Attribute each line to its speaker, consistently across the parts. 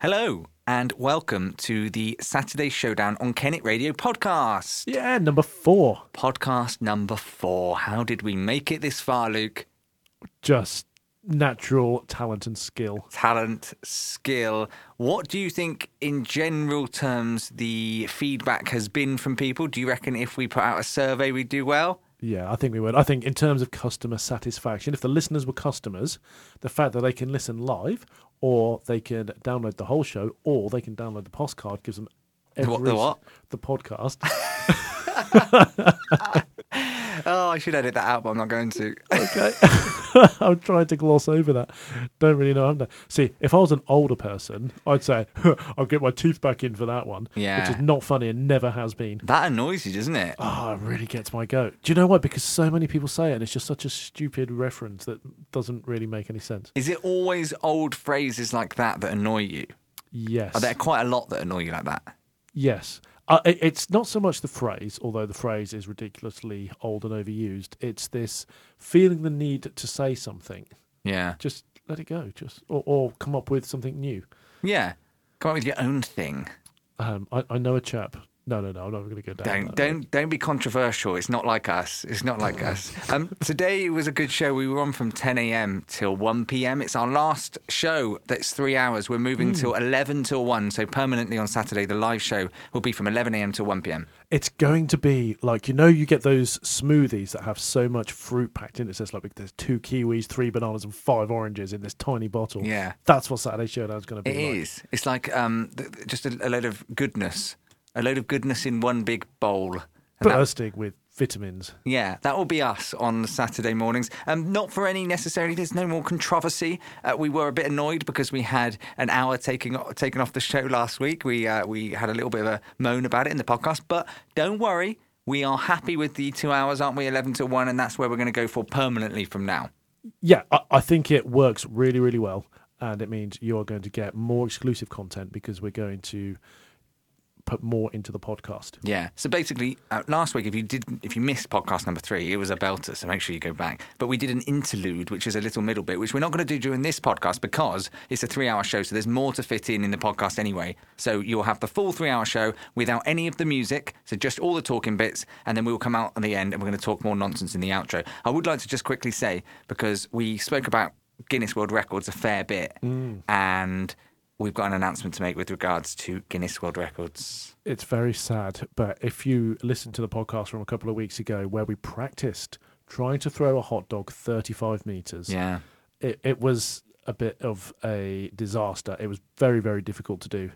Speaker 1: Hello, and welcome to the Saturday Showdown on Kennet Radio podcast.
Speaker 2: Yeah, number four.
Speaker 1: Podcast number four. How did we make it this far, Luke?
Speaker 2: Just natural talent and skill.
Speaker 1: Talent, skill. What do you think, in general terms, the feedback has been from people? Do you reckon if we put out a survey, we'd do well?
Speaker 2: Yeah, I think we would. I think in terms of customer satisfaction, if the listeners were customers, the fact that they can listen live or they can download the whole show or they can download the postcard gives them every,
Speaker 1: what- the what?
Speaker 2: The podcast.
Speaker 1: Oh, I should edit that out, but I'm not going to.
Speaker 2: okay. I'm trying to gloss over that. Don't really know. haven't I? See, if I was an older person, I'd say I'll get my tooth back in for that one,
Speaker 1: Yeah.
Speaker 2: which is not funny and never has been.
Speaker 1: that annoys you, doesn't it?
Speaker 2: Oh, it really gets my goat. Do you know why? Because so many people say it, and it's just such a stupid reference that doesn't really make any sense.
Speaker 1: Is it always old phrases like that that annoy you?
Speaker 2: Yes.
Speaker 1: Are there quite a lot that annoy you like that?
Speaker 2: Yes. Uh, it, it's not so much the phrase, although the phrase is ridiculously old and overused. It's this feeling the need to say something.
Speaker 1: Yeah.
Speaker 2: Just let it go. Just or, or come up with something new.
Speaker 1: Yeah. Come up with your own thing.
Speaker 2: Um, I, I know a chap. No, no, no. I'm not going to go down.
Speaker 1: Don't
Speaker 2: that road.
Speaker 1: don't don't be controversial. It's not like us. It's not like us. Um, today was a good show. We were on from 10 a.m. till 1 p.m. It's our last show. That's three hours. We're moving till 11 till 1. So permanently on Saturday, the live show will be from 11 a.m. till 1 p.m.
Speaker 2: It's going to be like you know you get those smoothies that have so much fruit packed in. It says like there's two kiwis, three bananas, and five oranges in this tiny bottle.
Speaker 1: Yeah.
Speaker 2: that's what Saturday Showdown's going to
Speaker 1: It
Speaker 2: be like.
Speaker 1: is. It's like um, th- th- just a, a load of goodness, a load of goodness in one big bowl. And that-
Speaker 2: Bursting with vitamins.
Speaker 1: Yeah, that will be us on Saturday mornings. Um, not for any necessarily. There's no more controversy. Uh, we were a bit annoyed because we had an hour taking taken off the show last week. We uh, we had a little bit of a moan about it in the podcast, but don't worry, we are happy with the two hours, aren't we? Eleven to one, and that's where we're going to go for permanently from now.
Speaker 2: Yeah, I, I think it works really, really well, and it means you are going to get more exclusive content because we're going to put more into the podcast.
Speaker 1: Yeah. So basically, uh, last week, if you did, if you missed podcast number three, it was a belter. So make sure you go back. But we did an interlude, which is a little middle bit, which we're not going to do during this podcast because it's a three-hour show. So there's more to fit in in the podcast anyway. So you'll have the full three-hour show without any of the music. So just all the talking bits, and then we will come out at the end, and we're going to talk more nonsense in the outro. I would like to just quickly say because we spoke about Guinness World Records a fair bit, and we've got an announcement to make with regards to Guinness World Records.
Speaker 2: It's very sad, but if you listen to the podcast from a couple of weeks ago where we practiced trying to throw a hot dog 35 meters,
Speaker 1: Yeah.
Speaker 2: it, it was a bit of a disaster. It was very, very difficult to do.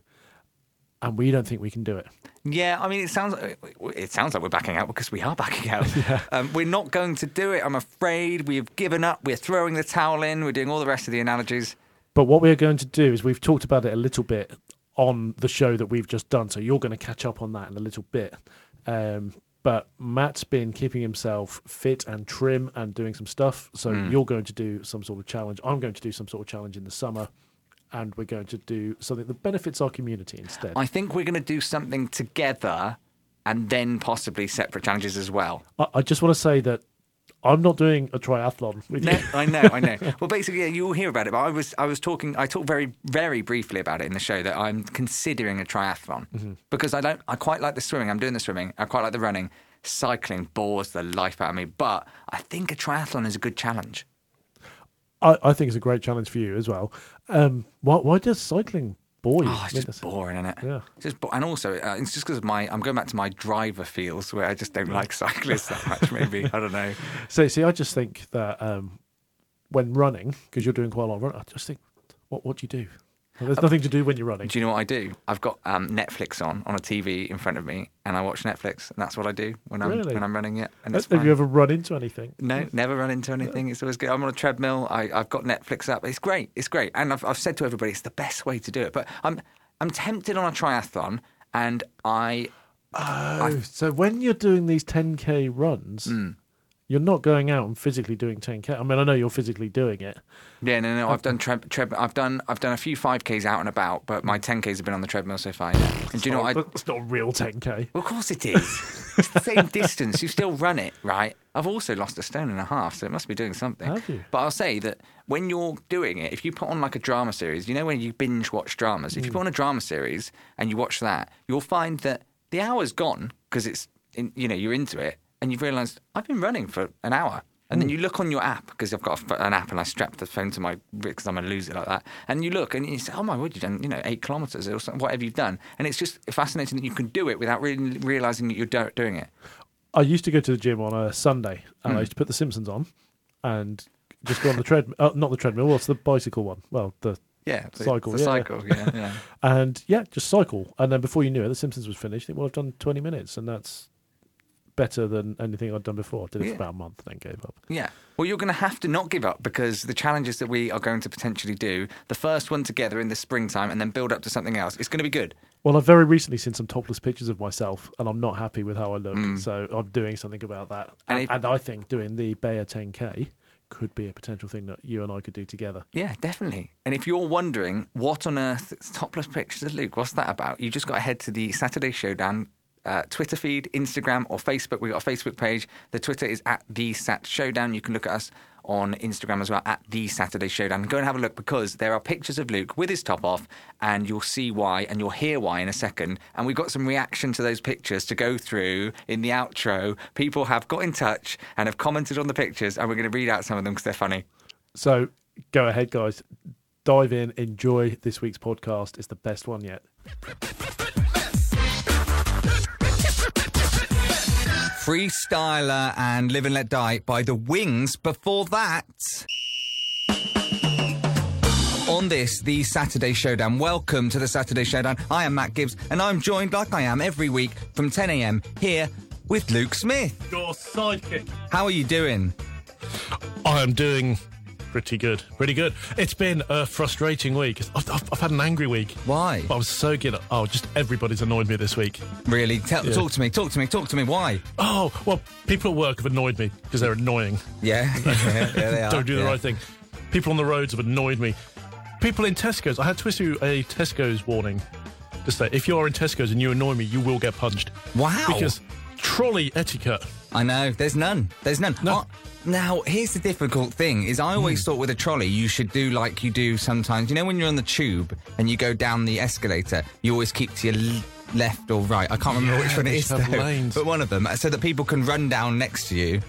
Speaker 2: And we don't think we can do it.
Speaker 1: Yeah, I mean, it sounds uh, it sounds like we're backing out because we are backing out. um, we're not going to do it. I'm afraid we've given up. We're throwing the towel in. We're doing all the rest of the analogies.
Speaker 2: But what we're going to do is we've talked about it a little bit on the show that we've just done. So you're going to catch up on that in a little bit. Um, but Matt's been keeping himself fit and trim and doing some stuff. So
Speaker 1: Hmm.
Speaker 2: you're going to do some sort of challenge. I'm going to do some sort of challenge in the summer. And we're going to do something that benefits our community instead.
Speaker 1: I think we're going to do something together, and then possibly separate challenges as well.
Speaker 2: I, I just want to say that I'm not doing a triathlon with
Speaker 1: No,
Speaker 2: you.
Speaker 1: I know, I know. Well, basically, yeah, you will hear about it. But I was, I was talking, I talked very, very briefly about it in the show that I'm considering a triathlon because I don't, I quite like the swimming. I'm doing the swimming. I quite like the running. Cycling bores the life out of me, but I think a triathlon is a good challenge.
Speaker 2: I, I think it's a great challenge for you as well. Um, why, why does cycling bore you?
Speaker 1: Oh, it's just boring, isn't it?
Speaker 2: Yeah.
Speaker 1: It's Just bo- and also, uh, it's just because of my. I'm going back to my driver feels where I just don't like cyclists that much. Maybe I don't know.
Speaker 2: So, see, I just think that um, when running, because you're doing quite a lot of running, I just think, what what do you do? Well,
Speaker 1: Uh,
Speaker 2: there's nothing to do when you're running.
Speaker 1: Do you know what I do? I've got um, Netflix on on a TV in front of me, and I watch Netflix, and that's what I do when I'm
Speaker 2: Really? Uh,
Speaker 1: when I'm running it. And it's
Speaker 2: Have
Speaker 1: fine.
Speaker 2: you ever run into anything?
Speaker 1: No, never run into anything. It's always good. I'm on a treadmill. I, I've got Netflix up. It's great. It's great. And I've, I've said to everybody, it's the best way to do it. But I'm I'm tempted on a triathlon, and I
Speaker 2: Oh, so when you're doing these 10k runs,
Speaker 1: Hmm.
Speaker 2: you're not going out and physically doing 10k. I mean, I know you're physically doing it.
Speaker 1: yeah no no I've done tread tread I've done I've done a few five ks out and about, but my ten ks have been on the treadmill so far. yeah. And do you know
Speaker 2: Oh,
Speaker 1: what? I,
Speaker 2: but it's not a real 10k.
Speaker 1: Well, of course it is. it's the same distance. You still run it, right? I've also lost a stone and a half, so it must be doing something.
Speaker 2: Have you?
Speaker 1: But I'll say that when you're doing it, if you put on like a drama series, you know when you binge watch dramas, if
Speaker 2: Mm.
Speaker 1: you put on a drama series and you watch that, you'll find that the hour's gone because it's in, you know you're into it and you've realised I've been running for an hour. And
Speaker 2: Mm.
Speaker 1: then you look on your app because I've got a ph- an app and I strap the phone to my because I'm gonna lose it like that. And you look and you say, "Oh my word, you've done you know eight kilometres or something, whatever you've done." And it's just fascinating that you can do it without really realising that you're do- doing it.
Speaker 2: I used to go to the gym on a Sunday, and
Speaker 1: Hmm.
Speaker 2: I used to put The Simpsons on, and just go on the treadmill. Uh, not the treadmill. What's the bicycle one? Well, the
Speaker 1: Yeah, the,
Speaker 2: Cycle,
Speaker 1: The
Speaker 2: yeah.
Speaker 1: cycle. Yeah, yeah.
Speaker 2: and yeah, just cycle. And then before you knew it, The Simpsons was finished. Think, well, I've done twenty minutes, and that's better than anything I'd done before. I did it
Speaker 1: Yeah.
Speaker 2: for about a month, then gave up.
Speaker 1: Yeah. Well, you're going to have to not give up because the challenges that we are going to potentially do, the first one together in the springtime and then build up to something else, it's going to be good.
Speaker 2: Well, I've very recently seen some topless pictures of myself, and I'm not happy with how I look. So I'm doing something about that.
Speaker 1: Hmm. And
Speaker 2: And,
Speaker 1: if-
Speaker 2: and I think doing the Bayer 10K could be a potential thing that you and I could do together.
Speaker 1: Yeah, definitely. And if you're wondering what on earth it's topless pictures of Luke, what's that about? You just got to head to the Saturday Showdown uh, Twitter feed, Instagram, or Facebook. We've got a Facebook page. The Twitter is at the Sat Showdown. You can look at us on Instagram as well at the Saturday Showdown. Go and have a look because there are pictures of Luke with his top off, and you'll see why, and you'll hear why in a second. And we've got some reaction to those pictures to go through in the outro. People have got in touch and have commented on the pictures, and we're going to read out some of them because they're funny.
Speaker 2: So go ahead, guys. Dive in, enjoy this week's podcast. It's the best one yet.
Speaker 1: Freestyler and Live and Let Die by The Wings. Before that, on this, the Saturday Showdown. Welcome to the Saturday Showdown. I am Matt Gibbs, and I'm joined, like I am every week, from 10 a.m. here with Luke Smith.
Speaker 3: You're psychic.
Speaker 1: How are you doing?
Speaker 3: I am doing pretty good. Pretty good. It's been a frustrating week. I've, I've, I've had an angry week.
Speaker 1: Why?
Speaker 3: I was so good. Oh, just everybody's annoyed me this week.
Speaker 1: Really? Tell, Talk to me. Talk to me. Talk to me. Why?
Speaker 3: Oh, well, people at work have annoyed me because they're annoying.
Speaker 1: Yeah. yeah, they are.
Speaker 3: Don't do the
Speaker 1: Ah, Yeah.
Speaker 3: right thing. People on the roads have annoyed me. People in Tesco's. I had to issue a Tesco's warning. Just say, if you are in Tesco's and you annoy me, you will get punched.
Speaker 1: Wow.
Speaker 3: Because trolley etiquette.
Speaker 1: I know. There's none. There's none. I- now, here's the difficult thing: is I always
Speaker 3: Hmm.
Speaker 1: thought with a trolley you should do like you do sometimes. You know, when you're on the tube and you go down the escalator, you always keep to your l- left or right. I can't remember
Speaker 3: Yeah,
Speaker 1: which one it
Speaker 3: they
Speaker 1: is,
Speaker 3: should have
Speaker 1: though,
Speaker 3: lanes.
Speaker 1: but one of them, so that people can run down next to you,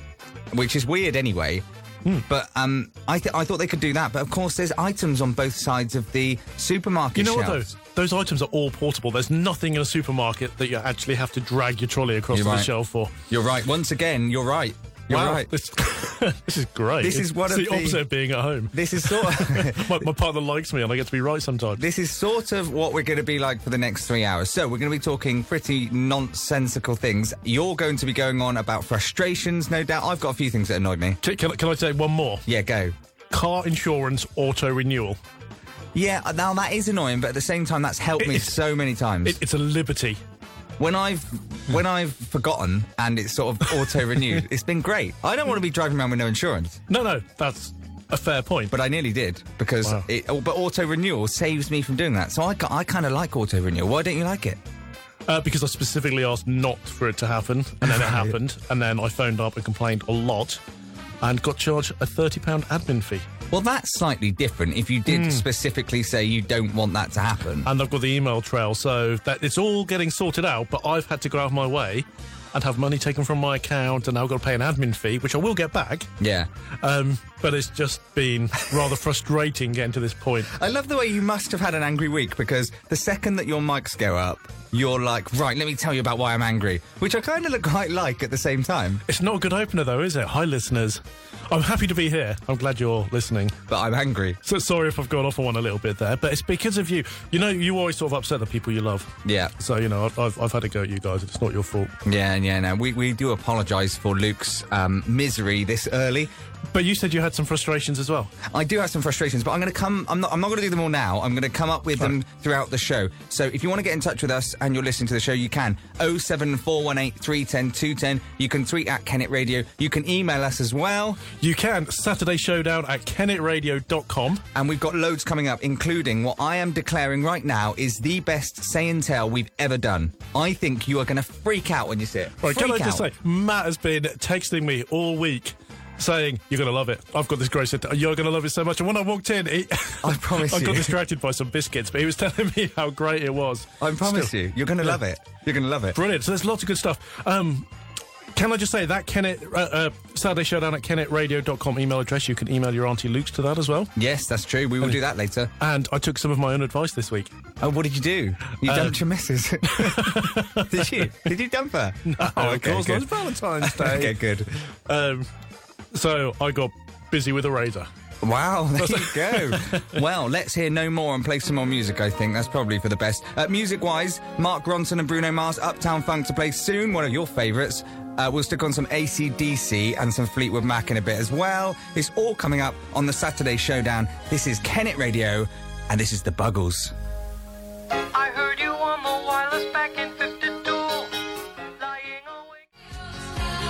Speaker 1: which is weird anyway.
Speaker 3: Hmm.
Speaker 1: But um, I th- I thought they could do that. But of course, there's items on both sides of the supermarket.
Speaker 3: You know what
Speaker 1: shelf.
Speaker 3: though? Those items are all portable. There's nothing in a supermarket that you actually have to drag your trolley across
Speaker 1: You're
Speaker 3: to
Speaker 1: right.
Speaker 3: the shelf for.
Speaker 1: You're right. Once again, you're right. You're
Speaker 3: wow,
Speaker 1: right.
Speaker 3: this, this is great.
Speaker 1: This
Speaker 3: It's-
Speaker 1: is one
Speaker 3: it's
Speaker 1: of
Speaker 3: the
Speaker 1: the-
Speaker 3: opposite of being at home.
Speaker 1: This is sort of.
Speaker 3: My, my partner likes me, and I get to be right sometimes.
Speaker 1: This is sort of what we're going to be like for the next three hours. So, we're going to be talking pretty nonsensical things. You're going to be going on about frustrations, no doubt. I've got a few things that annoyed me.
Speaker 3: Can, can, I- can I say one more?
Speaker 1: Yeah, go.
Speaker 3: Car insurance auto renewal.
Speaker 1: Yeah, uh, now that is annoying, but at the same time, that's helped me
Speaker 3: It's-
Speaker 1: so many times.
Speaker 3: It, it's a liberty.
Speaker 1: when I've when I've forgotten and it's sort of auto renewed, it's been great. I don't want to be driving around with no insurance,
Speaker 3: No, no, that's a fair point. But
Speaker 1: but I nearly did because
Speaker 3: Wow.
Speaker 1: it. oh, But auto renewal saves me from doing that, so I ca- I kind of like auto renewal. Why don't you like it?
Speaker 3: uh, because I specifically asked not for it to happen, and then it happened, and then I phoned up and complained a lot, and got charged a thirty pound admin fee.
Speaker 1: Well, that's slightly different. If you did specifically say you don't want that to happen.
Speaker 3: and I've got the email trail, so that it's all getting sorted out. But I've had to go out of my way and have money taken from my account, and now I've got to pay an admin fee, which I will get back.
Speaker 1: Yeah.
Speaker 3: Um, but it's just been rather frustrating getting to this point.
Speaker 1: I love the way you must have had an angry week because the second that your mics go up, you're like, right, let me tell you about why I'm angry, which I kind of look quite like at the same time,
Speaker 3: It's not a good opener, though, is it? Hi, listeners. I'm happy to be here. I'm glad you're listening.
Speaker 1: but I'm angry.
Speaker 3: So sorry if I've gone off on one a little bit there, but it's because of you. You know, you always sort of upset the people you love.
Speaker 1: Yeah.
Speaker 3: So, you know, I've, I've, I've had a go at you guys. It's not your fault.
Speaker 1: Yeah, yeah, no. We, we do apologise for Luke's um, misery this early,
Speaker 3: But you said you had some frustrations as well.
Speaker 1: I do have some frustrations, but I'm going to come. I'm not. I'm not going to do them all now. I'm going to come up with them throughout the show. So if you want to get in touch with us and you're listening to the show, you can 07418 310 210. You can tweet at Kennet Radio. You can email us as well,
Speaker 3: You can Saturday Showdown at kennetradio.com.
Speaker 1: and we've got loads coming up, including what I am declaring right now is the best say and tell we've ever done. I think you are going to freak out when you see it.
Speaker 3: Right, can I
Speaker 1: Freak
Speaker 3: just say,
Speaker 1: out.
Speaker 3: Matt has been texting me all week saying, You're going to love it. I've got this great set. You're going to love it so much. And when I walked in, he,
Speaker 1: I promise
Speaker 3: I got
Speaker 1: you.
Speaker 3: distracted by some biscuits, but he was telling me how great it was.
Speaker 1: I promise
Speaker 3: Still,
Speaker 1: you, you're going to
Speaker 3: Yeah.
Speaker 1: love it. You're going to love it.
Speaker 3: Brilliant. So there's lots of good stuff. Um, can I just say that Kennet, uh, uh, Saturday Showdown at kennetradio.com email address. You can email your Auntie Luke's to that as well.
Speaker 1: Yes, that's true. We will do that later.
Speaker 3: And I took some of my own advice this week.
Speaker 1: Oh, what did you do? You
Speaker 3: Uh,
Speaker 1: dumped your missus. did you? Did you dump her? No,
Speaker 3: of course not. It's Valentine's Day.
Speaker 1: Oh, okay, good.
Speaker 3: Um, so I got busy with a razor.
Speaker 1: Wow, there you go. well, let's hear no more and play some more music, I think. That's probably for the best. Uh, music wise, Mark Ronson and Bruno Mars, Uptown Funk to play soon, one of your favourites. Uh, we'll stick on some ACDC and some Fleetwood Mac in a bit as well. It's all coming up on the Saturday Showdown. This is Kennet Radio, and this is The Buggles.
Speaker 4: I heard you on the wireless back in 52. Lying awake.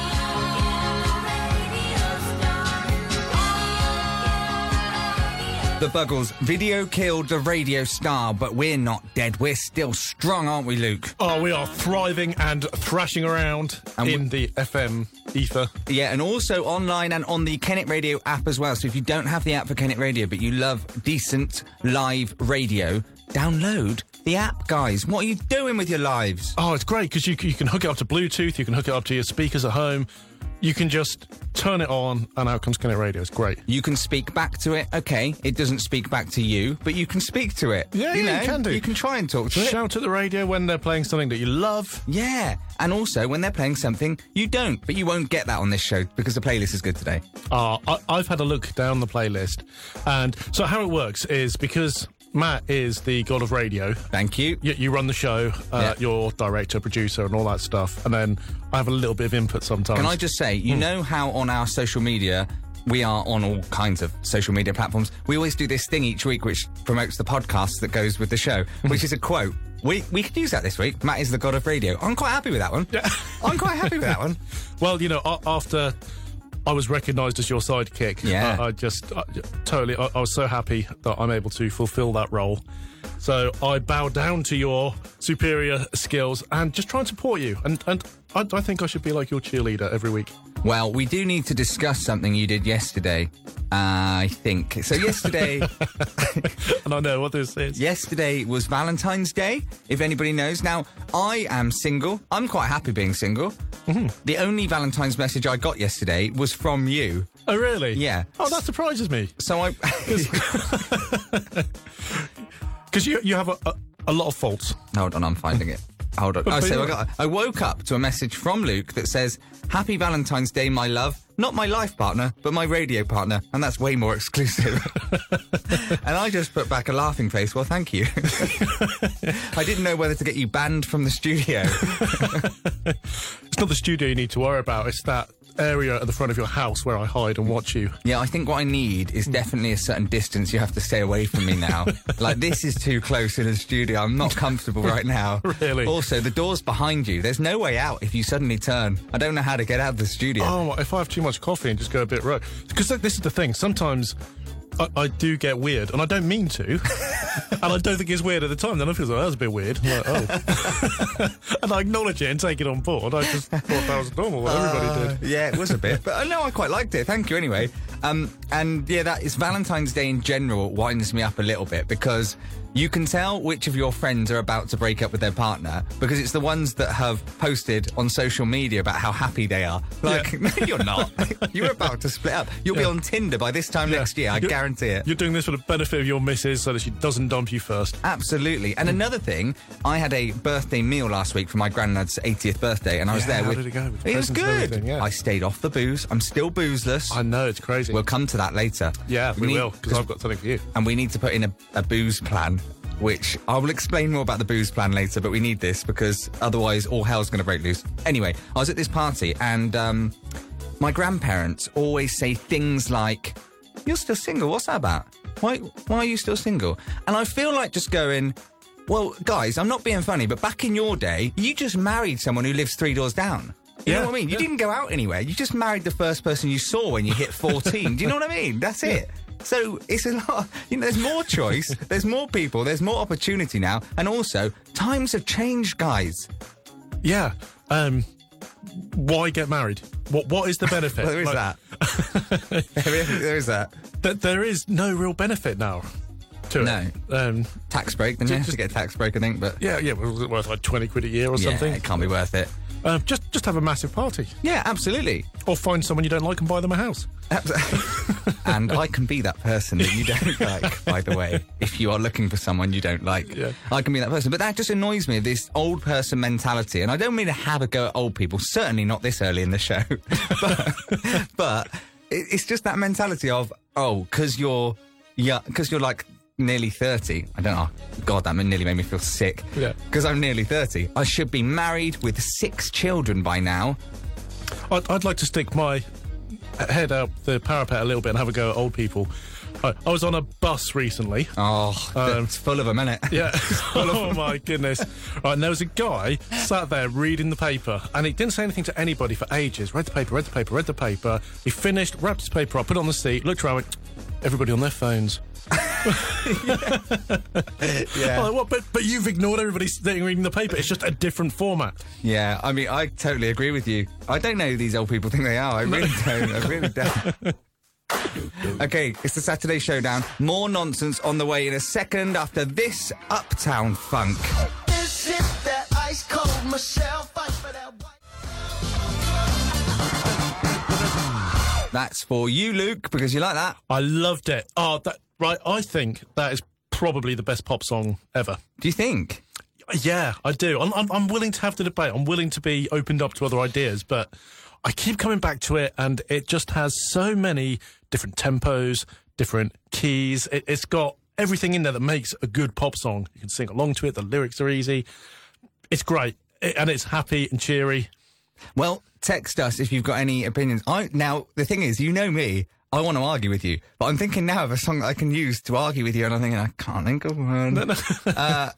Speaker 1: The Buggles, video killed the radio star, but we're not dead. We're still strong, aren't we, Luke?
Speaker 3: Oh, we are thriving and thrashing around
Speaker 1: And
Speaker 3: in the FM ether.
Speaker 1: Yeah, and also online and on the Kennet Radio app as well. So if you don't have the app for Kennet Radio, but you love decent live radio, download the app, guys. What are you doing with your lives?
Speaker 3: Oh, it's great because you, c- you can hook it up to Bluetooth, you can hook it up to your speakers at home, you can just turn it on, and out comes Kennet Radio. It's great.
Speaker 1: You can speak back to it. Okay, it doesn't speak back to you, but you can speak to it.
Speaker 3: Yeah,
Speaker 1: you,
Speaker 3: yeah,
Speaker 1: know,
Speaker 3: you can do.
Speaker 1: You can try and talk to it.
Speaker 3: Shout at the radio when they're playing something that you love.
Speaker 1: Yeah, and also when they're playing something you don't, but you won't get that on this show because the playlist is good today.
Speaker 3: Uh, I, I've had a look down the playlist, and so how it works is because Matt is the god of radio.
Speaker 1: Thank you.
Speaker 3: You, you run the show, uh,
Speaker 1: Yeah.
Speaker 3: you're director, producer, and all that stuff, and then I have a little bit of input sometimes.
Speaker 1: Can I just say, you know how on our social media, we are on all kinds of social media platforms. We always do this thing each week which promotes the podcast that goes with the show, which is a quote. We, we could use that this week. Matt is the god of radio. I'm quite happy with that one. I'm quite happy with that one.
Speaker 3: Well, you know, a- after I was recognised as your sidekick,
Speaker 1: Yeah.
Speaker 3: I, I just I, totally, I, I was so happy that I'm able to fulfil that role. So I bow down to your superior skills and just try and support you. And and I, I think I should be like your cheerleader every week.
Speaker 1: Well, we do need to discuss something you did yesterday, I think. So, yesterday.
Speaker 3: And I know what this is.
Speaker 1: Yesterday was Valentine's Day, if anybody knows. Now, I am single. I'm quite happy being single. The only Valentine's message I got yesterday was from you.
Speaker 3: Oh, really?
Speaker 1: Yeah.
Speaker 3: Oh, that surprises me
Speaker 1: So I.
Speaker 3: because you you have a, a, a lot of faults.
Speaker 1: Hold on, I'm finding it. Hold on. Oh,
Speaker 3: but
Speaker 1: so I,
Speaker 3: you're-
Speaker 1: got, I woke up to a message from Luke that says, Happy Valentine's Day, my love. Not my life partner, but my radio partner. And that's way more exclusive. and I just put back a laughing face. Well, thank you. I didn't know whether to get you banned from the studio.
Speaker 3: It's not the studio you need to worry about. It's that area at the front of your house where I hide and watch you.
Speaker 1: Yeah, I think what I need is definitely a certain distance you have to stay away from me now. like, this is too close in a studio. I'm not comfortable right now.
Speaker 3: Really?
Speaker 1: Also, the door's behind you. There's no way out if you suddenly turn. I don't know how to get out of the studio.
Speaker 3: Oh, if I have too much coffee and just go a bit rogue. Because this is the thing. Sometimes I, I do get weird, and I don't mean to. and I don't think it's weird at the time. Then I feel like that was a bit weird. I'm like, oh. and I acknowledge it and take it on board. I just thought that was normal. What everybody did.
Speaker 1: Uh, Yeah, it was a bit, but I know I quite liked it. Thank you anyway. Um, and yeah, that is Valentine's Day in general winds me up a little bit because you can tell which of your friends are about to break up with their partner because it's the ones that have posted on social media about how happy they are. Like,
Speaker 3: Yeah.
Speaker 1: no, you're not. you're about to split up. You'll be
Speaker 3: Yeah.
Speaker 1: on Tinder by this time next year. I
Speaker 3: You're-
Speaker 1: guarantee it.
Speaker 3: You're doing this for the benefit of your missus so that she doesn't dump you first.
Speaker 1: Absolutely. And another thing, I had a birthday meal last week for my granddad's 80th birthday, and I was
Speaker 3: Yeah,
Speaker 1: there
Speaker 3: how
Speaker 1: with.
Speaker 3: did it go with the
Speaker 1: it was
Speaker 3: presents and
Speaker 1: good.
Speaker 3: everything? Yeah.
Speaker 1: I stayed off the booze. I'm still boozeless.
Speaker 3: I know, it's crazy.
Speaker 1: We'll come to that later.
Speaker 3: yeah, we,
Speaker 1: need-
Speaker 3: will, because I've got something for you.
Speaker 1: And we need to put in a, a booze plan, which I will explain more about the booze plan later, but we need this because otherwise all hell's going to break loose. Anyway, I was at this party and um, my grandparents always say things like, You're still single, what's that about? Why why are you still single? And I feel like just going, Well, guys, I'm not being funny, but back in your day, you just married someone who lives three doors down. You
Speaker 3: Yeah,
Speaker 1: know what I mean? You
Speaker 3: yeah.
Speaker 1: didn't go out anywhere. You just married the first person you saw when you hit 14. Do you know what I mean? That's it. So it's a lot. You know, there's more choice. there's more people. There's more opportunity now. And also, times have changed, guys.
Speaker 3: Yeah. Um, why get married? What What is the benefit?
Speaker 1: Well, there is
Speaker 3: Like,
Speaker 1: that. there, is, there is that.
Speaker 3: th- there is no real benefit now. To
Speaker 1: No.
Speaker 3: It. Um,
Speaker 1: Tax break. Then you have to get a tax break, I think. But
Speaker 3: yeah, yeah. Was it worth like twenty quid a year or
Speaker 1: yeah,
Speaker 3: something?
Speaker 1: it can't be worth it.
Speaker 3: Um, just Just have a massive party,
Speaker 1: Yeah, absolutely.
Speaker 3: or find someone you don't like and buy them a house.
Speaker 1: Abs- and I can be that person that you don't like, by the way. If you are looking for someone you don't like,
Speaker 3: Yeah.
Speaker 1: I can be that person. But that just annoys me, this old person mentality. And I don't mean to have a go at old people, certainly not this early in the show. but but it, it's just that mentality of, oh, because you're, yeah, because you're like nearly 30. I don't know. God, that nearly made me feel sick.
Speaker 3: Yeah.
Speaker 1: Because I'm nearly 30. I should be married with six children by now.
Speaker 3: I'd, I'd like to stick my head out the parapet a little bit and have a go at old people. I, I was on a bus recently.
Speaker 1: Oh,
Speaker 3: Um,
Speaker 1: it's full of them, is it?
Speaker 3: Yeah. oh my goodness. Right, and there was a guy sat there reading the paper, and he didn't say anything to anybody for ages. Read the paper, read the paper, read the paper. He finished, wrapped his paper up, put it on the seat, looked around, went, everybody on their phones.
Speaker 1: Yeah.
Speaker 3: I'm like, what? But, but you've ignored everybody sitting reading the paper. It's just a different format.
Speaker 1: Yeah, I mean, I totally agree with you. I don't know who these old people think they are. I really don't. I really don't. Okay, it's the Saturday Showdown. More nonsense on the way in a second after this Uptown Funk.
Speaker 5: This is that ice cold Michelle fight for that white.
Speaker 1: That's for you, Luke, because you like that.
Speaker 3: I loved it. Oh, that right. I think that is probably the best pop song ever.
Speaker 1: Do you think?
Speaker 3: Yeah, I do. I'm, I'm, I'm willing to have the debate. I'm willing to be opened up to other ideas, but I keep coming back to it, and it just has so many different tempos, different keys. It, it's got everything in there that makes a good pop song. You can sing along to it. The lyrics are easy. It's great, It- and it's happy and cheery.
Speaker 1: Well, text us if you've got any opinions. I now the thing is, you know me. I want to argue with you, but I'm thinking now of a song that I can use to argue with you, and I'm thinking I can't think of one. No, no. uh,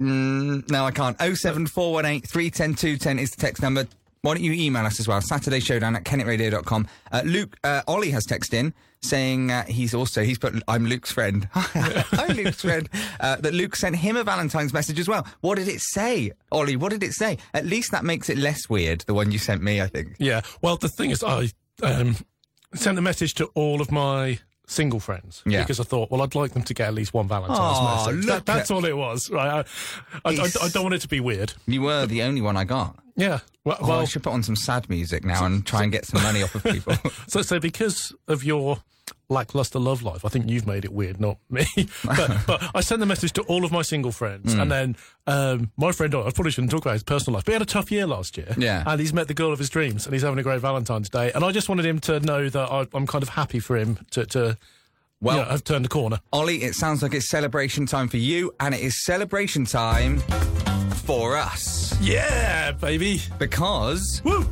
Speaker 1: mm, no I can't. Oh seven four one eight three ten two ten is the text number. Why don't you email us as well? Saturday Showdown at kennetradio.com. Uh, Luke, uh, Ollie has texted in saying uh, he's also, he's put, I'm Luke's friend. Hi, Luke's friend. Uh, that Luke sent him a Valentine's message as well. What did it say, Ollie? What did it say? At least that makes it less weird, the one you sent me, I think.
Speaker 3: Yeah. Well, the thing is, I um, sent a message to all of my single friends
Speaker 1: Yeah.
Speaker 3: because I thought, well, I'd like them to get at least one Valentine's
Speaker 1: Aw,
Speaker 3: message.
Speaker 1: look
Speaker 3: That, that's
Speaker 1: at-
Speaker 3: all it was, right? I, I, I, I don't want it to be weird.
Speaker 1: You were the only one I got.
Speaker 3: Yeah. Well,
Speaker 1: Well, I should put on some sad music now and try and get some money off of people.
Speaker 3: So, so because of your lackluster love life, I think you've made it weird, not me. but, but I sent the message to all of my single
Speaker 1: Hmm.
Speaker 3: friends, and then um, my friend, I probably shouldn't talk about his personal life, but he had a tough year last year.
Speaker 1: Yeah.
Speaker 3: and he's met the girl of his dreams, and he's having a great Valentine's Day. And I just wanted him to know that I, I'm kind of happy for him to, to well,
Speaker 1: Well-
Speaker 3: I've turned a corner.
Speaker 1: Ollie, it sounds like it's celebration time for you, and it is celebration time for us.
Speaker 3: Yeah, baby.
Speaker 1: Because,
Speaker 3: Woo.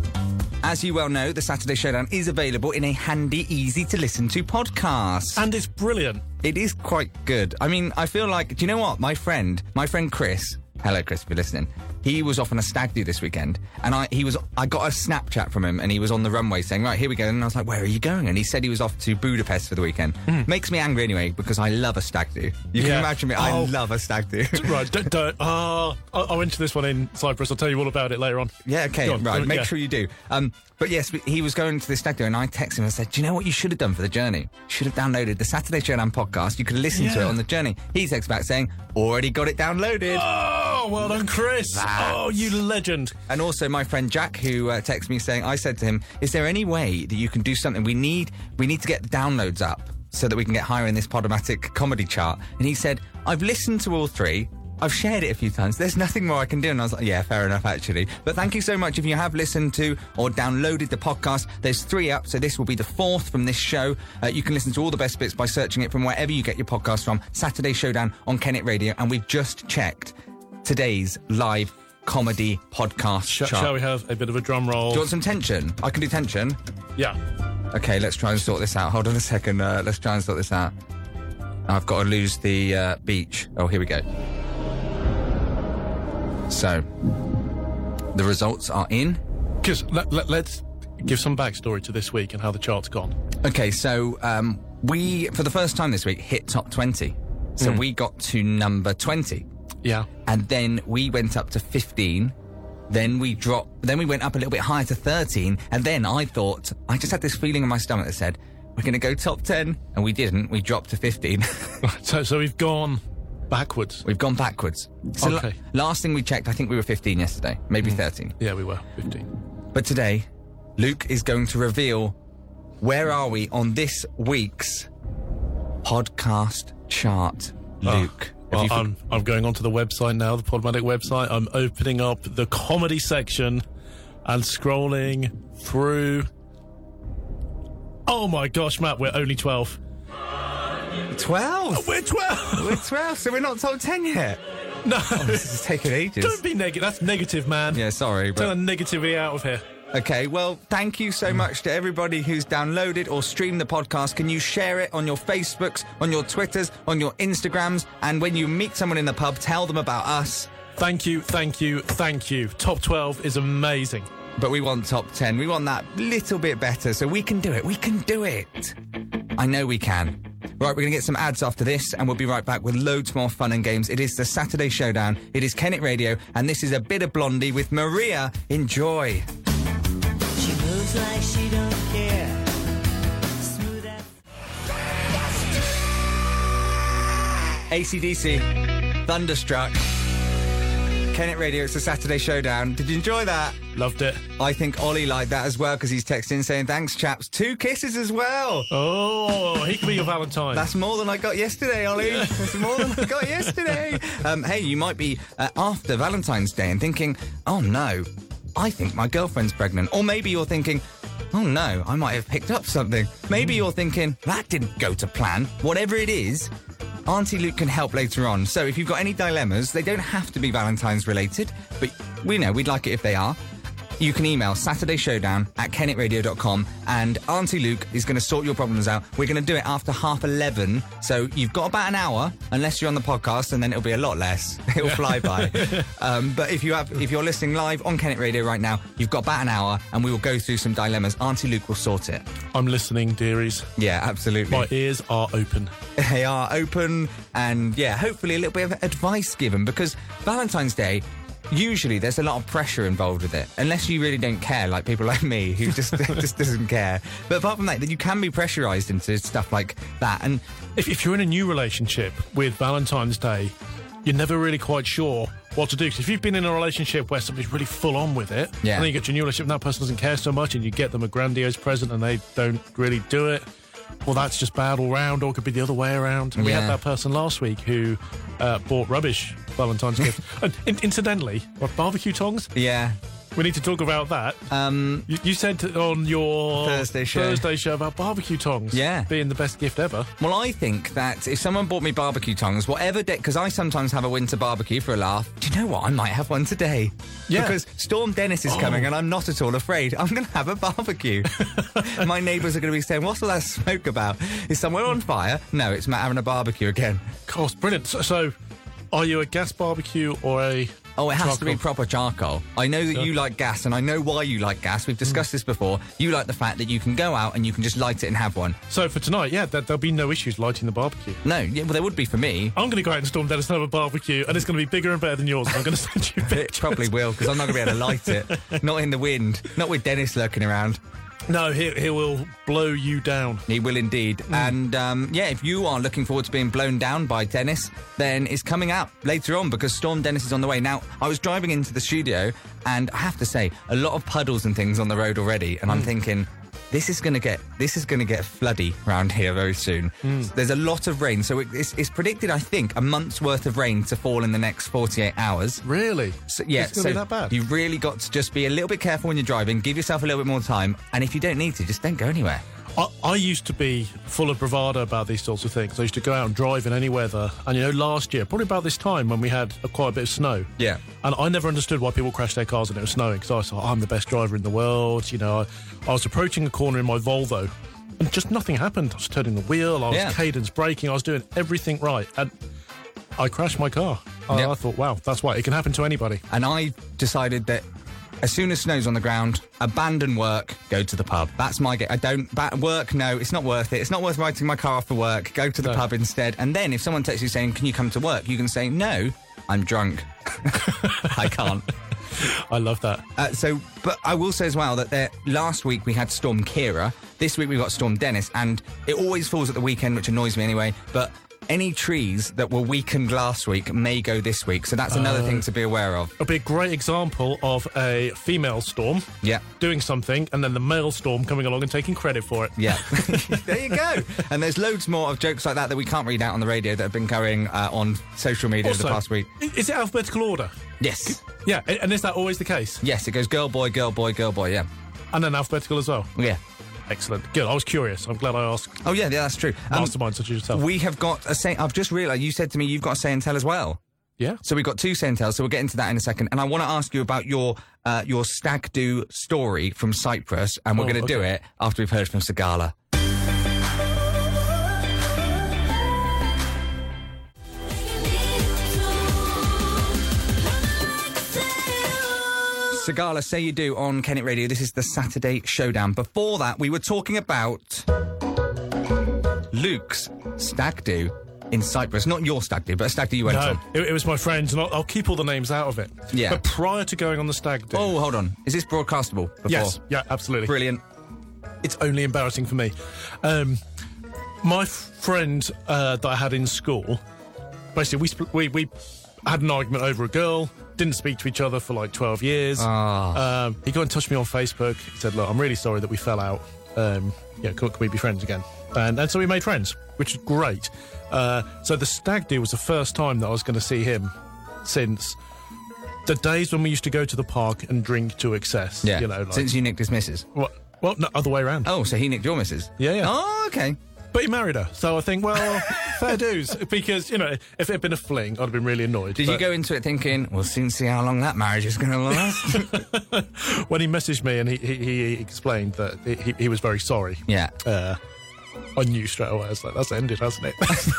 Speaker 1: as you well know, the Saturday Showdown is available in a handy, easy to listen to podcast.
Speaker 3: And it's brilliant.
Speaker 1: It is quite good. I mean, I feel like, do you know what? My friend, my friend Chris, hello Chris, if you're listening, he was off on a stag do this weekend, and I he was I got a Snapchat from him, and he was on the runway saying, right, here we go, and I was like, where are you going? And he said he was off to Budapest for the weekend. Makes me angry anyway because I love a stag do. You can
Speaker 3: Hmm. Yeah.
Speaker 1: imagine me, I
Speaker 3: Oh.
Speaker 1: love a stag do.
Speaker 3: Right, don't. don't ah, I, I went to this one in Cyprus. I'll tell you all about it later on.
Speaker 1: Yeah, okay,
Speaker 3: Go on,
Speaker 1: right.
Speaker 3: go-
Speaker 1: Make
Speaker 3: yeah.
Speaker 1: sure you do. Um, but yes, we- he was going to this stag do, and I texted him and said, "Do you know what you should have done for the journey? Should have downloaded the Saturday Showdown podcast. You could listen to it
Speaker 3: Yeah.
Speaker 1: on the journey." He texts back saying, "Already got it downloaded."
Speaker 3: Oh, well done, Chris.
Speaker 1: That.
Speaker 3: Oh, you legend.
Speaker 1: And also my friend Jack, who uh, texted me saying, "I said to him, is there any way that you can do something? We need we need to get the downloads up so that we can get higher in this Podomatic comedy chart." And he said, "I've listened to all three. I've shared it a few times. There's nothing more I can do." And I was like, "Yeah, fair enough, actually." But thank you so much if you have listened to or downloaded the podcast. There's three up, so this will be the fourth from this show. Uh, you can listen to all the best bits by searching it from wherever you get your podcast from. Saturday Showdown on Kennet Radio, and we've just checked today's live comedy podcast
Speaker 3: Sh-
Speaker 1: chart.
Speaker 3: Shall we have a bit of a drum roll?
Speaker 1: Do you want some tension? I can do tension.
Speaker 3: Yeah.
Speaker 1: Okay, let's try and sort this out. Hold on a second. Uh, let's try and sort this out. I've got to lose the uh, beach. Oh, here we go. So, the results are in.
Speaker 3: Because let, let, let's give some backstory to this week and how the chart's gone.
Speaker 1: Okay, so um, we, for the first time this week, hit top 20. So
Speaker 3: Hmm.
Speaker 1: we got to number 20.
Speaker 3: Yeah.
Speaker 1: And then we went up to 15. Then we dropped, then we went up a little bit higher to 13. And then I thought, I just had this feeling in my stomach that said, we're going to go top 10. And we didn't. We dropped to 15.
Speaker 3: So, so we've gone backwards.
Speaker 1: We've gone backwards. So la-
Speaker 3: Okay. Hmm.
Speaker 1: last thing we checked, I think we were 15 yesterday, maybe 13.
Speaker 3: Yeah, we were 15.
Speaker 1: But today, Luke is going to reveal where are we on this week's podcast chart, Luke. Have
Speaker 3: Ah, Well, um,
Speaker 1: you for-
Speaker 3: I'm, I'm going onto the website now, the Podmatic website. I'm opening up the comedy section and scrolling through. Oh my gosh, Matt, we're only 12.
Speaker 1: 12.
Speaker 3: We're 12!
Speaker 1: We're 12, so we're not top 10 yet.
Speaker 3: No!
Speaker 1: This is taking ages.
Speaker 3: Don't be negative. That's negative, man.
Speaker 1: Yeah, sorry.
Speaker 3: Turn
Speaker 1: But,
Speaker 3: the negativity out of here.
Speaker 1: okay, well, thank you so much to everybody who's downloaded or streamed the podcast. Can you share it on your Facebooks, on your Twitters, on your Instagrams? And when you meet someone in the pub, tell them about us.
Speaker 3: Thank you, thank you, thank you. Top 12 is amazing.
Speaker 1: But we want top 10. We want that little bit better. So we can do it. We can do it. I know we can. Right, we're going to get some ads after this, and we'll be right back with loads more fun and games. It is the Saturday Showdown. It is Kennet Radio, and this is a bit of Blondie with Maria. Enjoy.
Speaker 6: She moves like she don't care. Smooth as
Speaker 1: ACDC, Thunderstruck. Kennet Radio, it's the Saturday Showdown. Did you enjoy that?
Speaker 3: Loved it.
Speaker 1: I think Ollie liked that as well because he's texting saying, Thanks, chaps. Two kisses as well.
Speaker 3: Oh, he could be your Valentine.
Speaker 1: That's more than I got yesterday, Ollie. That's more than I got yesterday. Um, hey, you might be uh, after Valentine's Day and thinking, oh no, I think my girlfriend's pregnant. Or maybe you're thinking, oh no, I might have picked up something. Maybe you're thinking, that didn't go to plan. Whatever it is, Auntie Luke can help later on. So if you've got any dilemmas, they don't have to be Valentine's related, but we know we'd like it if they are. You can email Saturday Showdown at kennetradio.com and Auntie Luke is going to sort your problems out. We're going to do it after half 11. So you've got about an hour, unless you're on the podcast, and then it'll be a lot less. It'll fly by. um, but if, you have, if you're listening live on Kennet Radio right now, you've got about an hour and we will go through some dilemmas. Auntie Luke will sort it.
Speaker 3: I'm listening, dearies.
Speaker 1: Yeah, absolutely.
Speaker 3: My ears are open.
Speaker 1: they are open and yeah hopefully a little bit of advice given because valentine's day usually there's a lot of pressure involved with it unless you really don't care like people like me who just just doesn't care but apart from that then you can be pressurized into stuff like that and
Speaker 3: If, if you're in a new relationship with Valentine's Day, you're never really quite sure what to do. 'Cause if you've been in a relationship where somebody's really full on with it,
Speaker 1: Yeah.
Speaker 3: and then you get to a new relationship and that person doesn't care so much, and you get them a grandiose present and they don't really do it, well, that's just bad all round, or it could be the other way around. And we
Speaker 1: Yeah.
Speaker 3: had that person last week who uh, bought rubbish Valentine's gift. And in- incidentally, what, barbecue tongs?
Speaker 1: yeah
Speaker 3: We need to talk about that. Um, you, you said on your
Speaker 1: Thursday show.
Speaker 3: Thursday show about barbecue tongs
Speaker 1: Yeah.
Speaker 3: being the best gift ever.
Speaker 1: Well, I think that if someone bought me barbecue tongs, whatever day, because I sometimes have a winter barbecue for a laugh. Do you know what? I might have one today.
Speaker 3: Yeah. Oh.
Speaker 1: Because Storm Dennis is coming, and I'm not at all afraid. I'm going to have a barbecue. My neighbours are going to be saying, "What's all that smoke about? Is someone on fire?" No, it's Matt having a barbecue again.
Speaker 3: course, brilliant. So, so are you a gas barbecue or a?
Speaker 1: Oh, it has to be
Speaker 3: charcoal?
Speaker 1: proper charcoal. I know that you like gas, and I know why you like gas.
Speaker 3: Mm.
Speaker 1: We've discussed this before. You like the fact that you can go out and you can just light it and have one.
Speaker 3: so for tonight, yeah, there, there'll be no issues lighting the barbecue.
Speaker 1: No, yeah, well, there would be for me.
Speaker 3: I'm going to go out and storm Dennis and have a barbecue, and it's going to be bigger and better than yours. and I'm going to send you
Speaker 1: It
Speaker 3: pictures.
Speaker 1: probably will because I'm not going to be able to light it. Not in the wind. Not with Dennis lurking around.
Speaker 3: No, he, he will blow you down.
Speaker 1: He will indeed. And um, yeah, if you are looking forward to being blown down by Dennis, then it's coming out later on because Storm Dennis is on the way. Now, I was driving into the studio and I have to say, a lot of puddles and things on the road already. And I'm thinking, this is gonna get this is gonna get floody round here very soon. There's a lot of rain, so it, it's, it's predicted, I think, a month's worth of rain to fall in the next 48 hours.
Speaker 3: Really?
Speaker 1: So, yeah,
Speaker 3: it's going
Speaker 1: so
Speaker 3: to be that bad.
Speaker 1: you've really got to just be a little bit careful when you're driving. Give yourself a little bit more time, and if you don't need to, just don't go anywhere.
Speaker 3: I, I used to be full of bravado about these sorts of things. I used to go out and drive in any weather. And you know, last year, probably about this time when we had a, quite a bit of snow.
Speaker 1: Yeah.
Speaker 3: And I never understood why people crashed their cars when it was snowing because I was like, I'm the best driver in the world. You know, I, I was approaching a corner in my Volvo and just nothing happened. I was turning the wheel, I was
Speaker 1: Yeah.
Speaker 3: cadence braking, I was doing everything right. And I crashed my car. I,
Speaker 1: Yeah.
Speaker 3: I thought, wow, that's why it can happen to anybody.
Speaker 1: And I decided that as soon as snow's on the ground, abandon work, go to the pub. That's my get. I don't ba- work. No, it's not worth it. It's not worth writing my car off for work. Go to the
Speaker 3: No.
Speaker 1: pub instead. And then if someone texts you saying, "Can you come to work?" you can say, "No, I'm drunk. I can't."
Speaker 3: I love that.
Speaker 1: Uh, so, but I will say as well that there, last week we had Storm Kira. This week we've got Storm Dennis, and it always falls at the weekend, which annoys me anyway. But any trees that were weakened last week may go this week, so that's another thing to be aware of.
Speaker 3: It'll be a great example of a female storm
Speaker 1: Yeah.
Speaker 3: doing something and then the male storm coming along and taking credit for it.
Speaker 1: Yeah, there you go. And there's loads more of jokes like that that we can't read out on the radio that have been going uh, on social media
Speaker 3: Also,
Speaker 1: the past week.
Speaker 3: i- is it alphabetical order?
Speaker 1: Yes,
Speaker 3: Yeah, a- and is that always the case?
Speaker 1: yes, it goes girl, boy, girl, boy, girl, boy. Yeah, Oh,
Speaker 3: And then alphabetical as well.
Speaker 1: yeah.
Speaker 3: Excellent. Good. I was curious. I'm glad I asked.
Speaker 1: Oh yeah, yeah, that's true. Um,
Speaker 3: Mastermind such as yourself.
Speaker 1: we have got a say. I've just realised you said to me you've got a say and tell as well.
Speaker 3: yeah.
Speaker 1: So we've got two Sentels, so we'll get into that in a second. And I want to ask you about your uh, your stag do story from Cyprus, and we're
Speaker 3: Oh,
Speaker 1: going to do
Speaker 3: okay.
Speaker 1: it after we've heard from Sagala. Sagala, say you do on Kennet Radio. This is the Saturday Showdown. Before that, we were talking about Luke's stag do in Cyprus. Not your stag do, but a stag do you went
Speaker 3: No,
Speaker 1: on.
Speaker 3: it, it was my friends, and I'll, I'll keep all the names out of it.
Speaker 1: Yeah.
Speaker 3: But prior to going on the stag do.
Speaker 1: Oh, hold on. Is this broadcastable? Before?
Speaker 3: yes. Yeah, absolutely.
Speaker 1: Brilliant.
Speaker 3: it's only embarrassing for me. Um, my f- friend uh, that I had in school, basically, we, sp- we we had an argument over a girl. Didn't speak to each other for like twelve years.
Speaker 1: Ah.
Speaker 3: Um, he got in touch with me on Facebook. He said, "Look, I'm really sorry that we fell out. Um, yeah, can, can we be friends again?" And, and so we made friends, which is great. Uh, so the stag do was the first time that I was going to see him since the days when we used to go to the park and drink to excess.
Speaker 1: Yeah.
Speaker 3: you know, like,
Speaker 1: Since you nicked his missus.
Speaker 3: well, well, no, other way around.
Speaker 1: Oh, so he nicked your missus?
Speaker 3: Yeah, yeah.
Speaker 1: Oh, okay.
Speaker 3: But he married her, so I think, well, fair dues. Because, you know, if it had been a fling, I'd have been really annoyed.
Speaker 1: Did you
Speaker 3: But
Speaker 1: go into it thinking, we'll soon see how long that marriage is going to last?
Speaker 3: When he messaged me and he, he, he explained that he- he, he was very sorry,
Speaker 1: yeah.
Speaker 3: uh, I knew straight away. I was like, that's ended, hasn't it?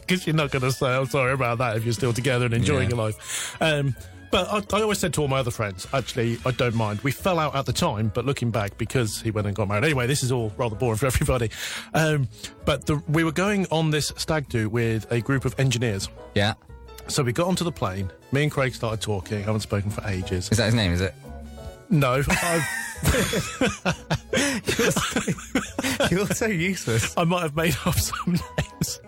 Speaker 3: Because you're not going to say, I'm sorry about that if you're still together and enjoying
Speaker 1: Yeah.
Speaker 3: your life. Um, but I, I always said to all my other friends, actually, I don't mind. We fell out at the time, but looking back, because he went and got married. Anyway, this is all rather boring for everybody. Um, but the, we were going on this stag do with a group of engineers.
Speaker 1: Yeah.
Speaker 3: So we got onto the plane. Me and Craig started talking. haven't spoken for ages.
Speaker 1: Is that his name, is it?
Speaker 3: No, I,
Speaker 1: You're so useless.
Speaker 3: I might have made up some names.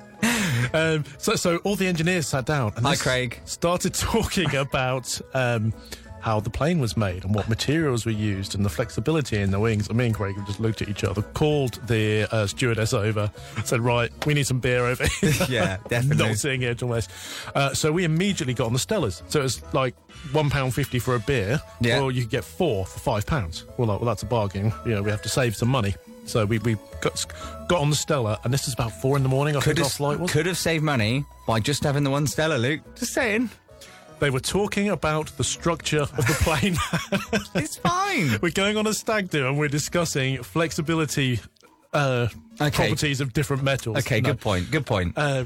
Speaker 3: Um, so, so all the engineers sat down. And
Speaker 1: Hi,
Speaker 3: they s-
Speaker 1: Craig.
Speaker 3: Started talking about um, how the plane was made and what materials were used and the flexibility in the wings. And me and Craig just looked at each other, called the uh, stewardess over, said, "Right, we need some beer over here."
Speaker 1: Yeah, definitely.
Speaker 3: Not seeing it unless. Uh, so we immediately got on the Stellas. So it was like one pound fifty for a beer,
Speaker 1: Yeah.
Speaker 3: or you could get four for five pounds. Well, like, well, that's a bargain. You know, we have to save some money. So we, we got got on the Stella, and this is about four in the morning. I
Speaker 1: Could
Speaker 3: think our
Speaker 1: have,
Speaker 3: flight was.
Speaker 1: could have saved money by just having the one Stella, Luke. Just saying.
Speaker 3: They were talking about the structure of the plane.
Speaker 1: It's fine.
Speaker 3: we're going on a stag do, and we're discussing flexibility uh,
Speaker 1: Okay.
Speaker 3: properties of different metals.
Speaker 1: okay,
Speaker 3: No.
Speaker 1: good point. Good point.
Speaker 3: Uh,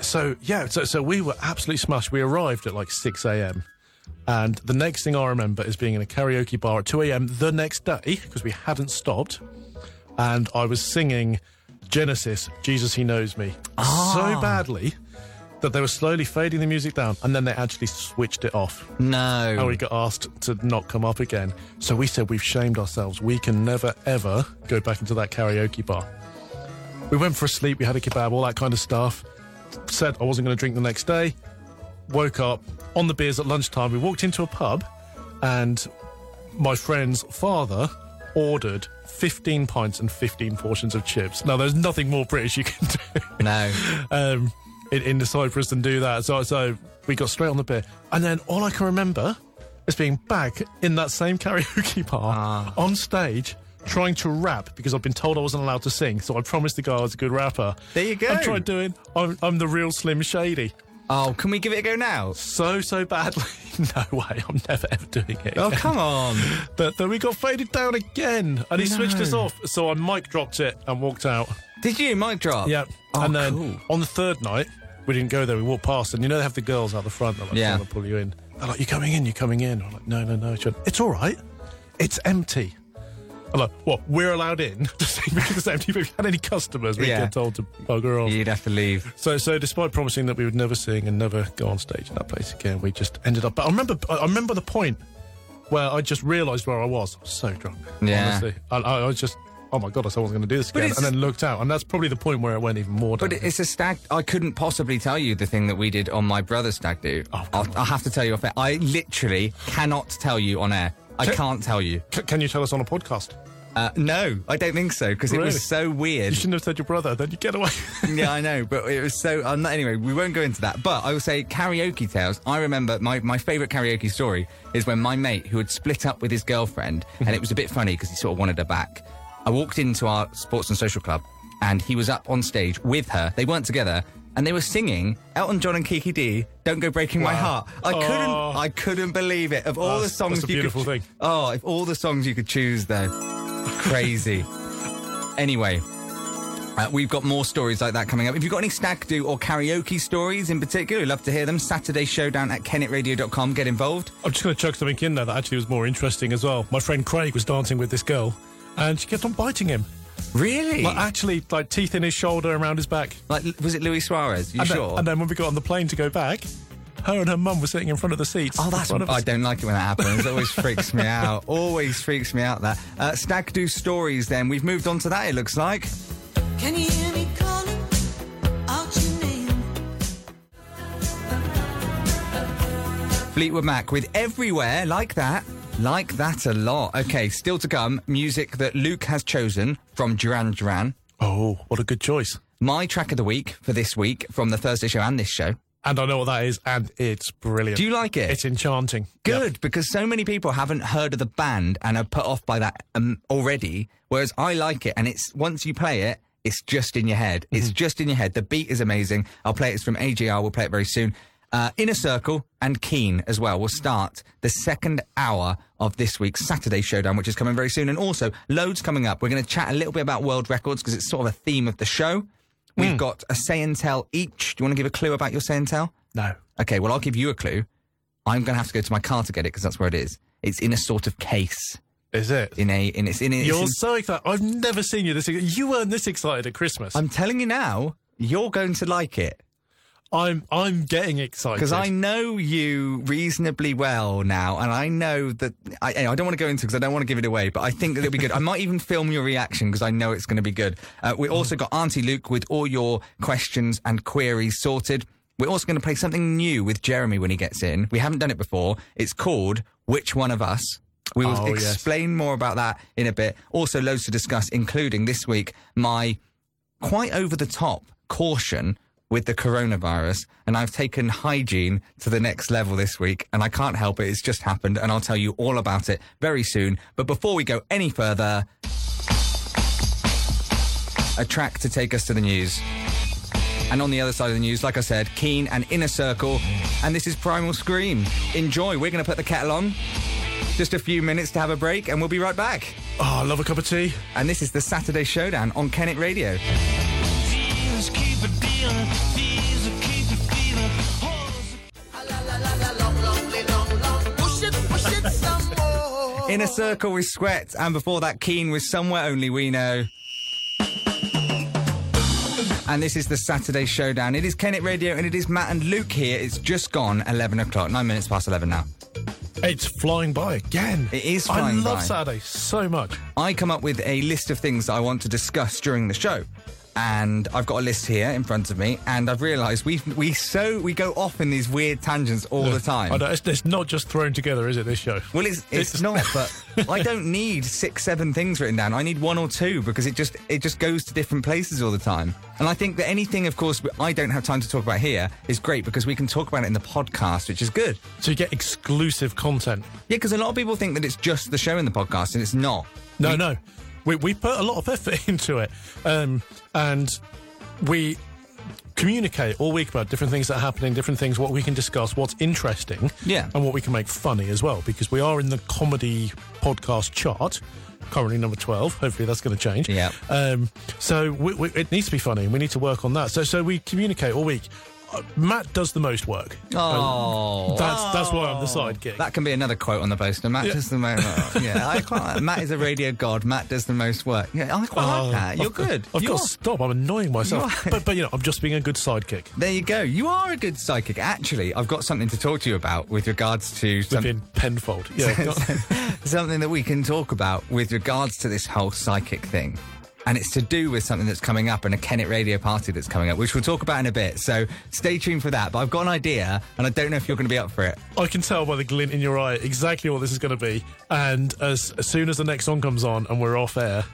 Speaker 3: so yeah, so so we were absolutely smashed. We arrived at like six a.m. And the next thing I remember is being in a karaoke bar at 2 a.m. the next day because we hadn't stopped. And I was singing Genesis, Jesus He Knows Me, so badly that they were slowly fading the music down. And then they actually switched it off.
Speaker 1: no.
Speaker 3: And we got asked to not come up again. So we said we've shamed ourselves. We can never, ever go back into that karaoke bar. We went for a sleep, we had a kebab, all that kind of stuff. Said I wasn't going to drink the next day. Woke up on the beers at lunchtime. We walked into a pub and my friend's father ordered 15 pints and 15 portions of chips. Now, there's nothing more British you can do
Speaker 1: no.
Speaker 3: um, in, in the Cyprus and do that. So, so we got straight on the beer. And then all I
Speaker 1: Ah.
Speaker 3: can remember is being back in that same karaoke bar on stage trying to rap because I've been told I wasn't allowed to sing. So I promised the guy I was a good rapper.
Speaker 1: There you go.
Speaker 3: I tried doing. I'm, I'm the real Slim Shady.
Speaker 1: Oh, can we give it a go now?
Speaker 3: So so badly. no way. I'm never ever doing it.
Speaker 1: Oh,
Speaker 3: again.
Speaker 1: come on.
Speaker 3: But then we got faded down again, and he switched us off. So I mic dropped it and walked out.
Speaker 1: Did you mic drop?
Speaker 3: Yeah.
Speaker 1: Oh,
Speaker 3: and then
Speaker 1: cool.
Speaker 3: on the third night, we didn't go there. We walked past, and you know they have the girls out the front. They're like,
Speaker 1: Yeah.
Speaker 3: yeah. to pull you in. They're like, "You're coming in. You're coming in." I'm like, "No, no, no." She went, it's all right. It's empty. I'm like, "What? We're allowed in?" because it's empty. But if you had any customers, we would
Speaker 1: Yeah.
Speaker 3: get told to bugger off.
Speaker 1: You'd have to leave.
Speaker 3: So, so despite promising that we would never sing and never go on stage in that place again, we just ended up. But I remember, I remember the point where I just realised where I was. I was so drunk.
Speaker 1: Yeah.
Speaker 3: Honestly, I, I I was just, oh my god, I said I wasn't going to do this again,
Speaker 1: it's
Speaker 3: and then looked out, and that's probably the point where it went even more.
Speaker 1: But
Speaker 3: downhill.
Speaker 1: it's a stag. I couldn't possibly tell you the thing that we did on my brother's stag do.
Speaker 3: Oh,
Speaker 1: I'll, I'll have to tell you off air. I literally cannot tell you on air. I
Speaker 3: Can-
Speaker 1: can't tell you.
Speaker 3: C- can you tell us on a podcast?
Speaker 1: Uh, no, I don't think so because it
Speaker 3: Really?
Speaker 1: was so
Speaker 3: You
Speaker 1: weird.
Speaker 3: shouldn't have said your brother. Then you get away.
Speaker 1: yeah, I know, but it was so. Um, anyway, we won't go into that. But I will say karaoke tales. I remember my, my favourite karaoke story is when my mate, who had split up with his girlfriend, and
Speaker 3: Mm-hmm.
Speaker 1: it was a bit funny because he sort of wanted her back. I walked into our sports and social club, and he was up on stage with her. They weren't together, and they were singing Elton John and Kiki D. Don't go breaking my
Speaker 3: Wow.
Speaker 1: heart. I
Speaker 3: Oh.
Speaker 1: couldn't. I couldn't believe it. Of all the
Speaker 3: That's-
Speaker 1: songs,
Speaker 3: that's a
Speaker 1: you
Speaker 3: beautiful
Speaker 1: could,
Speaker 3: thing.
Speaker 1: Oh, if all the songs you could choose, though, crazy. Anyway, uh, we've got more stories like that coming up. If you've got any stag do or karaoke stories in particular, we'd love to hear them. Saturday Showdown at kennetradio.com. Get involved.
Speaker 3: I'm just going to chuck something in there that actually was more interesting as well. My friend Craig was dancing with this girl, and she kept on biting him.
Speaker 1: Really?
Speaker 3: Like
Speaker 1: Like,
Speaker 3: actually, like teeth in his shoulder and around his back.
Speaker 1: was it Luis Suarez? You
Speaker 3: and,
Speaker 1: sure?
Speaker 3: then, and then when we got on the plane to go back, her and her mum were sitting in front of the seats.
Speaker 1: Oh, that's.
Speaker 3: in front of
Speaker 1: I
Speaker 3: us.
Speaker 1: don't like it when that happens. It always freaks me out. Always freaks me out. That uh, stag do stories. Then we've moved on to that. It looks like.
Speaker 6: Can you hear me calling out your name?
Speaker 1: Fleetwood Mac with Everywhere, like that. Like that a lot. Okay, still to come, music that Luke has chosen from Duran Duran.
Speaker 3: Oh, what a good choice!
Speaker 1: My track of the week for this week from the Thursday show and this show.
Speaker 3: And I know what that is, and it's brilliant.
Speaker 1: Do you like it?
Speaker 3: It's enchanting.
Speaker 1: Good, because so many people haven't heard of the band and are put off by that um, already. Whereas I like it, and it's once you play it, it's just in your head. It's just in your head. The beat is amazing. I'll play it. It's from AGR. We'll play it very soon. Uh, Inner Circle and Keen as well will start the second hour of this week's Saturday Showdown, which is coming very soon. And also, loads coming up. We're going to chat a little bit about world records because it's sort of a theme of the show. We've got a say and tell each. Do you want to give a clue about your say and tell?
Speaker 3: No.
Speaker 1: Okay, well, I'll give you a clue. I'm going to have to go to my car to get it because that's where it is. It's in a sort of case.
Speaker 3: Is it?
Speaker 1: In a, in it's in. It's
Speaker 3: You're
Speaker 1: in-
Speaker 3: so excited. I've never seen you this. ex- You weren't this excited at Christmas.
Speaker 1: I'm telling you now, you're going to like it
Speaker 3: I'm I'm getting excited
Speaker 1: because I know you reasonably well now, and I know that I, anyway, I don't want to go into because I don't want to give it away, but I think that it'll be good. I might even film your reaction because I know it's going to be good. Uh, we also got Auntie Luke with all your questions and queries sorted. We're also going to play something new with Jeremy when he gets in. We haven't done it before. It's called Which One of Us. We will
Speaker 3: Oh, yes.
Speaker 1: explain more about that in a bit. Also, loads to discuss, including this week my quite over the top caution with the coronavirus, and I've taken hygiene to the next level this week, and I can't help it. It's just happened, and I'll tell you all about it very soon. But before we go any further, a track to take us to the news. And on the other side of the news, like I said, Keen and Inner Circle, and this is Primal Scream. Enjoy. We're going to put the kettle on. Just a few minutes to have a break, and we'll be right back.
Speaker 3: Oh, I love a cup of tea.
Speaker 1: And this is the Saturday Showdown on Kennet Radio.
Speaker 5: Push it, push it some more.
Speaker 1: In a circle with sweat, and before that, Keen with somewhere only we know. And this is the Saturday Showdown. It is Kennet Radio, and it is Matt and Luke here. It's just gone eleven o'clock, nine minutes past eleven now.
Speaker 3: It's flying by again.
Speaker 1: It is flying
Speaker 3: I love
Speaker 1: by.
Speaker 3: Saturday so much.
Speaker 1: I come up with a list of things that I want to discuss during the show. And I've got a list here in front of me, and I've realised we we so we go off in these weird tangents all the time.
Speaker 3: I know, it's, it's not just thrown together, is it? This show.
Speaker 1: Well, it's, it's,
Speaker 3: It's-
Speaker 1: not, but I don't need six, seven things written down. I need one or two because it just it just goes to different places all the time. And I think that anything, of course, I don't have time to talk about here is great because we can talk about it in the podcast, which is good.
Speaker 3: So you get exclusive content.
Speaker 1: Yeah, because a lot of people think that it's just the show in the podcast, and it's not.
Speaker 3: No, no. We, we put a lot of effort into it. Um, and we communicate all week about different things that are happening, different things, what we can discuss, what's interesting,
Speaker 1: Yeah.
Speaker 3: and what we can make funny as well, because we are in the comedy podcast chart. Currently number twelve. Hopefully that's going to change.
Speaker 1: Yeah.
Speaker 3: Um, so we, we, it needs to be funny, and we need to work on that. So so we communicate all week. Uh, Matt does the most work.
Speaker 1: Oh.
Speaker 3: That's that's why I'm the sidekick.
Speaker 1: That can be another quote on the poster. Matt does the most. Yeah, I quite like- Matt is a radio god. Matt does the most work. Yeah, I quite
Speaker 3: Oh,
Speaker 1: like that. You're
Speaker 3: I've got-
Speaker 1: good.
Speaker 3: I've
Speaker 1: You
Speaker 3: got
Speaker 1: are-
Speaker 3: to stop. I'm annoying myself.
Speaker 1: You are-
Speaker 3: but but you know, I'm just being a good sidekick.
Speaker 1: There you go. You are a good psychic. Actually, I've got something to talk to you about with regards to some-
Speaker 3: Within Penfold. Yeah. go-
Speaker 1: something that we can talk about with regards to this whole psychic thing. And it's to do with something that's coming up and a Kennet radio party that's coming up, which we'll talk about in a bit. So stay tuned for that. But I've got an idea, and I don't know if you're going to be up for it.
Speaker 3: I can tell by the glint in your eye exactly what this is going to be. And as, as soon as the next song comes on and we're off air,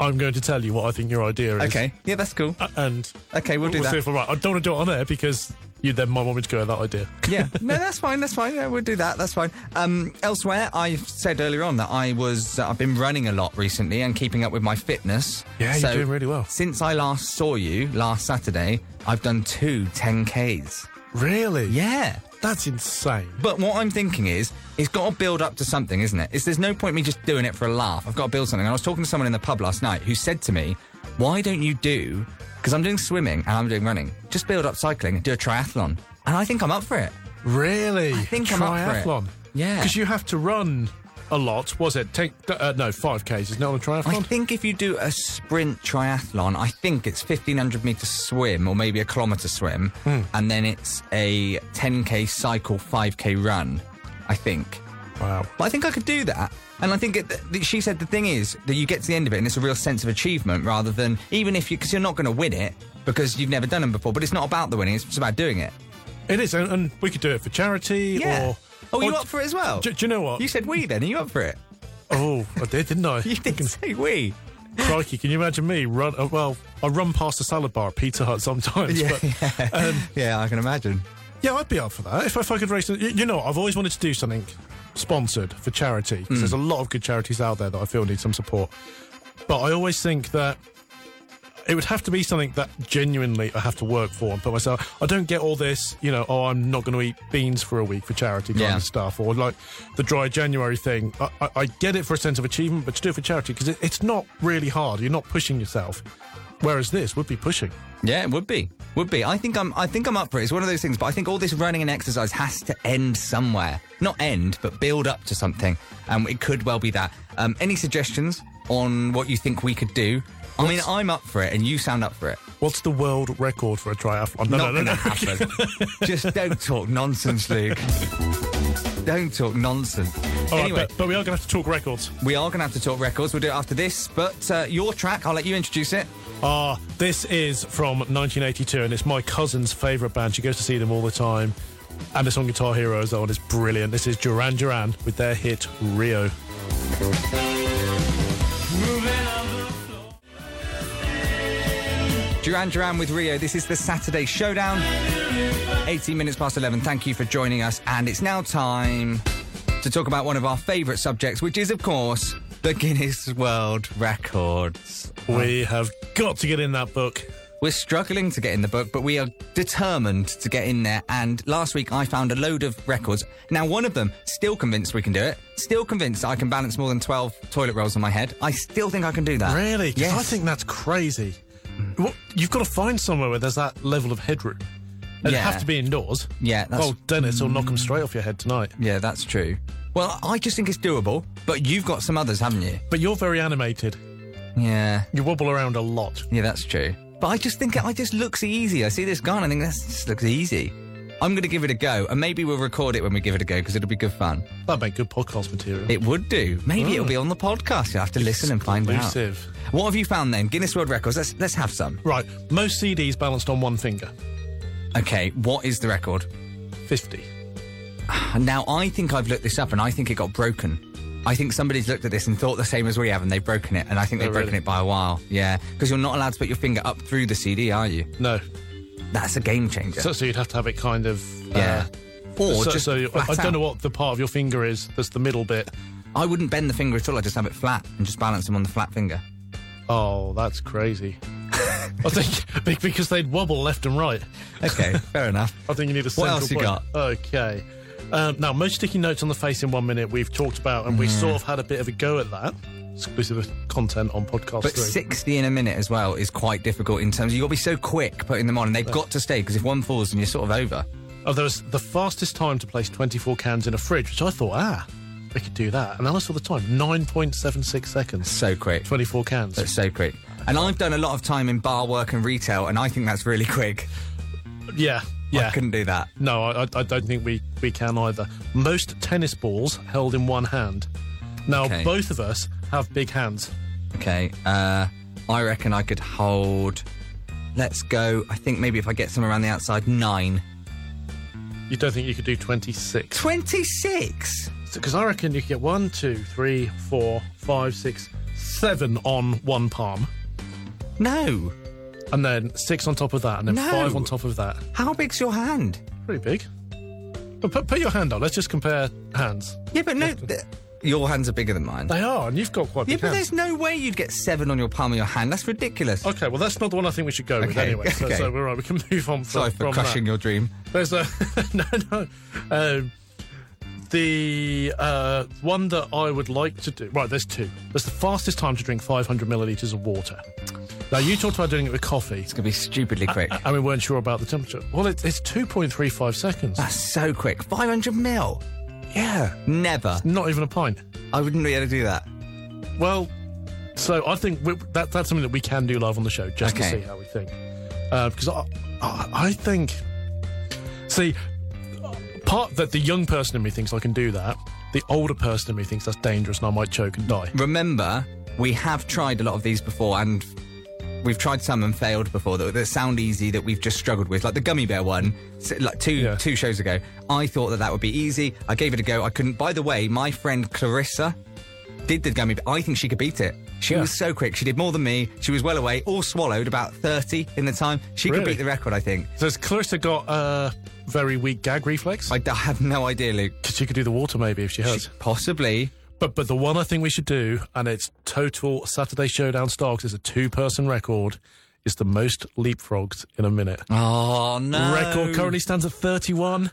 Speaker 3: I'm going to tell you what I think your idea is.
Speaker 1: Okay. Yeah, that's cool.
Speaker 3: A- And
Speaker 1: Okay, we'll do
Speaker 3: see
Speaker 1: that.
Speaker 3: if I'm right. I don't want to do it on air because you then might want me to go with that idea.
Speaker 1: yeah, no, that's fine. That's fine. Yeah, we'll do that. That's fine. Um, elsewhere, I said earlier on that I was uh, I've been running a lot recently and keeping up with my fitness.
Speaker 3: Yeah, you're doing really well.
Speaker 1: Since I last saw you last Saturday, I've done two 10ks.
Speaker 3: Really?
Speaker 1: Yeah.
Speaker 3: That's insane.
Speaker 1: But what I'm thinking is, it's got to build up to something, isn't it? It's, there's no point me just doing it for a laugh. I've got to build something. And I was talking to someone in the pub last night who said to me, Why don't you do, because I'm doing swimming and I'm doing running, just build up cycling and do a triathlon. And I think I'm up for it.
Speaker 3: Really? I
Speaker 1: think I'm up for it.
Speaker 3: triathlon.
Speaker 1: Yeah.
Speaker 3: Because you have to run a lot. Was it? Take, uh, no, 5Ks. Isn't it on a triathlon?
Speaker 1: I think if you do a sprint triathlon, I think it's 1500 meter swim or maybe a kilometer swim,
Speaker 3: Hmm.
Speaker 1: and then it's a 10k cycle, 5k run, I think.
Speaker 3: wow.
Speaker 1: But I think I could do that. And I think it, th- th- she said the thing is that you get to the end of it and it's a real sense of achievement rather than even if you, because you're not going to win it because you've never done them before, but it's not about the winning, it's just about doing it.
Speaker 3: It is. And, and we could do it for charity
Speaker 1: Yeah.
Speaker 3: or.
Speaker 1: oh, you
Speaker 3: or-
Speaker 1: up for it as well?
Speaker 3: Do, do you know what?
Speaker 1: you said we then, are you up for it?
Speaker 3: oh, I did, didn't I?
Speaker 1: You did say we.
Speaker 3: Crikey, can you imagine me run? Uh, well, I run past a salad bar at Pizza Hut sometimes. Yeah, Um, but,
Speaker 1: Yeah, I can imagine.
Speaker 3: yeah I'd be up for that if, if I could raise. You, you know, I've always wanted to do something sponsored for charity
Speaker 1: Hmm.
Speaker 3: 'cause there's a lot of good charities out there that I feel need some support. But I always think that it would have to be something that genuinely I have to work for and put myself. I don't get all this, you know, oh, I'm not going to eat beans for a week for charity kind
Speaker 1: Yeah.
Speaker 3: of stuff, or like the dry January thing. I, I, I get it for a sense of achievement, but to do it for charity because it, it's not really hard. You're not pushing yourself, whereas this would be pushing.
Speaker 1: Yeah, it would be. Would be. I think I'm I think I'm up for it. It's one of those things, but I think all this running and exercise has to end somewhere. Not end, but build up to something. And it could well be that. Um, any suggestions on what you think we could do? I mean, I'm up for it and you sound up for it.
Speaker 3: What's the world record for a triathlon? No,
Speaker 1: Not
Speaker 3: no, no,
Speaker 1: gonna
Speaker 3: no.
Speaker 1: happen. Just don't talk nonsense, Luke. don't talk nonsense.
Speaker 3: All right,
Speaker 1: anyway,
Speaker 3: but, but we are going to have to talk records.
Speaker 1: we are going to have to talk records. We'll do it after this. But uh, your track, I'll let you introduce it.
Speaker 3: Ah, this is from 1982, and it's my cousin's favourite band. She goes to see them all the time. And the song Guitar Hero is on. It's brilliant. This is Duran Duran with their hit Rio.
Speaker 1: Duran Duran with Rio. This is the Saturday Showdown. 18 minutes past 11. Thank you for joining us. And it's now time to talk about one of our favourite subjects, which is, of course, the Guinness World Records.
Speaker 3: We have got to get in that book.
Speaker 1: We're struggling to get in the book, but we are determined to get in there. And last week I found a load of records. Now, one of them, still convinced we can do it, still convinced I can balance more than 12 toilet rolls on my head. I still think I can do that.
Speaker 3: Really? 'Cause
Speaker 1: Yes.
Speaker 3: I think that's crazy. What, you've got to find somewhere where there's that level of headroom. And
Speaker 1: Yeah.
Speaker 3: It'd have to be indoors.
Speaker 1: Yeah, that's-
Speaker 3: Oh, Dennis will knock him straight off your head tonight.
Speaker 1: Yeah, that's true. Well, I just think it's doable, but you've got some others, haven't you?
Speaker 3: But you're very animated.
Speaker 1: Yeah.
Speaker 3: You wobble around a lot.
Speaker 1: Yeah, that's true. But I just think it, I just looks easy. I see this guy and I think this just looks easy. I'm going to give it a go, and maybe we'll record it when we give it a go because it'll be good fun.
Speaker 3: That'd make good podcast material.
Speaker 1: It would do. Maybe it'll be on the podcast. You'll have to listen and find
Speaker 3: Mm. Exclusive.
Speaker 1: out. What have you found then? Guinness World Records. Let's let's have some.
Speaker 3: Right, most CDs balanced on one finger.
Speaker 1: Okay, what is the record?
Speaker 3: 50.
Speaker 1: Now I think I've looked this up, and I think it got broken. I think somebody's looked at this and thought the same as we have, and they've broken it. And I think they've
Speaker 3: Oh,
Speaker 1: broken
Speaker 3: really?
Speaker 1: it by a while. Yeah, because you're not allowed to put your finger up through the CD, are you?
Speaker 3: No.
Speaker 1: That's a game changer.
Speaker 3: So, so you'd have to have it kind of.
Speaker 1: yeah.
Speaker 3: Uh,
Speaker 1: or
Speaker 3: so,
Speaker 1: just
Speaker 3: so I- I
Speaker 1: flat
Speaker 3: don't know
Speaker 1: out.
Speaker 3: what the part of your finger is that's the middle bit.
Speaker 1: I wouldn't bend the finger at all. I just have it flat and just balance them on the flat finger.
Speaker 3: Oh, that's crazy. I think be- because they'd wobble left and right.
Speaker 1: Okay, fair enough.
Speaker 3: I think you need a
Speaker 1: What
Speaker 3: central
Speaker 1: else you
Speaker 3: point.
Speaker 1: got?
Speaker 3: Okay. Um, now, most sticky notes on the face in one minute we've talked about, and we
Speaker 1: Mm.
Speaker 3: sort of had a bit of a go at that. Exclusive content on podcast
Speaker 1: But
Speaker 3: three.
Speaker 1: 60 in a minute as well is quite difficult in terms of you've got to be so quick putting them on and they've got to stay because if one falls then you're sort of over.
Speaker 3: Oh, there was the fastest time to place 24 cans in a fridge, which I thought, ah, we could do that. And then I saw the time 9.76 seconds,
Speaker 1: So quick.
Speaker 3: 24 cans.
Speaker 1: That's so quick. And I've done a lot of time in bar work and retail and I think that's really quick.
Speaker 3: yeah, yeah.
Speaker 1: I couldn't do that.
Speaker 3: No, I, I- I don't think we, we can either. Most tennis balls held in one hand. Now,
Speaker 1: Okay.
Speaker 3: both of us have big hands.
Speaker 1: Okay. Uh, I reckon I could hold. Let's go. I think maybe if I get some around the outside, nine.
Speaker 3: You don't think you could do 26?
Speaker 1: 26?
Speaker 3: Because I reckon you could get one, two, three, four, five, six, seven on one palm,
Speaker 1: No.
Speaker 3: and then six on top of that, and then
Speaker 1: No.
Speaker 3: five on top of that.
Speaker 1: How big's your hand?
Speaker 3: Pretty big. But put, put your hand up. Let's just compare hands.
Speaker 1: Yeah, but no. th- your hands are bigger than mine.
Speaker 3: They are, and you've got quite
Speaker 1: Yeah,
Speaker 3: big
Speaker 1: but
Speaker 3: hands.
Speaker 1: there's no way you'd get seven on your palm of your hand. That's ridiculous.
Speaker 3: Okay, well, that's not the one I think we should go with
Speaker 1: Okay,
Speaker 3: anyway. So,
Speaker 1: okay.
Speaker 3: so we're right. We can move on from,
Speaker 1: Sorry for
Speaker 3: from
Speaker 1: crushing
Speaker 3: that.
Speaker 1: your dream.
Speaker 3: There's a no, no. Um, the uh, one that I would like to do. Right, there's two. There's the fastest time to drink 500 millilitres of water. Now you talked about doing it with coffee,
Speaker 1: It's going to be stupidly quick.
Speaker 3: and we weren't sure about the temperature. Well, it's, it's 2.35 seconds.
Speaker 1: That's so quick. 500 mil.
Speaker 3: yeah,
Speaker 1: Never.
Speaker 3: not even a pint.
Speaker 1: I wouldn't be able to do that.
Speaker 3: Well, so I think we, that that's something that we can do live on the show just
Speaker 1: Okay.
Speaker 3: to see how we think. Because I, I, I think, see, part that the young person in me thinks I can do that. The older person in me thinks that's dangerous and I might choke and die.
Speaker 1: Remember, we have tried a lot of these before and we've tried some and failed before that, that sound easy that we've just struggled with. Like the gummy bear one, s- like two
Speaker 3: Yeah.
Speaker 1: two shows ago. I thought that that would be easy. I gave it a go. I couldn't. By the way, my friend Clarissa did the gummy bear. I think she could beat it. She
Speaker 3: Yeah.
Speaker 1: was so quick. She did more than me. She was well away, all swallowed about 30 in the time. She could
Speaker 3: Really?
Speaker 1: beat the record, I think.
Speaker 3: So has Clarissa got a very weak gag reflex?
Speaker 1: I, d- I have no idea, Luke.
Speaker 3: she could do the water maybe if she has.
Speaker 1: Possibly.
Speaker 3: But but the one I think we should do, and it's total Saturday Showdown style 'cause it's a two person record, is the most leapfrogs in a minute.
Speaker 1: Oh, no.
Speaker 3: record currently stands at 31.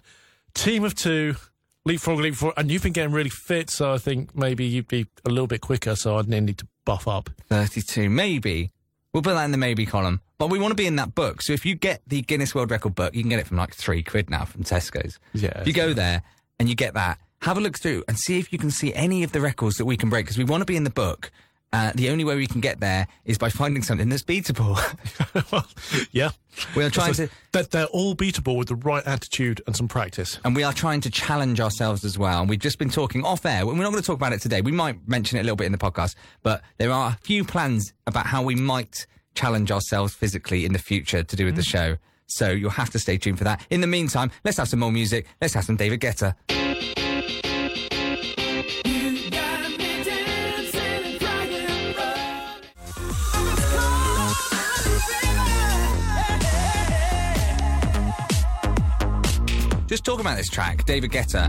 Speaker 3: Team of two, leapfrog, leapfrog, and you've been getting really fit, so I think maybe you'd be a little bit quicker. So I'd need to buff up.
Speaker 1: 32, maybe. We'll put that in the maybe column. But we want to be in that book. So if you get the Guinness World Record book, you can get it from like three quid now from Tesco's.
Speaker 3: Yeah.
Speaker 1: You go there and you get that. Have a look through and see if you can see any of the records that we can break because we want to be in the book. Uh, the only way we can get there is by finding something that's beatable.
Speaker 3: well, yeah,
Speaker 1: we are trying
Speaker 3: So
Speaker 1: to,
Speaker 3: that they're all beatable with the right attitude and some practice.
Speaker 1: and we are trying to challenge ourselves as well. And we've just been talking off air. We're not going to talk about it today. We might mention it a little bit in the podcast, but there are a few plans about how we might challenge ourselves physically in the future to do
Speaker 3: Mm.
Speaker 1: with the show. So you'll have to stay tuned for that. In the meantime, let's have some more music. Let's have some David Guetta. Just talk about this track, David Guetta.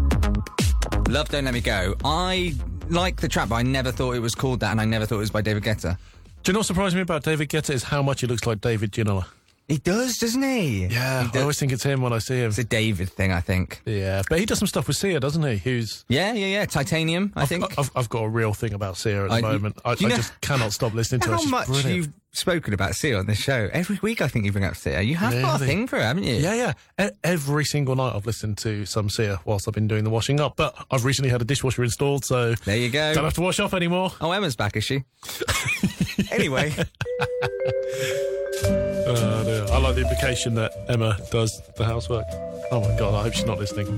Speaker 1: Love Don't Let Me Go. I like the track, but I never thought it was called that, and I never thought it was by David Guetta.
Speaker 3: Do you know what surprised me about David Guetta is how much he looks like David Ginola.
Speaker 1: He does, doesn't he?
Speaker 3: Yeah,
Speaker 1: He
Speaker 3: I
Speaker 1: does.
Speaker 3: always think it's him when I see him.
Speaker 1: It's a David thing, I think.
Speaker 3: Yeah, but he does some stuff with Sia, doesn't he? Who's
Speaker 1: Yeah, yeah, yeah. Titanium, I think.
Speaker 3: I've, I've got a real thing about Sia at the
Speaker 1: I-
Speaker 3: moment. I, I
Speaker 1: do you know-
Speaker 3: just cannot stop listening to her.
Speaker 1: How
Speaker 3: She's
Speaker 1: much
Speaker 3: brilliant.
Speaker 1: you've spoken about Sia on this show. Every week, I think you bring up Sia. You have got a
Speaker 3: Really?
Speaker 1: thing for her, haven't you?
Speaker 3: Yeah, yeah. E- every single night I've listened to some Sia whilst I've been doing the washing up. But I've recently had a dishwasher installed, so
Speaker 1: There you go.
Speaker 3: don't have to wash off anymore.
Speaker 1: Oh, Emma's back, is she? anyway,
Speaker 3: Uh, dear. I like the implication that Emma does the housework. Oh my god, I hope she's not listening.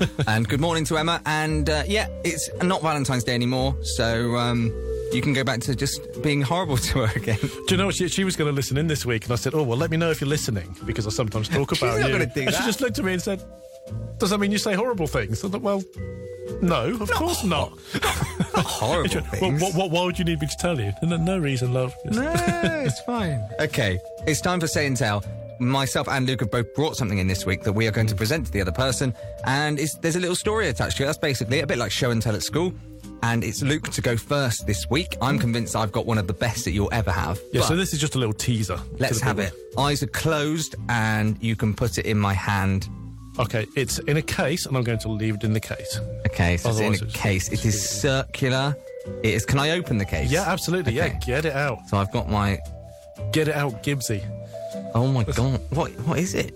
Speaker 1: and good morning to Emma. And uh, yeah, it's not Valentine's Day anymore, so um, you can go back to just being horrible to her again.
Speaker 3: Do you know what? She, she was going to listen in this week, and I said, "Oh well, let me know if you're listening because I sometimes talk about
Speaker 1: not
Speaker 3: you."
Speaker 1: gonna do
Speaker 3: and
Speaker 1: that.
Speaker 3: She just looked at me and said, "Does that mean you say horrible things?" I thought, "Well, no, of course not."
Speaker 1: horrible
Speaker 3: Well,
Speaker 1: things.
Speaker 3: what, what, why would you need me to tell you? No, no reason, love.
Speaker 1: No, it's fine. Okay, it's time for Say and Tell. Myself and Luke have both brought something in this week that we are going to present to the other person, and it's, there's a little story attached to it. That's basically it, a bit like show and tell at school. and it's Luke to go first this week. I'm convinced I've got one of the best that you'll ever have.
Speaker 3: Yeah, so
Speaker 1: but
Speaker 3: this is just a little teaser. to
Speaker 1: let's
Speaker 3: the
Speaker 1: have
Speaker 3: big
Speaker 1: it. Eyes are closed, and you can put it in my hand.
Speaker 3: one. Okay, it's in a case, and I'm going to leave it in the case.
Speaker 1: Okay, so
Speaker 3: Otherwise
Speaker 1: it's in a
Speaker 3: it's-
Speaker 1: case. It is circular. It is. Can I open the case?
Speaker 3: Yeah, absolutely.
Speaker 1: Okay.
Speaker 3: Yeah, get it out.
Speaker 1: So I've got my.
Speaker 3: Get it out, Gibbsy.
Speaker 1: Oh my god! What what is it?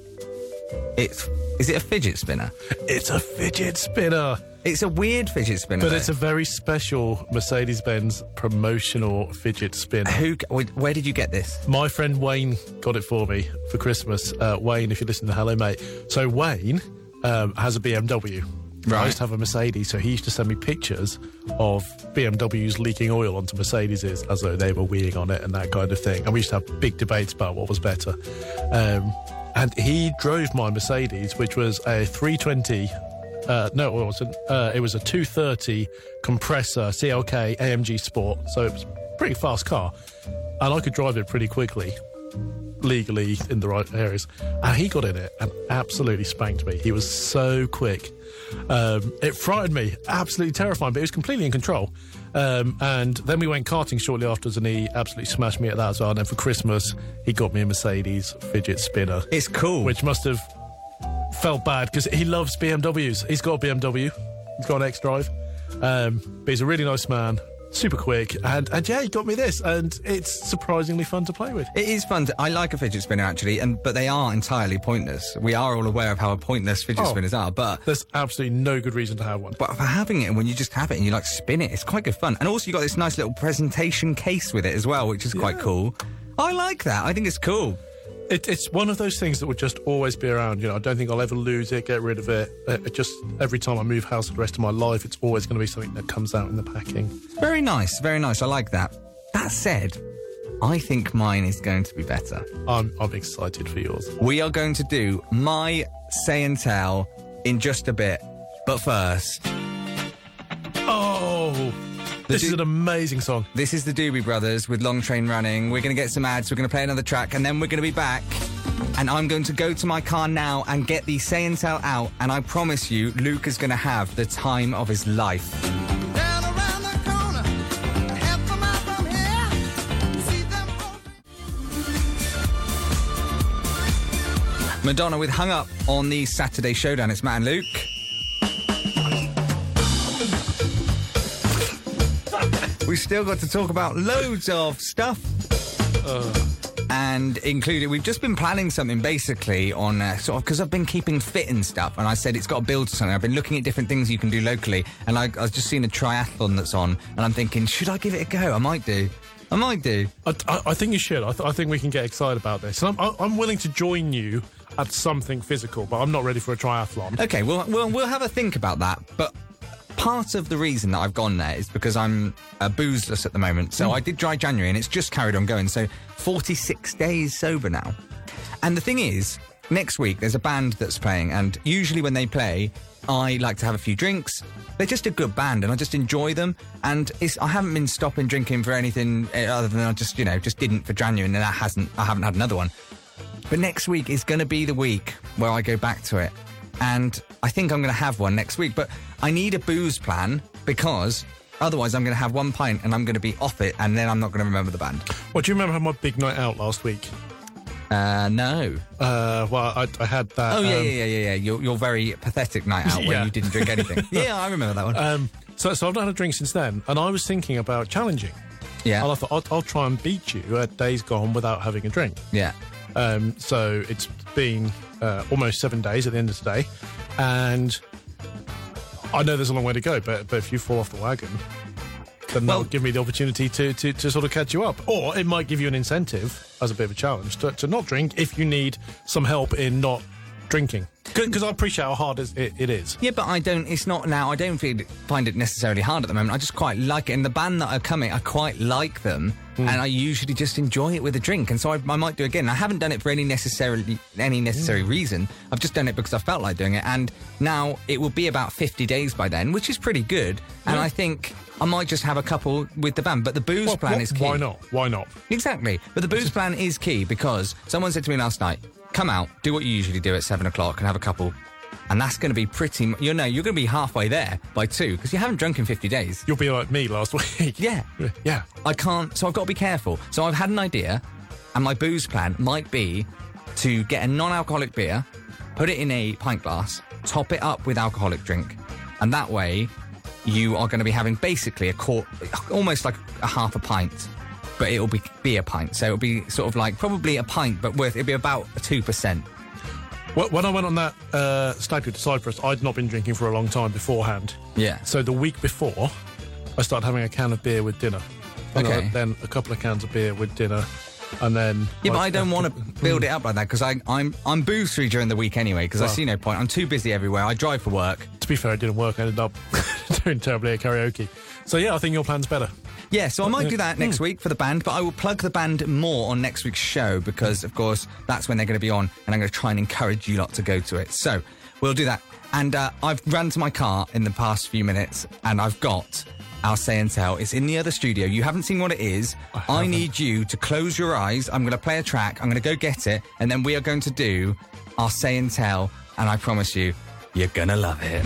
Speaker 1: It's is it a fidget spinner?
Speaker 3: It's a fidget spinner.
Speaker 1: It's a weird fidget spinner.
Speaker 3: But
Speaker 1: though.
Speaker 3: it's a very special Mercedes Benz promotional fidget spinner.
Speaker 1: Who? g- wait, Where did you get this?
Speaker 3: My friend Wayne got it for me for Christmas. Uh, Wayne, if you listen to Hello Mate. So, Wayne um, has a BMW.
Speaker 1: Right.
Speaker 3: I used to have a Mercedes, so he used to send me pictures of BMWs leaking oil onto Mercedes as though they were weeing on it and that kind of thing. And we used to have big debates about what was better. Um, and he drove my Mercedes, which was a 320. Uh, no, it wasn't. Uh, it was a 230 compressor CLK AMG Sport. So it was a pretty fast car. And I could drive it pretty quickly legally in the right areas. And he got in it and absolutely spanked me. He was so quick. Um, it frightened me, absolutely terrifying, but he was completely in control. Um, and then we went karting shortly afterwards, and he absolutely smashed me at that as well. And then for Christmas, he got me a Mercedes fidget spinner,
Speaker 1: It's cool.
Speaker 3: which must have felt bad because he loves BMWs. He's got a BMW, he's got an X Drive, um, but he's a really nice man, super quick, and, and yeah, he got me this, and it's surprisingly fun to play with.
Speaker 1: It is fun. To, I like a fidget spinner actually, and but they are entirely pointless. We are all aware of how pointless fidget
Speaker 3: Oh.
Speaker 1: spinners are, but
Speaker 3: There's absolutely no good reason to have one.
Speaker 1: but for having it and when you just have it and you like spin it, it's quite good fun. And also you got this nice little presentation case with it as well, which is quite cool. I like that. I think it's cool.
Speaker 3: It, it's one of those things that will just always be around. You know, I don't think I'll ever lose it, get rid of it. Uh, It, it just every time I move house for the rest of my life, it's always going to be something that comes out in the packing.
Speaker 1: Very nice, very nice. I like that. That said, I think mine is going to be better.
Speaker 3: I'm I'm excited for yours.
Speaker 1: We are going to do my say and tell in just a bit. But first,
Speaker 3: Oh, this is
Speaker 1: du-
Speaker 3: an amazing song.
Speaker 1: this is the Doobie Brothers with Long Train Running. We're going to get some ads, we're going to play another track, and then we're going to be back. And I'm going to go to my car now and get the say and tell out. And I promise you, Luke is going to have the time of his life.
Speaker 5: Down around the corner, half a mile from here, see them open.
Speaker 1: Madonna with Hung Up on the Saturday Showdown. It's Matt and Luke. We've still got to talk about loads of stuff. And included, we've just been planning something basically on uh, sort of because I've been keeping fit and stuff, and I said it's got to build to something. I've been looking at different things you can do locally, and I, I've just seen a triathlon that's on, and I'm thinking, should I give it a go? I might do. I might do.
Speaker 3: I, I, I think you should. I, th- I think we can get excited about this. And I'm I, I'm willing to join you at something physical, but I'm not ready for a triathlon.
Speaker 1: Okay, well, we'll we'll have a think about that. But part of the reason that I've gone there is because I'm uh, boozeless at the moment. So I did dry January, and it's just carried on going. So 46 days sober now. And the thing is, next week there's a band that's playing, and usually when they play, I like to have a few drinks. They're just a good band, and I just enjoy them. And it's, I haven't been stopping drinking for anything eh, other than I just, you know, just didn't for January, and then I hasn't, I haven't had another one. But next week is going to be the week where I go back to it. And I think I'm going to have one next week. But I need a booze plan because otherwise I'm going to have one pint and I'm going to be off it and then I'm not going to remember the band.
Speaker 3: Well, do you remember how my big night out last week?
Speaker 1: Uh, no.
Speaker 3: Uh, well, I, I had that.
Speaker 1: Oh, yeah,
Speaker 3: um,
Speaker 1: yeah, yeah, yeah, yeah. Your, your very pathetic night out where
Speaker 3: Yeah.
Speaker 1: you didn't drink anything. yeah, I remember that one.
Speaker 3: Um, so, so I've not had a drink since then, and I was thinking about challenging.
Speaker 1: yeah.
Speaker 3: And I thought, I'll, I'll try and beat you at days gone without having a drink.
Speaker 1: yeah.
Speaker 3: Um, so it's been uh, almost seven days at the end of today, and I know there's a long way to go. But but if you fall off the wagon, then
Speaker 1: Well-
Speaker 3: that'll give me the opportunity to, to to sort of catch you up, or it might give you an incentive as a bit of a challenge to, to not drink if you need some help in not drinking. Because I appreciate how hard it, it is.
Speaker 1: Yeah, but I don't. It's not now. I don't feel, find it necessarily hard at the moment. I just quite like it. And the band that are coming, I quite like them,
Speaker 3: Hmm.
Speaker 1: and I usually just enjoy it with a drink. And so I, I might do it again. I haven't done it for any necessarily any
Speaker 3: Hmm.
Speaker 1: necessary reason. I've just done it because I felt like doing it. And now it will be about fifty days by then, which is pretty good. And I think I might just have a couple with the band. But the booze
Speaker 3: Well,
Speaker 1: plan
Speaker 3: wh-
Speaker 1: is key.
Speaker 3: why not? Why not?
Speaker 1: Exactly. But the booze plan is key because someone said to me last night, come out, do what you usually do at seven o'clock and have a couple. and that's going to be pretty. mu- You know, you're going to be halfway there by two because you haven't drunk in 50 days.
Speaker 3: You'll be like me last week.
Speaker 1: Yeah.
Speaker 3: Yeah.
Speaker 1: I can't, so I've got to be careful. So I've had an idea, and my booze plan might be to get a non alcoholic beer, put it in a pint glass, top it up with alcoholic drink, and that way you are going to be having basically a quart, almost like a half a pint, but it'll be beer pint. So it'll be sort of like probably a pint, but worth, it'll be about 2%.
Speaker 3: Well, When I went on that uh, stag do to Cyprus, I'd not been drinking for a long time beforehand.
Speaker 1: Yeah.
Speaker 3: So the week before, I started having a can of beer with dinner. And
Speaker 1: Okay.
Speaker 3: I- then a couple of cans of beer with dinner, and then.
Speaker 1: Yeah, but
Speaker 3: like,
Speaker 1: I don't want to build it up like that because I'm I'm booze free during the week anyway because I
Speaker 3: Well.
Speaker 1: see no point. I'm too busy everywhere. I drive for work.
Speaker 3: To be fair, it didn't work. I ended up doing terribly at karaoke. So yeah, I think your plan's better.
Speaker 1: Yeah, so I might do that next
Speaker 3: Hmm.
Speaker 1: week for the band, but I will plug the band more on next week's show because, of course, that's when they're going to be on, and I'm going to try and encourage you lot to go to it. So we'll do that. And uh, I've ran to my car in the past few minutes, and I've got our say and tell. It's in the other studio. You haven't seen what it is. I, need you to close your eyes. I'm going to play a track. I'm going to go get it, and then we are going to do our say and tell. And I promise you, you're going to love it.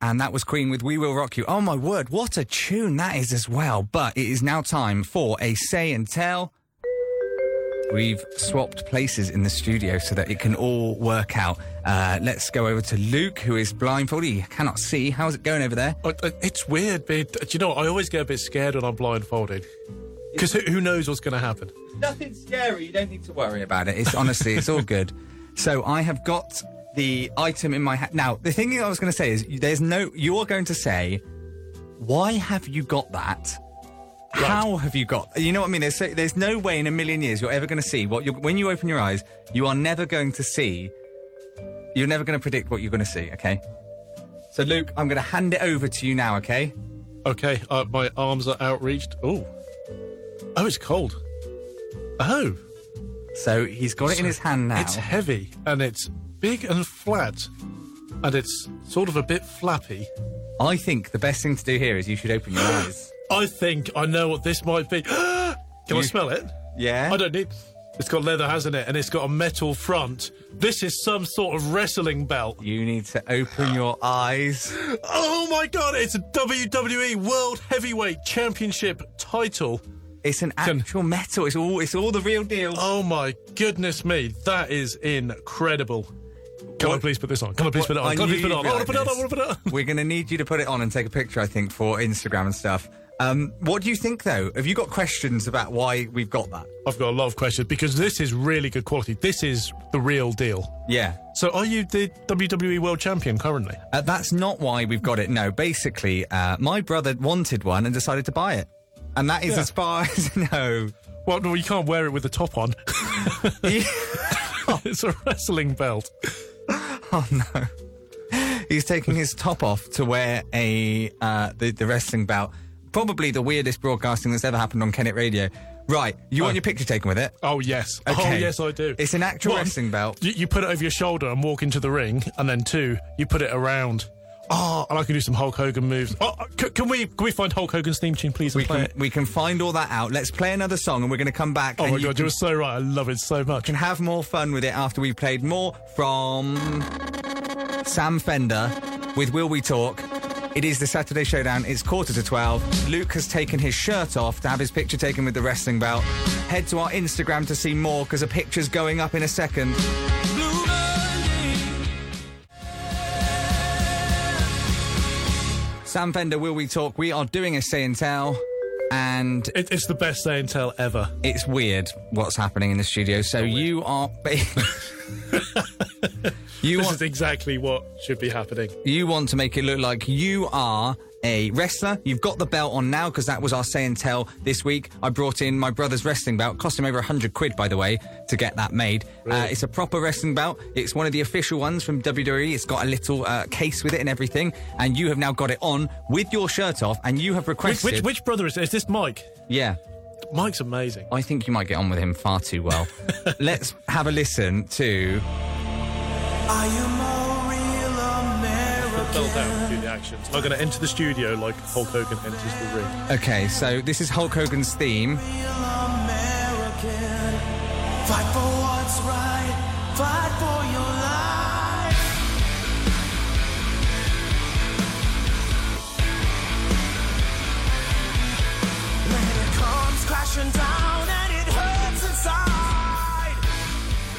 Speaker 1: And that was Queen with We Will Rock You. Oh my word, what a tune that is as well. But it is now time for a say and tell. We've swapped places in the studio so that it can all work out. Uh, let's go over to Luke, who is blindfolded. He cannot see. How's it going over there?
Speaker 3: I, I, it's weird. But, do you know, what? I always get a bit scared when I'm blindfolded because who, who knows what's going to happen.
Speaker 1: Nothing scary. You don't need to worry about it. It's honestly, it's all good. So I have got the item in my hand. Now, the thing that I was going to say is there's no, you're going to say, why have you got that? How have you got? You know what I mean. There's, so- there's no way in a million years you're ever going to see what you when you open your eyes. You are never going to see. You're never going to predict what you're going to see. Okay. So Luke, I'm going to hand it over to you now. Okay.
Speaker 3: Okay, uh, my arms are outreached. Oh, oh, it's cold. Oh,
Speaker 1: So he's got it in his hand now.
Speaker 3: it's heavy and it's big and flat, and it's sort of a bit flappy.
Speaker 1: I think the best thing to do here is you should open your eyes.
Speaker 3: I think I know what this might be. Can I
Speaker 1: You-
Speaker 3: smell it?
Speaker 1: Yeah.
Speaker 3: I don't need. It's got leather, hasn't it? And it's got a metal front. This is some sort of wrestling belt.
Speaker 1: You need to open your eyes.
Speaker 3: Oh my god! It's a WWE World Heavyweight Championship title.
Speaker 1: It's an
Speaker 3: Can-
Speaker 1: actual metal. It's all. It's all the real deal.
Speaker 3: Oh my goodness me, that is incredible. Can I
Speaker 1: What-
Speaker 3: please put this on? Can I please put it
Speaker 1: I
Speaker 3: on? Can I
Speaker 1: knew
Speaker 3: please put it
Speaker 1: you'd
Speaker 3: on?
Speaker 1: be
Speaker 3: I want to
Speaker 1: like
Speaker 3: put it on, I
Speaker 1: this.
Speaker 3: want to put it on.
Speaker 1: We're going to need you to put it on and take a picture, I think, for Instagram and stuff. Um, what do you think, though? Have you got questions about why we've got that?
Speaker 3: I've got a lot of questions because this is really good quality. This is the real deal.
Speaker 1: Yeah.
Speaker 3: So, are you the WWE World Champion currently?
Speaker 1: Uh, that's not why we've got it. No, basically, uh, my brother wanted one and decided to buy it. And that is
Speaker 3: Yeah.
Speaker 1: as far as no.
Speaker 3: Well, no, you can't wear it with the top on.
Speaker 1: oh
Speaker 3: it's a wrestling belt.
Speaker 1: no. He's taking his top off to wear a uh, the, the wrestling belt. Probably the weirdest broadcasting that's ever happened on Kennet Radio. Right, you want
Speaker 3: Oh.
Speaker 1: your picture taken with it?
Speaker 3: Oh yes. Oh
Speaker 1: Okay.
Speaker 3: yes, I do.
Speaker 1: It's an actual
Speaker 3: One,
Speaker 1: wrestling belt.
Speaker 3: You, you put it over your shoulder and walk into the ring, and then two, you put it around. Oh, and I can do some Hulk Hogan moves. Oh, c- can we can we find Hulk Hogan's theme tune, please? And
Speaker 1: We
Speaker 3: play
Speaker 1: can,
Speaker 3: it.
Speaker 1: we can find all that out. Let's play another song and we're going to come back
Speaker 3: Oh
Speaker 1: and
Speaker 3: my
Speaker 1: you
Speaker 3: god,
Speaker 1: can,
Speaker 3: you're so right. I love it so much.
Speaker 1: can have more fun with it after we've played more from Sam Fender with Will We Talk. It is the Saturday Showdown. It's quarter to 12. Luke has taken his shirt off to have his picture taken with the wrestling belt. Head to our Instagram to see more because a picture's going up in a second. Sam Fender, Will We Talk? We are doing a say and tell. And
Speaker 3: It, it's the best say and tell ever.
Speaker 1: it's weird what's happening in the studio. So you are you
Speaker 3: This
Speaker 1: want,
Speaker 3: is exactly what should be happening.
Speaker 1: you want to make it look like you are a wrestler. You've got the belt on now because that was our say and tell this week. I brought in my brother's wrestling belt. Cost him over hundred quid, by the way, to get that made. Uh, it's a proper wrestling belt. It's one of the official ones from WWE. It's got a little uh, case with it and everything. And you have now got it on with your shirt off. And you have
Speaker 3: Which,
Speaker 1: requested,
Speaker 3: which which brother is is this Mike?
Speaker 1: yeah.
Speaker 3: Mike's amazing.
Speaker 1: I think you might get on with him far too well. Let's have a listen to.
Speaker 7: Are you more real American?
Speaker 3: settle down, do the actions. I'm going to enter the studio like Hulk Hogan enters the ring.
Speaker 1: Okay, so this is Hulk Hogan's theme.
Speaker 5: American. Fight for what's right. Fight for your life. When it comes crashing down and it hurts inside.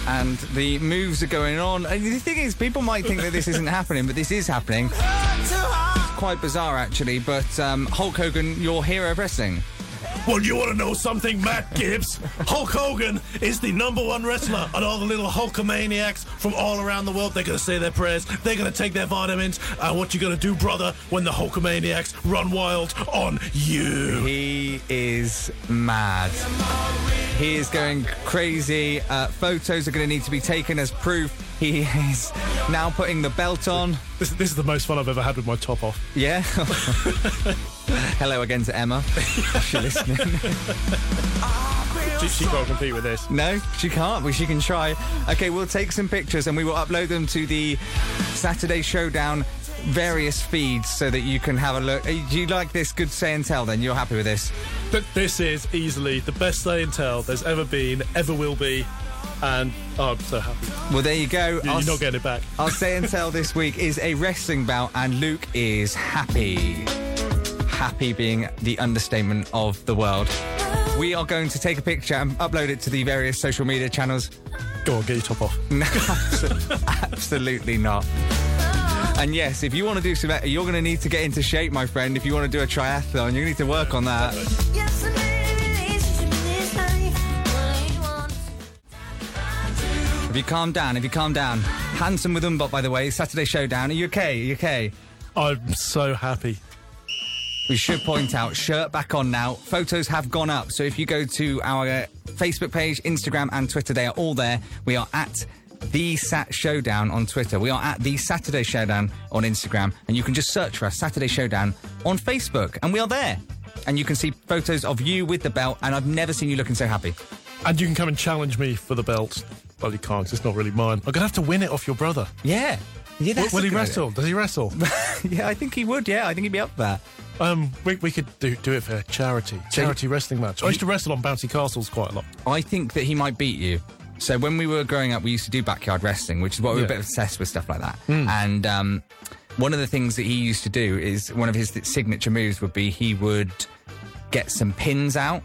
Speaker 1: and the moves are going on. And the thing is, people might think that this isn't happening, but this is happening.
Speaker 5: Hurt to heart.
Speaker 1: Quite bizarre, actually. But um, Hulk Hogan, your hero of wrestling.
Speaker 3: Well, you want to know something, Matt Gibbs? Hulk Hogan is the number one wrestler, and all the little Hulkamaniacs from all around the world, they're going to say their prayers, they're going to take their vitamins. And what you going to do, brother, when the Hulkamaniacs run wild on you?
Speaker 1: He is mad. He is going crazy. Uh, photos are going to need to be taken as proof. He is now putting the belt on.
Speaker 3: This, this is the most fun I've ever had with my top off.
Speaker 1: Yeah. Hello again to Emma. If you're listening.
Speaker 3: She, she can't compete with this.
Speaker 1: No, she can't, but she can try. Okay, we'll take some pictures and we will upload them to the Saturday Showdown various feeds so that you can have a look. Uh, Do you like this good say and tell then? You're happy with this?
Speaker 3: But this is easily the best say and tell there's ever been, ever will be, and oh, I'm so happy.
Speaker 1: Well, there you go.
Speaker 3: You-
Speaker 1: Our
Speaker 3: You're not
Speaker 1: s-
Speaker 3: getting it back.
Speaker 1: Our say and tell this week is a wrestling bout, and Luke is happy. Happy being the understatement of the world. We are going to take a picture and upload it to the various social media channels.
Speaker 3: Go on, get your top off.
Speaker 1: No, abso- absolutely not. And yes, if you want to do some, you're going to need to get into shape, my friend. If you want to do a triathlon, you're going to need to work on that.
Speaker 7: Yes, I'm in a relationship in this life. Only one.
Speaker 1: If you calm down, if you calm down. Handsome with Umbot, by the way, Saturday Showdown. Are you okay? Are you okay?
Speaker 3: I'm so happy.
Speaker 1: We should point out, shirt back on now. Photos have gone up. So if you go to our uh, Facebook page, Instagram, and Twitter, they are all there. We are at the Sat Showdown on Twitter. We are at the Saturday Showdown on Instagram. And you can just search for us, Saturday Showdown, on Facebook. And we are there. And you can see photos of you with the belt. And I've never seen you looking so happy.
Speaker 3: And you can come and challenge me for the belt. Well, you can't, 'cause it's not really mine. I'm going to have to win it off your brother.
Speaker 1: Yeah. Yeah,
Speaker 3: Will,
Speaker 1: that's
Speaker 3: will
Speaker 1: a
Speaker 3: he
Speaker 1: good idea.
Speaker 3: wrestle? Does he wrestle?
Speaker 1: Yeah, I think he would. Yeah, I think he'd be up there.
Speaker 3: um, we, we could do, do it for charity. Charity wrestling match. I used to wrestle on bouncy castles quite a lot.
Speaker 1: I think that he might beat you. So when we were growing up, we used to do backyard wrestling, which is why we were
Speaker 3: Yeah. Hmm.
Speaker 1: a bit obsessed with stuff like that. And um, one of the things that he used to do is one of his signature moves would be he would get some pins out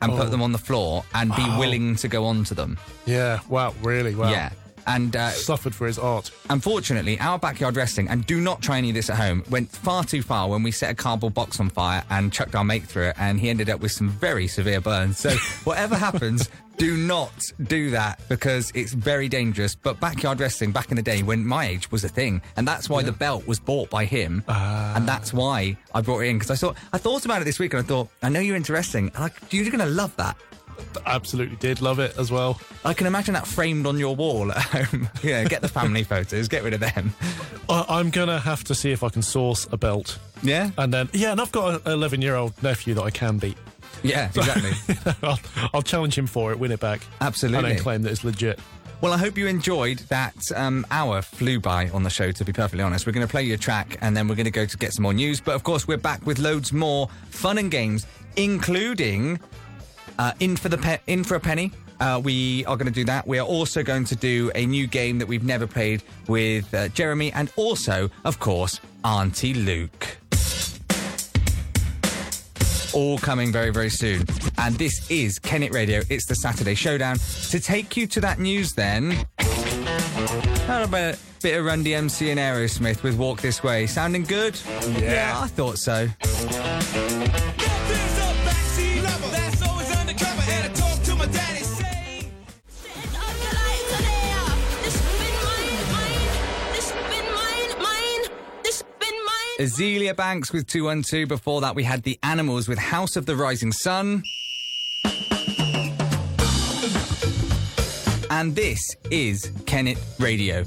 Speaker 1: and
Speaker 3: Oh.
Speaker 1: put them on the floor and be willing to go onto them.
Speaker 3: Yeah, wow, really, wow.
Speaker 1: Yeah. And uh,
Speaker 3: Suffered for his art.
Speaker 1: unfortunately, our backyard wrestling, and do not try any of this at home, went far too far when we set a cardboard box on fire and chucked our mate through it, and he ended up with some very severe burns. So, whatever happens, do not do that because it's very dangerous. But backyard wrestling back in the day when my age was a thing, and that's why the belt was bought by him, and that's why I brought it in because I thought I thought about it this week and I thought I know you're into wrestling, and I, you're going to love that.
Speaker 3: Absolutely did love it as well.
Speaker 1: I can imagine that framed on your wall at home. yeah, get the family photos, get rid of them.
Speaker 3: I, I'm going to have to see if I can source a belt.
Speaker 1: Yeah,
Speaker 3: And then, yeah, and I've got an 11 year old nephew that I can beat.
Speaker 1: yeah, exactly.
Speaker 3: I'll, I'll challenge him for it, win it back. And
Speaker 1: Absolutely.
Speaker 3: then claim that it's legit.
Speaker 1: Well, I hope you enjoyed that um, hour flew by on the show, to be perfectly honest. We're going to play your track and then we're going to go to get some more news. But of course, we're back with loads more fun and games, including uh, In, for the Pe- In for a Penny. Uh, we are going to do that. We are also going to do a new game that we've never played with uh, Jeremy and also, of course, Auntie Luke. all coming very, very soon. And this is Kennet Radio. It's the Saturday Showdown. To take you to that news, then, how about a bit of Run DMC and Aerosmith with Walk This Way? Sounding good? Yeah. I thought so.
Speaker 5: There's a backseat lover that's always undercover. Had to talk to my daddy, say.
Speaker 7: Set up the lights are there. This been mine, mine. This been mine, mine. This been mine.
Speaker 1: Azealia Banks with 212. Before that, we had The Animals with House of the Rising Sun. And this is Kennet Radio.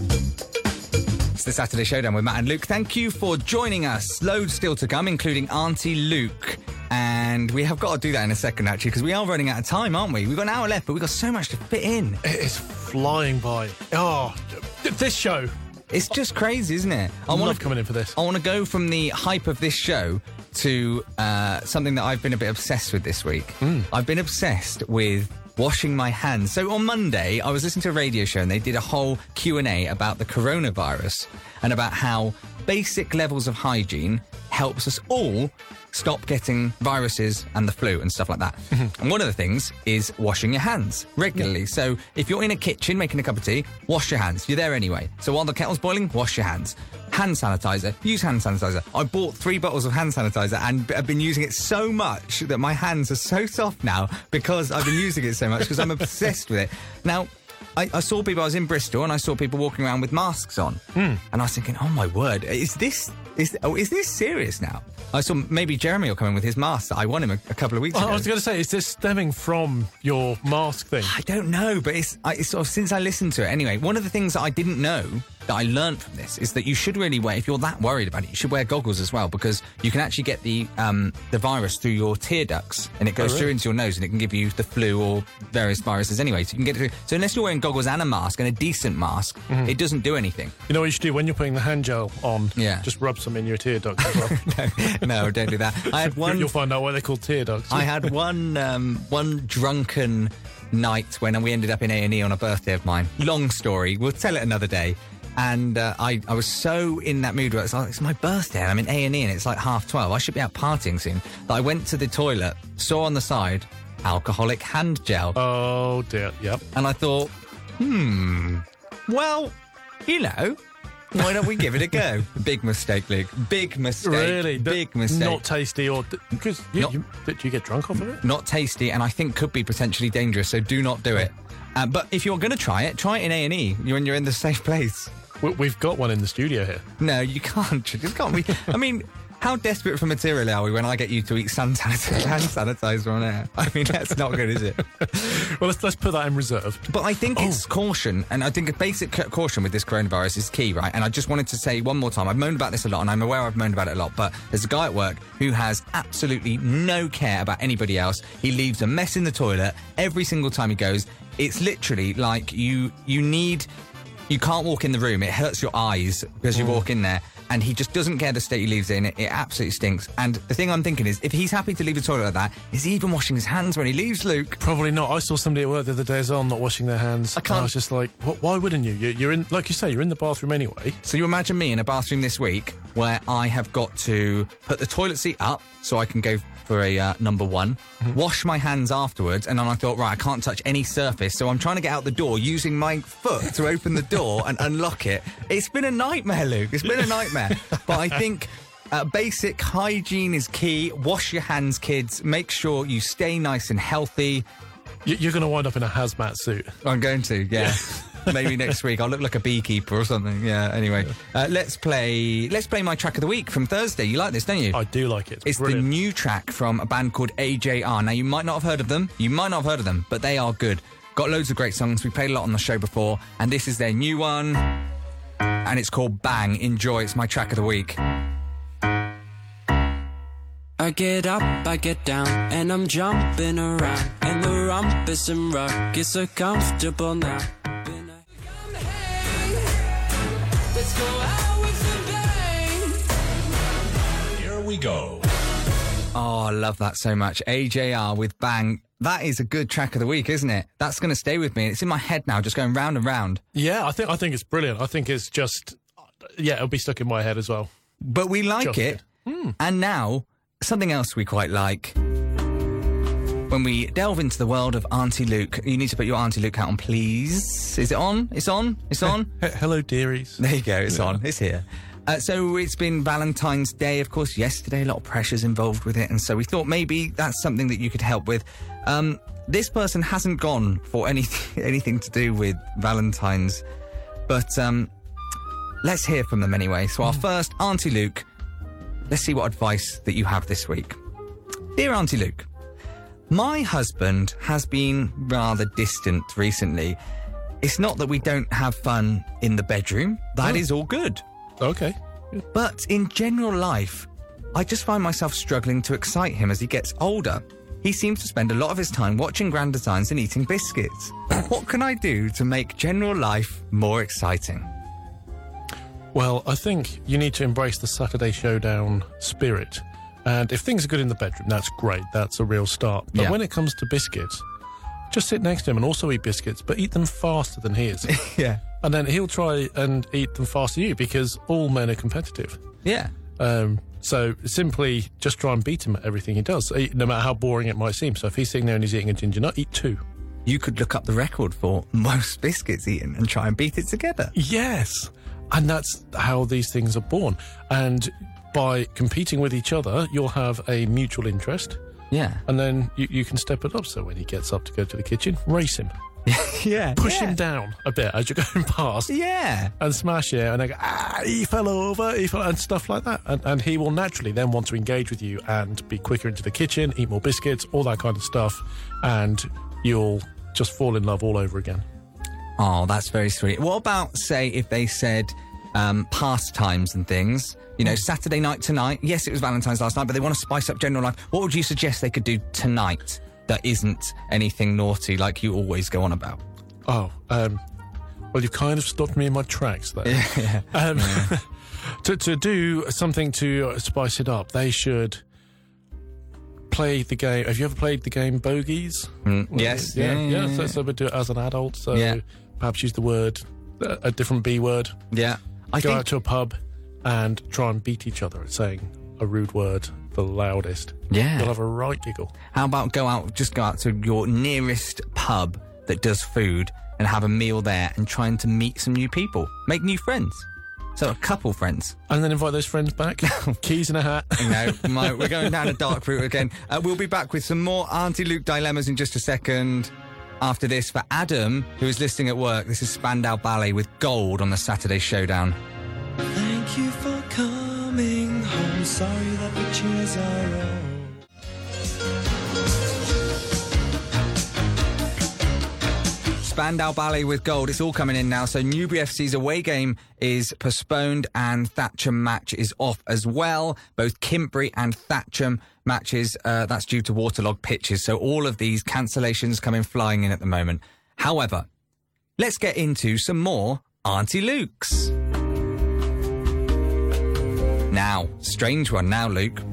Speaker 1: It's the Saturday Showdown with Matt and Luke. Thank you for joining us. Loads still to come, including Auntie Luke. And we have got to do that in a second, actually, because we are running out of time, aren't we? We've got an hour left, but we've got so much to fit in.
Speaker 3: It is flying by. Oh, th- this show.
Speaker 1: It's just crazy, isn't it? I
Speaker 3: love
Speaker 1: wanna-
Speaker 3: coming in for this.
Speaker 1: I want to go from the hype of this show to uh, something that I've been a bit obsessed with this week. I've been obsessed with washing my hands. So on Monday, I was listening to a radio show and they did a whole Q&A about the coronavirus and about how basic levels of hygiene helps us all stop getting viruses and the flu and stuff like that. and one of the things is washing your hands regularly. So if you're in a kitchen making a cup of tea, wash your hands. You're there anyway. So while the kettle's boiling, wash your hands. Hand sanitizer, use hand sanitizer. I bought three bottles of hand sanitizer and b- I've been using it so much that my hands are so soft now because I've been using it so much because I'm obsessed with it. Now, I, I saw people. I was in Bristol, and I saw people walking around with masks on,
Speaker 3: Hmm.
Speaker 1: and I was thinking, "Oh my word, is this is oh, is this serious now?" I saw maybe Jeremy will come in with his mask that I won him a, a couple of weeks
Speaker 3: I
Speaker 1: ago.
Speaker 3: I was going to say, is this stemming from your mask thing?
Speaker 1: I don't know, but it's, I, it's sort of since I listened to it. Anyway, one of the things that I didn't know that I learned from this is that you should really wear, if you're that worried about it, you should wear goggles as well because you can actually get the um, the virus through your tear ducts and it goes through into your nose and it can give you the flu or various viruses anyway. So you can get it through. So unless you're wearing goggles and a mask and a decent mask, it doesn't do anything.
Speaker 3: You know what you should do when you're putting the hand gel on?
Speaker 1: Yeah.
Speaker 3: Just rub some in your tear duct as well.
Speaker 1: no, don't do that. I had
Speaker 3: You'll-
Speaker 1: one.
Speaker 3: You'll find out why they're called tear ducts.
Speaker 1: I had one um, one drunken night when we ended up in A and E on a birthday of mine. Long story. We'll tell it another day. And uh, I, I was so in that mood where it's like it's my birthday and I'm in A and E and it's like half twelve. I should be out partying soon. That I went to the toilet, saw on the side alcoholic hand gel,
Speaker 3: Oh dear. Yep.
Speaker 1: and I thought, hmm, well, you know. Why don't we give it a go? Big mistake, Luke. Big mistake.
Speaker 3: Really? Th-
Speaker 1: Big mistake.
Speaker 3: Not tasty or because you,
Speaker 1: Not-
Speaker 3: you, did you get drunk off of it?
Speaker 1: not tasty, and I think could be potentially dangerous. So do not do it. Uh, but if you're going to try it, try it in A and E when you're in the safe place.
Speaker 3: We, we've got one in the studio here.
Speaker 1: No, you can't. You just can't be. I mean. How desperate for material are we when I get you to eat sun sanitizer, hand sanitizer on air? I mean, that's not good, is it?
Speaker 3: Well, let's let's put that in reserve.
Speaker 1: But I think it's caution, and I think a basic ca- caution with this coronavirus is key, right? And I just wanted to say one more time, I've moaned about this a lot, and I'm aware I've moaned about it a lot, but there's a guy at work who has absolutely no care about anybody else. He leaves a mess in the toilet every single time he goes. It's literally like you you need you can't walk in the room. It hurts your eyes because you walk in there. And he just doesn't care the state he leaves it in. It, it absolutely stinks. And the thing I'm thinking is, if he's happy to leave the toilet like that, is he even washing his hands when he leaves, Luke?
Speaker 3: Probably not. I saw somebody at work the other day as well, not washing their hands.
Speaker 1: I
Speaker 3: And
Speaker 1: can't-
Speaker 3: I was just like, what, why wouldn't you? you? You're in, like you say, you're in the bathroom anyway.
Speaker 1: So you imagine me in a bathroom this week where I have got to put the toilet seat up so I can go for a uh, number one, wash my hands afterwards, and then I thought, right, I can't touch any surface, so I'm trying to get out the door using my foot to open the door and unlock it. It's been a nightmare, Luke. It's been a nightmare. but I think. Uh, basic hygiene is key. Wash your hands, kids. Make sure you stay nice and healthy.
Speaker 3: You, you're going to wind up in a hazmat suit.
Speaker 1: I'm going to, yeah. Maybe next week I'll look like a beekeeper or something. Yeah. Anyway, Uh, let's play. Let's play my track of the week from Thursday. You like this, don't you?
Speaker 3: I do like it.
Speaker 1: it's
Speaker 3: Brilliant.
Speaker 1: the new track from a band called AJR. Now you might not have heard of them. You might not have heard of them, but they are good. Got loads of great songs. We played a lot on the show before, and this is their new one, and it's called Bang. Enjoy. It's my track of the week.
Speaker 8: I get up, I get down, and I'm jumping around. And the rumpus and rock is so comfortable now.
Speaker 6: Come hang. Let's go out with a bang.
Speaker 1: Oh, I love that so much. AJR with Bang. That is a good track of the week, isn't it? That's going to stay with me. It's in my head now, just going round and round.
Speaker 3: yeah, I think I think it's brilliant. I think it's just, yeah, it'll be stuck in my head as well.
Speaker 1: but we like
Speaker 3: Just
Speaker 1: it. And now, something else we quite like. When we delve into the world of Auntie Luke, you need to put your Auntie Luke hat on, please. Is it on? It's on? It's on?
Speaker 3: He- hello, dearies.
Speaker 1: There you go. It's on. It's here. Uh, so it's been Valentine's Day, of course, yesterday. A lot of pressures involved with it, and so we thought maybe that's something that you could help with. Um, this person hasn't gone for any anything to do with Valentine's, but um, let's hear from them anyway. So our first Auntie Luke, let's see what advice that you have this week, dear Auntie Luke. My husband has been rather distant recently. It's not that we don't have fun in the bedroom, That is all good.
Speaker 3: Okay.
Speaker 1: But in general life, I just find myself struggling to excite him as he gets older. He seems to spend a lot of his time watching grand designs and eating biscuits. what can I do to make general life more exciting?
Speaker 9: Well, I think you need to embrace the Saturday Showdown spirit. And if things are good in the bedroom, that's great. That's a real start. But
Speaker 1: Yeah.
Speaker 9: when it comes to biscuits, just sit next to him and also eat biscuits, but eat them faster than he is.
Speaker 1: Yeah.
Speaker 9: and then he'll try and eat them faster than you because all men are competitive.
Speaker 1: Yeah.
Speaker 9: Um, so simply just try and beat him at everything he does, eh, no matter how boring it might seem. So if he's sitting there and he's eating a ginger nut, eat two.
Speaker 1: You could look up the record for most biscuits eaten and try and beat it together.
Speaker 9: Yes. And that's how these things are born. And by competing with each other, you'll have a mutual interest.
Speaker 1: Yeah.
Speaker 9: And then you, you can step it up. So when he gets up to go to the kitchen, race him,
Speaker 1: Yeah.
Speaker 9: push
Speaker 1: yeah.
Speaker 9: him down a bit as you're going past.
Speaker 1: Yeah.
Speaker 9: And smash it, and they go, ah, he fell over, he fell, and stuff like that. And, and he will naturally then want to engage with you and be quicker into the kitchen, eat more biscuits, all that kind of stuff. And you'll just fall in love all over again.
Speaker 1: Oh, that's very sweet. What about, say, if they said um, pastimes and things? You know, Saturday night tonight. Yes, it was Valentine's last night, but they want to spice up general life. What would you suggest they could do tonight that isn't anything naughty like you always go on about?
Speaker 9: Oh, um, well, you've kind of stopped me in my tracks there. Um, to, to do something to uh, spice it up, they should play the game. Have you ever played the game Bogies?
Speaker 1: Mm, yes.
Speaker 9: Yeah, yeah.
Speaker 1: Yeah, yeah,
Speaker 9: So, so we do it as an adult. So
Speaker 1: Yeah.
Speaker 9: perhaps use the word, a a different B word.
Speaker 1: Yeah. I
Speaker 9: Go
Speaker 1: think
Speaker 9: out to a pub and try and beat each other at saying a rude word the loudest.
Speaker 1: Yeah.
Speaker 9: You'll have a right giggle.
Speaker 1: How about go out, just go out to your nearest pub that does food and have a meal there and trying to meet some new people, make new friends. So a couple friends.
Speaker 9: And then invite those friends back. Keys in a hat.
Speaker 1: No, my, we're going down a dark route again. Uh, we'll be back with some more Auntie Luke dilemmas in just a second. After this, for Adam, who is listening at work, this is Spandau Ballet with gold on the Saturday Showdown.
Speaker 3: Thank you for coming home. Sorry that the cheers are on.
Speaker 1: Spandau Ballet with gold. It's all coming in now. So Newbury FC's away game is postponed and Thatcham match is off as well. Both Kimpbury and Thatcham matches, uh, that's due to waterlogged pitches. So all of these cancellations coming flying in at the moment. However, let's get into some more Auntie Luke's. Now, strange one now, Luke.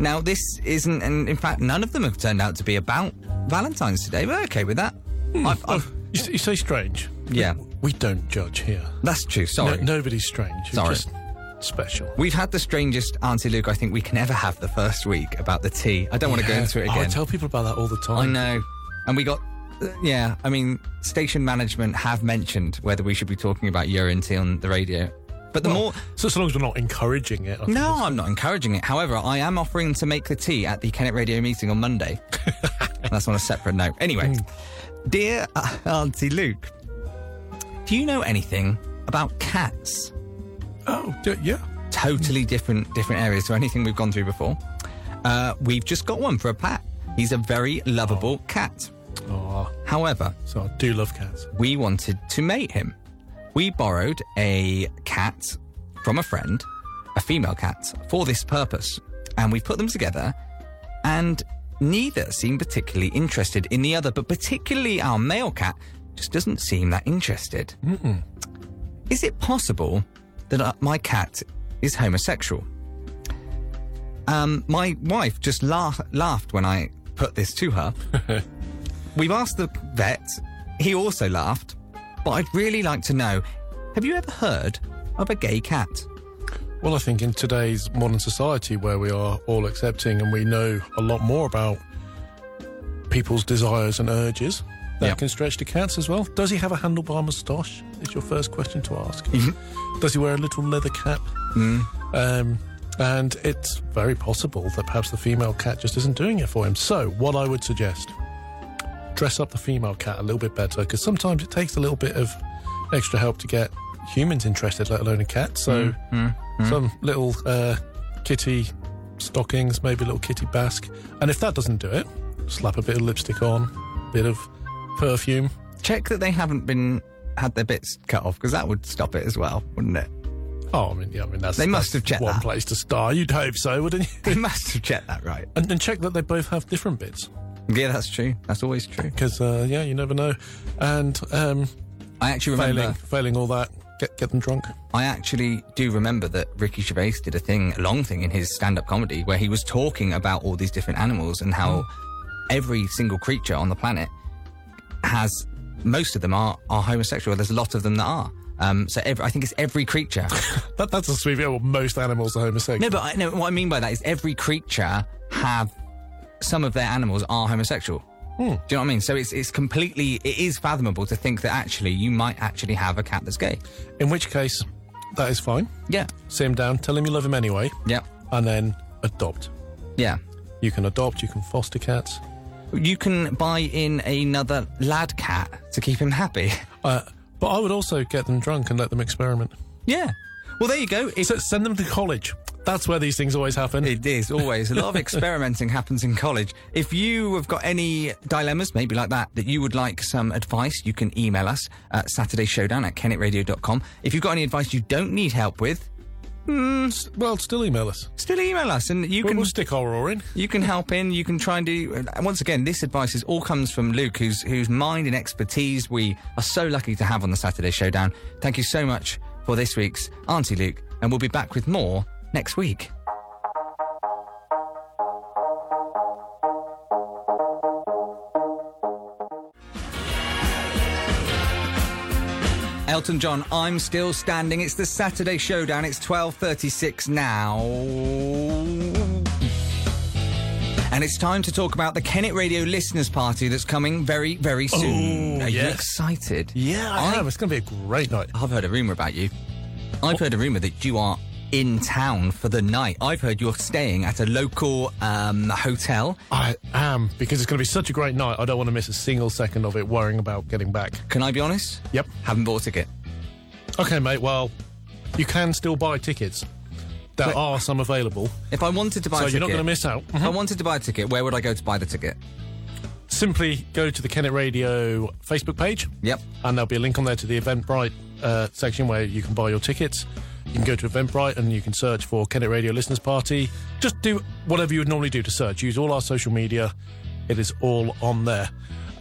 Speaker 1: Now, this isn't, and in fact, none of them have turned out to be about Valentine's today. We're okay with that. I've, I've,
Speaker 9: You, s- you say strange.
Speaker 1: yeah,
Speaker 9: We don't judge here.
Speaker 1: that's true.
Speaker 9: No,
Speaker 1: Sorry.
Speaker 9: nobody's strange.
Speaker 1: Sorry.
Speaker 9: You're just special.
Speaker 1: We've had the strangest Auntie Luke I think we can ever have the first week about the tea. I don't want to go
Speaker 9: Yeah.
Speaker 1: into it
Speaker 9: Oh, I
Speaker 1: again.
Speaker 9: tell people about that all the time.
Speaker 1: I know. And we got, yeah, I mean, station management have mentioned whether we should be talking about urine tea on the radio. But the more.
Speaker 9: So, so long as we're not encouraging it. I think
Speaker 1: No, I'm not encouraging it. However, I am offering to make the tea at the Kennet Radio meeting on Monday. That's on a separate note. Anyway,
Speaker 9: Hmm.
Speaker 1: dear Auntie Luke, do you know anything about cats?
Speaker 9: it's- Oh, d- yeah.
Speaker 1: totally different different areas to anything we've gone through before. Uh, we've just got one for a pat. He's a very lovable cat.
Speaker 9: Oh,
Speaker 1: However,
Speaker 9: so I do love cats.
Speaker 1: we wanted to mate him. We borrowed a cat from a friend, a female cat, for this purpose, and we put them together. And neither seemed particularly interested in the other, but particularly our male cat just doesn't seem that interested. Is it possible that uh, my cat is homosexual? Um, my wife just la- laughed when I put this to her. We've asked the vet. He also laughed. But I'd really like to know have you ever heard of a gay cat?
Speaker 9: Well, I think in today's modern society where we are all accepting and we know a lot more about people's desires and urges, that
Speaker 1: Yeah.
Speaker 9: can stretch to cats as well. Does he have a handlebar moustache? Is your first question to ask. Does he wear a little leather cap? Um, and it's very possible that perhaps the female cat just isn't doing it for him. So, what I would suggest dress up the female cat a little bit better because sometimes it takes a little bit of extra help to get humans interested, let alone a cat. So,
Speaker 1: Hmm.
Speaker 9: some little uh, kitty stockings, maybe a little kitty basque. And if that doesn't do it, slap a bit of lipstick on, bit of perfume.
Speaker 1: Check that they haven't been had their bits cut off because that would stop it as well, wouldn't it?
Speaker 9: Oh, I mean, yeah, I mean that's
Speaker 1: They must have
Speaker 9: that's
Speaker 1: checked
Speaker 9: one
Speaker 1: that.
Speaker 9: place to start. You'd hope so, wouldn't you?
Speaker 1: They must have checked that right.
Speaker 9: and, and check that they both have different bits
Speaker 1: Yeah, that's true. That's always true.
Speaker 9: because uh, yeah, you never know. And um,
Speaker 1: I actually remember
Speaker 9: failing, failing all that, Get get them drunk.
Speaker 1: I actually do remember that Ricky Gervais did a thing, a long thing in his stand-up comedy where he was talking about all these different animals and how every single creature on the planet has most of them are are homosexual. There's a lot of them that are. Um, so every, I think it's every creature.
Speaker 9: That, that's a sweet view. Well, most animals are homosexual.
Speaker 1: no, but I, no, what I mean by that is every creature have some of their animals are homosexual. Do you know what I mean? So it's it's completely it is fathomable to think that actually you might actually have a cat that's gay.
Speaker 9: In which case, that is fine.
Speaker 1: Yeah,
Speaker 9: Sit him down, tell him you love him anyway,
Speaker 1: yeah,
Speaker 9: and then adopt.
Speaker 1: yeah.
Speaker 9: You can adopt, you can foster cats.
Speaker 1: You can buy in another lad cat to keep him happy.
Speaker 9: Uh, but I would also get them drunk and let them experiment.
Speaker 1: Yeah. Well, there you go. It's,
Speaker 9: So send them to college. That's where these things always happen.
Speaker 1: it is always a lot of experimenting happens in college. If you have got any dilemmas, maybe like that, that you would like some advice, you can email us at SaturdayShowdown at KennetRadio.com. If you've got any advice you don't need help with,
Speaker 9: well, still email us.
Speaker 1: still email us and you
Speaker 9: We'll,
Speaker 1: can
Speaker 9: we'll stick our oar in.
Speaker 1: you can help in. You can try and do. and Once again, this advice is all comes from Luke, whose whose mind and expertise we are so lucky to have on the Saturday Showdown. Thank you so much for this week's Auntie Luke, and we'll be back with more next week. Elton John, I'm still standing. It's the Saturday Showdown. It's 12:36 now. And it's time to talk about the Kennet Radio Listeners Party that's coming very, very soon.
Speaker 9: Oh,
Speaker 1: Are you
Speaker 9: yes.
Speaker 1: excited?
Speaker 9: Yeah, I, am. It's going to be a great night.
Speaker 1: I've heard a rumour about you. I've heard a rumour that you are in town for the night. I've heard you're staying at a local um, hotel.
Speaker 9: I am, because it's going to be such a great night. I don't want to miss a single second of it worrying about getting back.
Speaker 1: Can I be honest?
Speaker 9: Yep.
Speaker 1: Haven't bought a ticket.
Speaker 9: Okay, mate, well, you can still buy tickets. There
Speaker 1: Wait.
Speaker 9: are some available,
Speaker 1: If I wanted to buy
Speaker 9: so
Speaker 1: a ticket,
Speaker 9: you're not going to miss out. Mm-hmm.
Speaker 1: If I wanted to buy a ticket, where would I go to buy the ticket?
Speaker 9: Simply go to the Kennet Radio Facebook page.
Speaker 1: Yep.
Speaker 9: and there'll be a link on there to the Eventbrite uh, section where you can buy your tickets. You can go to Eventbrite and you can search for Kennet Radio Listeners Party. Just do whatever you would normally do to search. Use all our social media. It is all on there.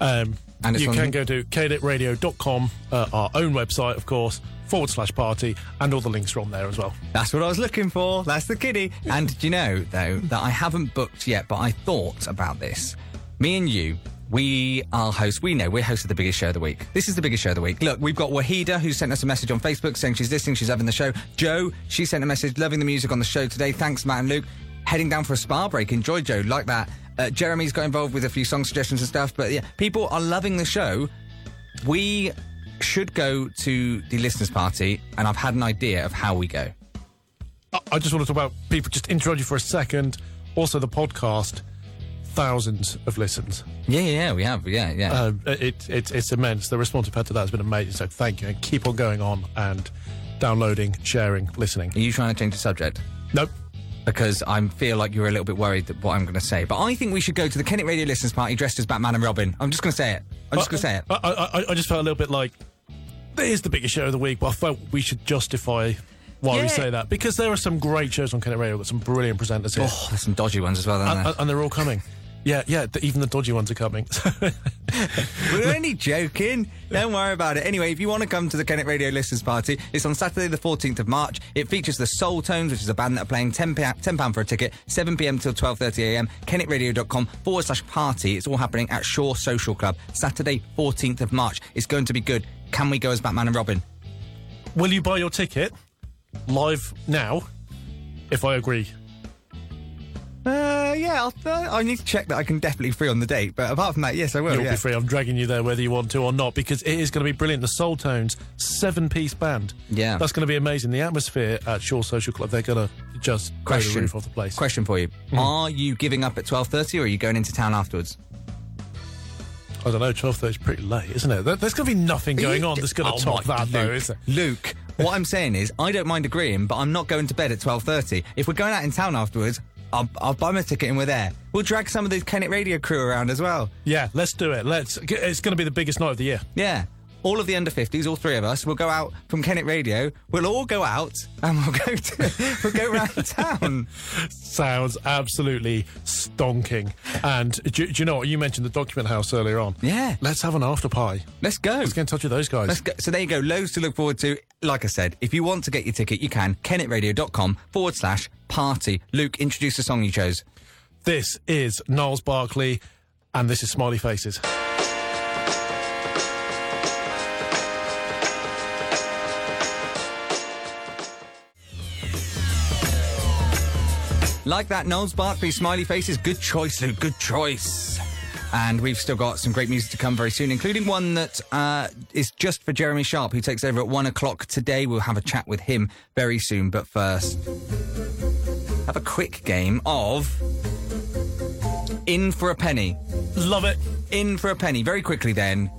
Speaker 9: Um,
Speaker 1: And it's
Speaker 9: you
Speaker 1: on-
Speaker 9: can go to knetradio.com, uh, our own website, of course, forward slash party, and all the links are on there as well.
Speaker 1: That's what I was looking for. That's the kiddie. And do you know, though, that I haven't booked yet, but I thought about this. Me and you, we are hosts. We know we're hosts of the biggest show of the week. This is the biggest show of the week. Look, we've got Wahida, who sent us a message on Facebook saying she's listening, she's loving the show. Joe, she sent a message, loving the music on the show today. Thanks, Matt and Luke. Heading down for a spa break. Enjoy, Joe. Like that. Uh, Jeremy's got involved with a few song suggestions and stuff. But yeah, people are loving the show we should go to the listeners' party, and I've had an idea of how we go.
Speaker 9: I- I just want to talk about people, just interrupt you for a second. Also, the podcast, thousands of listens.
Speaker 1: Yeah, yeah, yeah, we have. Yeah, yeah.
Speaker 9: Uh, it, it, it's immense. The response we've had to that has been amazing. So thank you, and keep on going on and downloading, sharing, listening.
Speaker 1: Are you trying to change the subject?
Speaker 9: Nope.
Speaker 1: Because I feel like you're a little bit worried that what I'm going to say. But I think we should go to the Kennet Radio listeners' party dressed as Batman and Robin. I'm just going to say it. I'm
Speaker 9: Uh,
Speaker 1: just going to say it.
Speaker 9: I, I, I- I just felt a little bit like there's the biggest show of the week, but I felt we should justify why
Speaker 1: Yeah.
Speaker 9: we say that because there are some great shows on Kennet Radio. We've got some brilliant presenters here,
Speaker 1: Oh, there's some dodgy ones as well, aren't
Speaker 9: and,
Speaker 1: there?
Speaker 9: and- and they're all coming. Yeah, yeah. The, even the dodgy ones are coming.
Speaker 1: We're only joking. Don't worry about it. Anyway, if you want to come to the Kennet Radio Listeners Party, it's on Saturday, the 14th of March. It features the Soul Tones, which is a band that are playing £10, £10 for a ticket, 7pm till 12.30am, kennetradio.com forward slash party. It's all happening at Shaw Social Club, Saturday, 14th of March. It's going to be good. Can we go as Batman and Robin?
Speaker 9: Will you buy your ticket live now? If I agree,
Speaker 1: Uh, yeah, I'll, uh, I need to check that I can definitely free on the date. But apart from that, yes, I will.
Speaker 9: You'll
Speaker 1: yeah.
Speaker 9: be free. I'm dragging you there whether you want to or not because it is going to be brilliant. The Soul Tones, seven piece band.
Speaker 1: Yeah.
Speaker 9: That's going to be amazing. The atmosphere at Shaw Social Club, they're going to just question the
Speaker 1: Question.
Speaker 9: roof off the place.
Speaker 1: Question for you: Are you giving up at twelve thirty, or are you going into town afterwards?
Speaker 9: I don't know, 12.30 is pretty late, isn't it? There- There's going to be nothing going
Speaker 1: You
Speaker 9: on
Speaker 1: d-
Speaker 9: that's going
Speaker 1: Oh
Speaker 9: to top
Speaker 1: my-
Speaker 9: that, though,
Speaker 1: Luke,
Speaker 9: is there?
Speaker 1: Luke, what I'm saying is, I don't mind agreeing, but I'm not going to bed at 12.30. If we're going out in town afterwards, I'll, I'll buy my ticket and we're there. We'll drag some of the Kennet Radio crew around as well.
Speaker 9: Yeah, let's do it. Let's. It's going to be the biggest night of the year.
Speaker 1: Yeah. all of the under 50s, all three of us, will go out from Kennet Radio. We'll all go out and we'll go to, we'll go round town.
Speaker 9: sounds absolutely stonking. And do, do you know what? You mentioned the document house earlier on.
Speaker 1: Yeah.
Speaker 9: Let's have an after pie.
Speaker 1: Let's go.
Speaker 9: Let's get in touch with those guys.
Speaker 1: Let's go. So there you go. Loads to look forward to. Like I said, if you want to get your ticket, you can. KennetRadio.com forward slash party. Luke, introduce the song you chose.
Speaker 9: This is Niles Barkley, and this is Smiley Faces.
Speaker 1: Like that, Knowles Barkley, Smiley Faces. Good choice, Luke. Good choice. And we've still got some great music to come very soon, including one that uh, is just for Jeremy Sharp, who takes over at one o'clock today. We'll have a chat with him very soon. But first, have a quick game of In for a Penny.
Speaker 9: Love it.
Speaker 1: In for a Penny. Very quickly, then.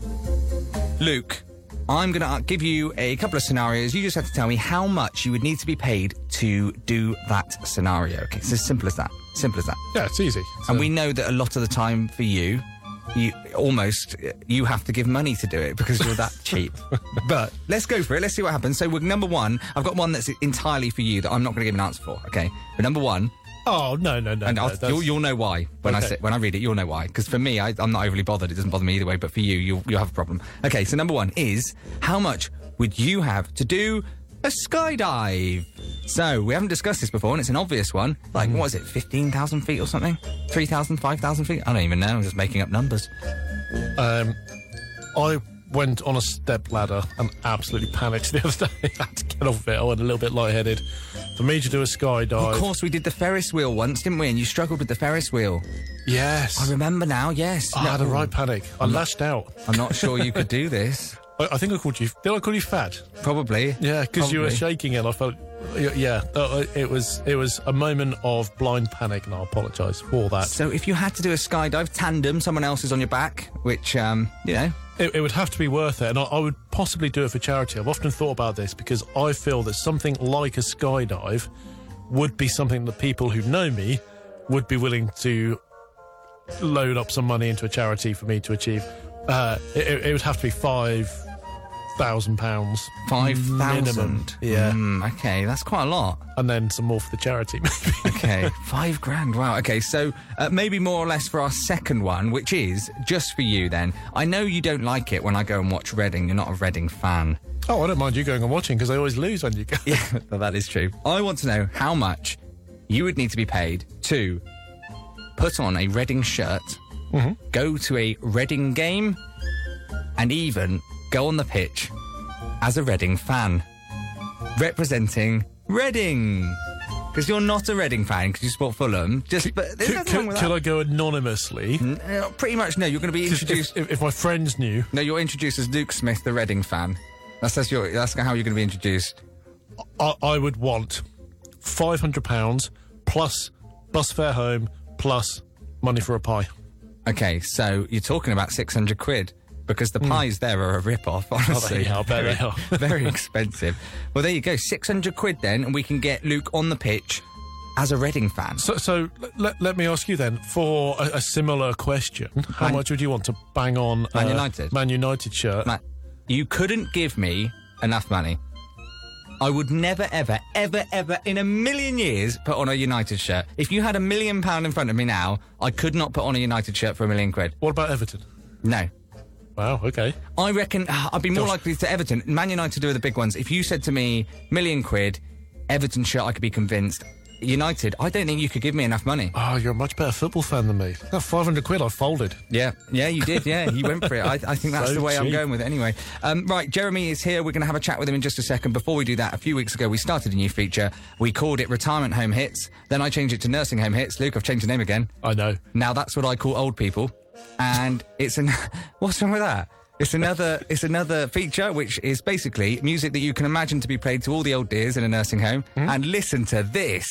Speaker 1: Luke, I'm going to give you a couple of scenarios. You just have to tell me how much you would need to be paid to do that scenario. Okay, it's as simple as that. Simple as that.
Speaker 9: Yeah, it's easy.
Speaker 1: And we know that a lot of the time for you, you almost you have to give money to do it because you're that cheap. But let's go for it. Let's see what happens. So, with number one, I've got one that's entirely for you that I'm not going to give an answer for. Okay, but number one,
Speaker 9: Oh no no no!
Speaker 1: and
Speaker 9: no,
Speaker 1: I'll,
Speaker 9: that's-
Speaker 1: you'll, you'll know why when I
Speaker 9: Okay.
Speaker 1: say, when I read it. You'll know why because for me, I, I'm not overly bothered. It doesn't bother me either way. But for you, you'll, you'll have a problem. Okay, so number one is how much would you have to do a skydive? So we haven't discussed this before, and it's an obvious one. Like
Speaker 9: Mm.
Speaker 1: what is it, fifteen thousand feet or something? 3,000, 5,000 feet? I don't even know. I'm just making up numbers.
Speaker 9: um, I went on a step ladder and absolutely panicked the other day. I had to get off it. I went a little bit lightheaded. For me to do a skydive,
Speaker 1: Of course, we did the Ferris wheel once, didn't we? And you struggled with the Ferris wheel.
Speaker 9: yes,
Speaker 1: I remember Mm. now. Yes,
Speaker 9: I had a right panic. I lashed out.
Speaker 1: I'm not sure you could do this.
Speaker 9: I, I think I called you. Did I call you fat?
Speaker 1: Probably.
Speaker 9: Yeah, because you were
Speaker 1: Probably.
Speaker 9: shaking and I felt. y- Yeah, uh, it was it was a moment of blind panic, and I apologise for that.
Speaker 1: So if you had to do a skydive tandem, someone else is on your back, which um, you know,
Speaker 9: It, it would have to be worth it, and I, I would possibly do it for charity. I've often thought about this because I feel that something like a skydive would be something that people who know me would be willing to load up some money into a charity for me to achieve. Uh, it- it, it would have to be five thousand pounds,
Speaker 1: five
Speaker 9: Minimum,
Speaker 1: thousand.
Speaker 9: yeah.
Speaker 1: Mm, okay, that's quite a lot.
Speaker 9: and then some more for the charity. Maybe.
Speaker 1: Okay, five grand. Wow. Okay, so uh, maybe more or less for our second one, which is just for you. Then I know you don't like it when I go and watch Reading. You're not a Reading fan.
Speaker 9: oh, I don't mind you going and watching because I always lose when you go.
Speaker 1: Yeah, well, that is true. I want to know how much you would need to be paid to put on a Reading shirt,
Speaker 9: Mm-hmm.
Speaker 1: go to a Reading game, and even go on the pitch as a Reading fan, representing Reading. Because you're not a Reading fan because you support Fulham. Just but there's nothing
Speaker 9: Could,
Speaker 1: wrong
Speaker 9: could,
Speaker 1: with
Speaker 9: could
Speaker 1: that.
Speaker 9: I go anonymously?
Speaker 1: Uh, pretty much no. You're going to be
Speaker 9: If,
Speaker 1: introduced.
Speaker 9: if- if my friends knew,
Speaker 1: no, you're introduced as Luke Smith, the Reading fan. That's that's your that's how you're going to be introduced.
Speaker 9: I, I would want five hundred pounds plus bus fare home plus money for a pie.
Speaker 1: Okay, so you're talking about 600 quid because the pies there are a rip-off, honestly.
Speaker 9: are, I bet Hmm. Oh, they are.
Speaker 1: very expensive. Well, there you go, 600 quid then, and we can get Luke on the pitch as a Reading fan.
Speaker 9: So, so let, let me ask you then for a, a similar question: How
Speaker 1: Man-
Speaker 9: much would you want to bang on
Speaker 1: Man
Speaker 9: uh,
Speaker 1: United.
Speaker 9: Man United shirt?
Speaker 1: Matt, you couldn't give me enough money. I would never, ever, ever, ever in a million years put on a United shirt. If you had a million pound in front of me now, I could not put on a United shirt for a million quid.
Speaker 9: What about Everton?
Speaker 1: No.
Speaker 9: Wow. Okay.
Speaker 1: I reckon ah, I'd be more likely to Everton. Man United are the big ones. If you said to me, million quid, Everton shirt, I could be convinced. United, I don't think you could give me enough money.
Speaker 9: Oh, you're a much better football fan than me. That five hundred quid, I folded.
Speaker 1: Yeah, yeah, you did. Yeah, you went for it. I, I think that's
Speaker 9: So
Speaker 1: the way I'm
Speaker 9: cheap.
Speaker 1: going with it anyway. Um, right, Jeremy is here. We're going to have a chat with him in just a second. Before we do that, a few weeks ago, we started a new feature. We called it Retirement Home Hits. Then I changed it to Nursing Home Hits. Luke, I've changed the name again.
Speaker 9: I know.
Speaker 1: Now that's what I call old people, and it's an what's wrong with that? It's another it's another feature which is basically music that you can imagine to be played to all the old dears in a nursing home.
Speaker 9: Hmm?
Speaker 1: And listen to this.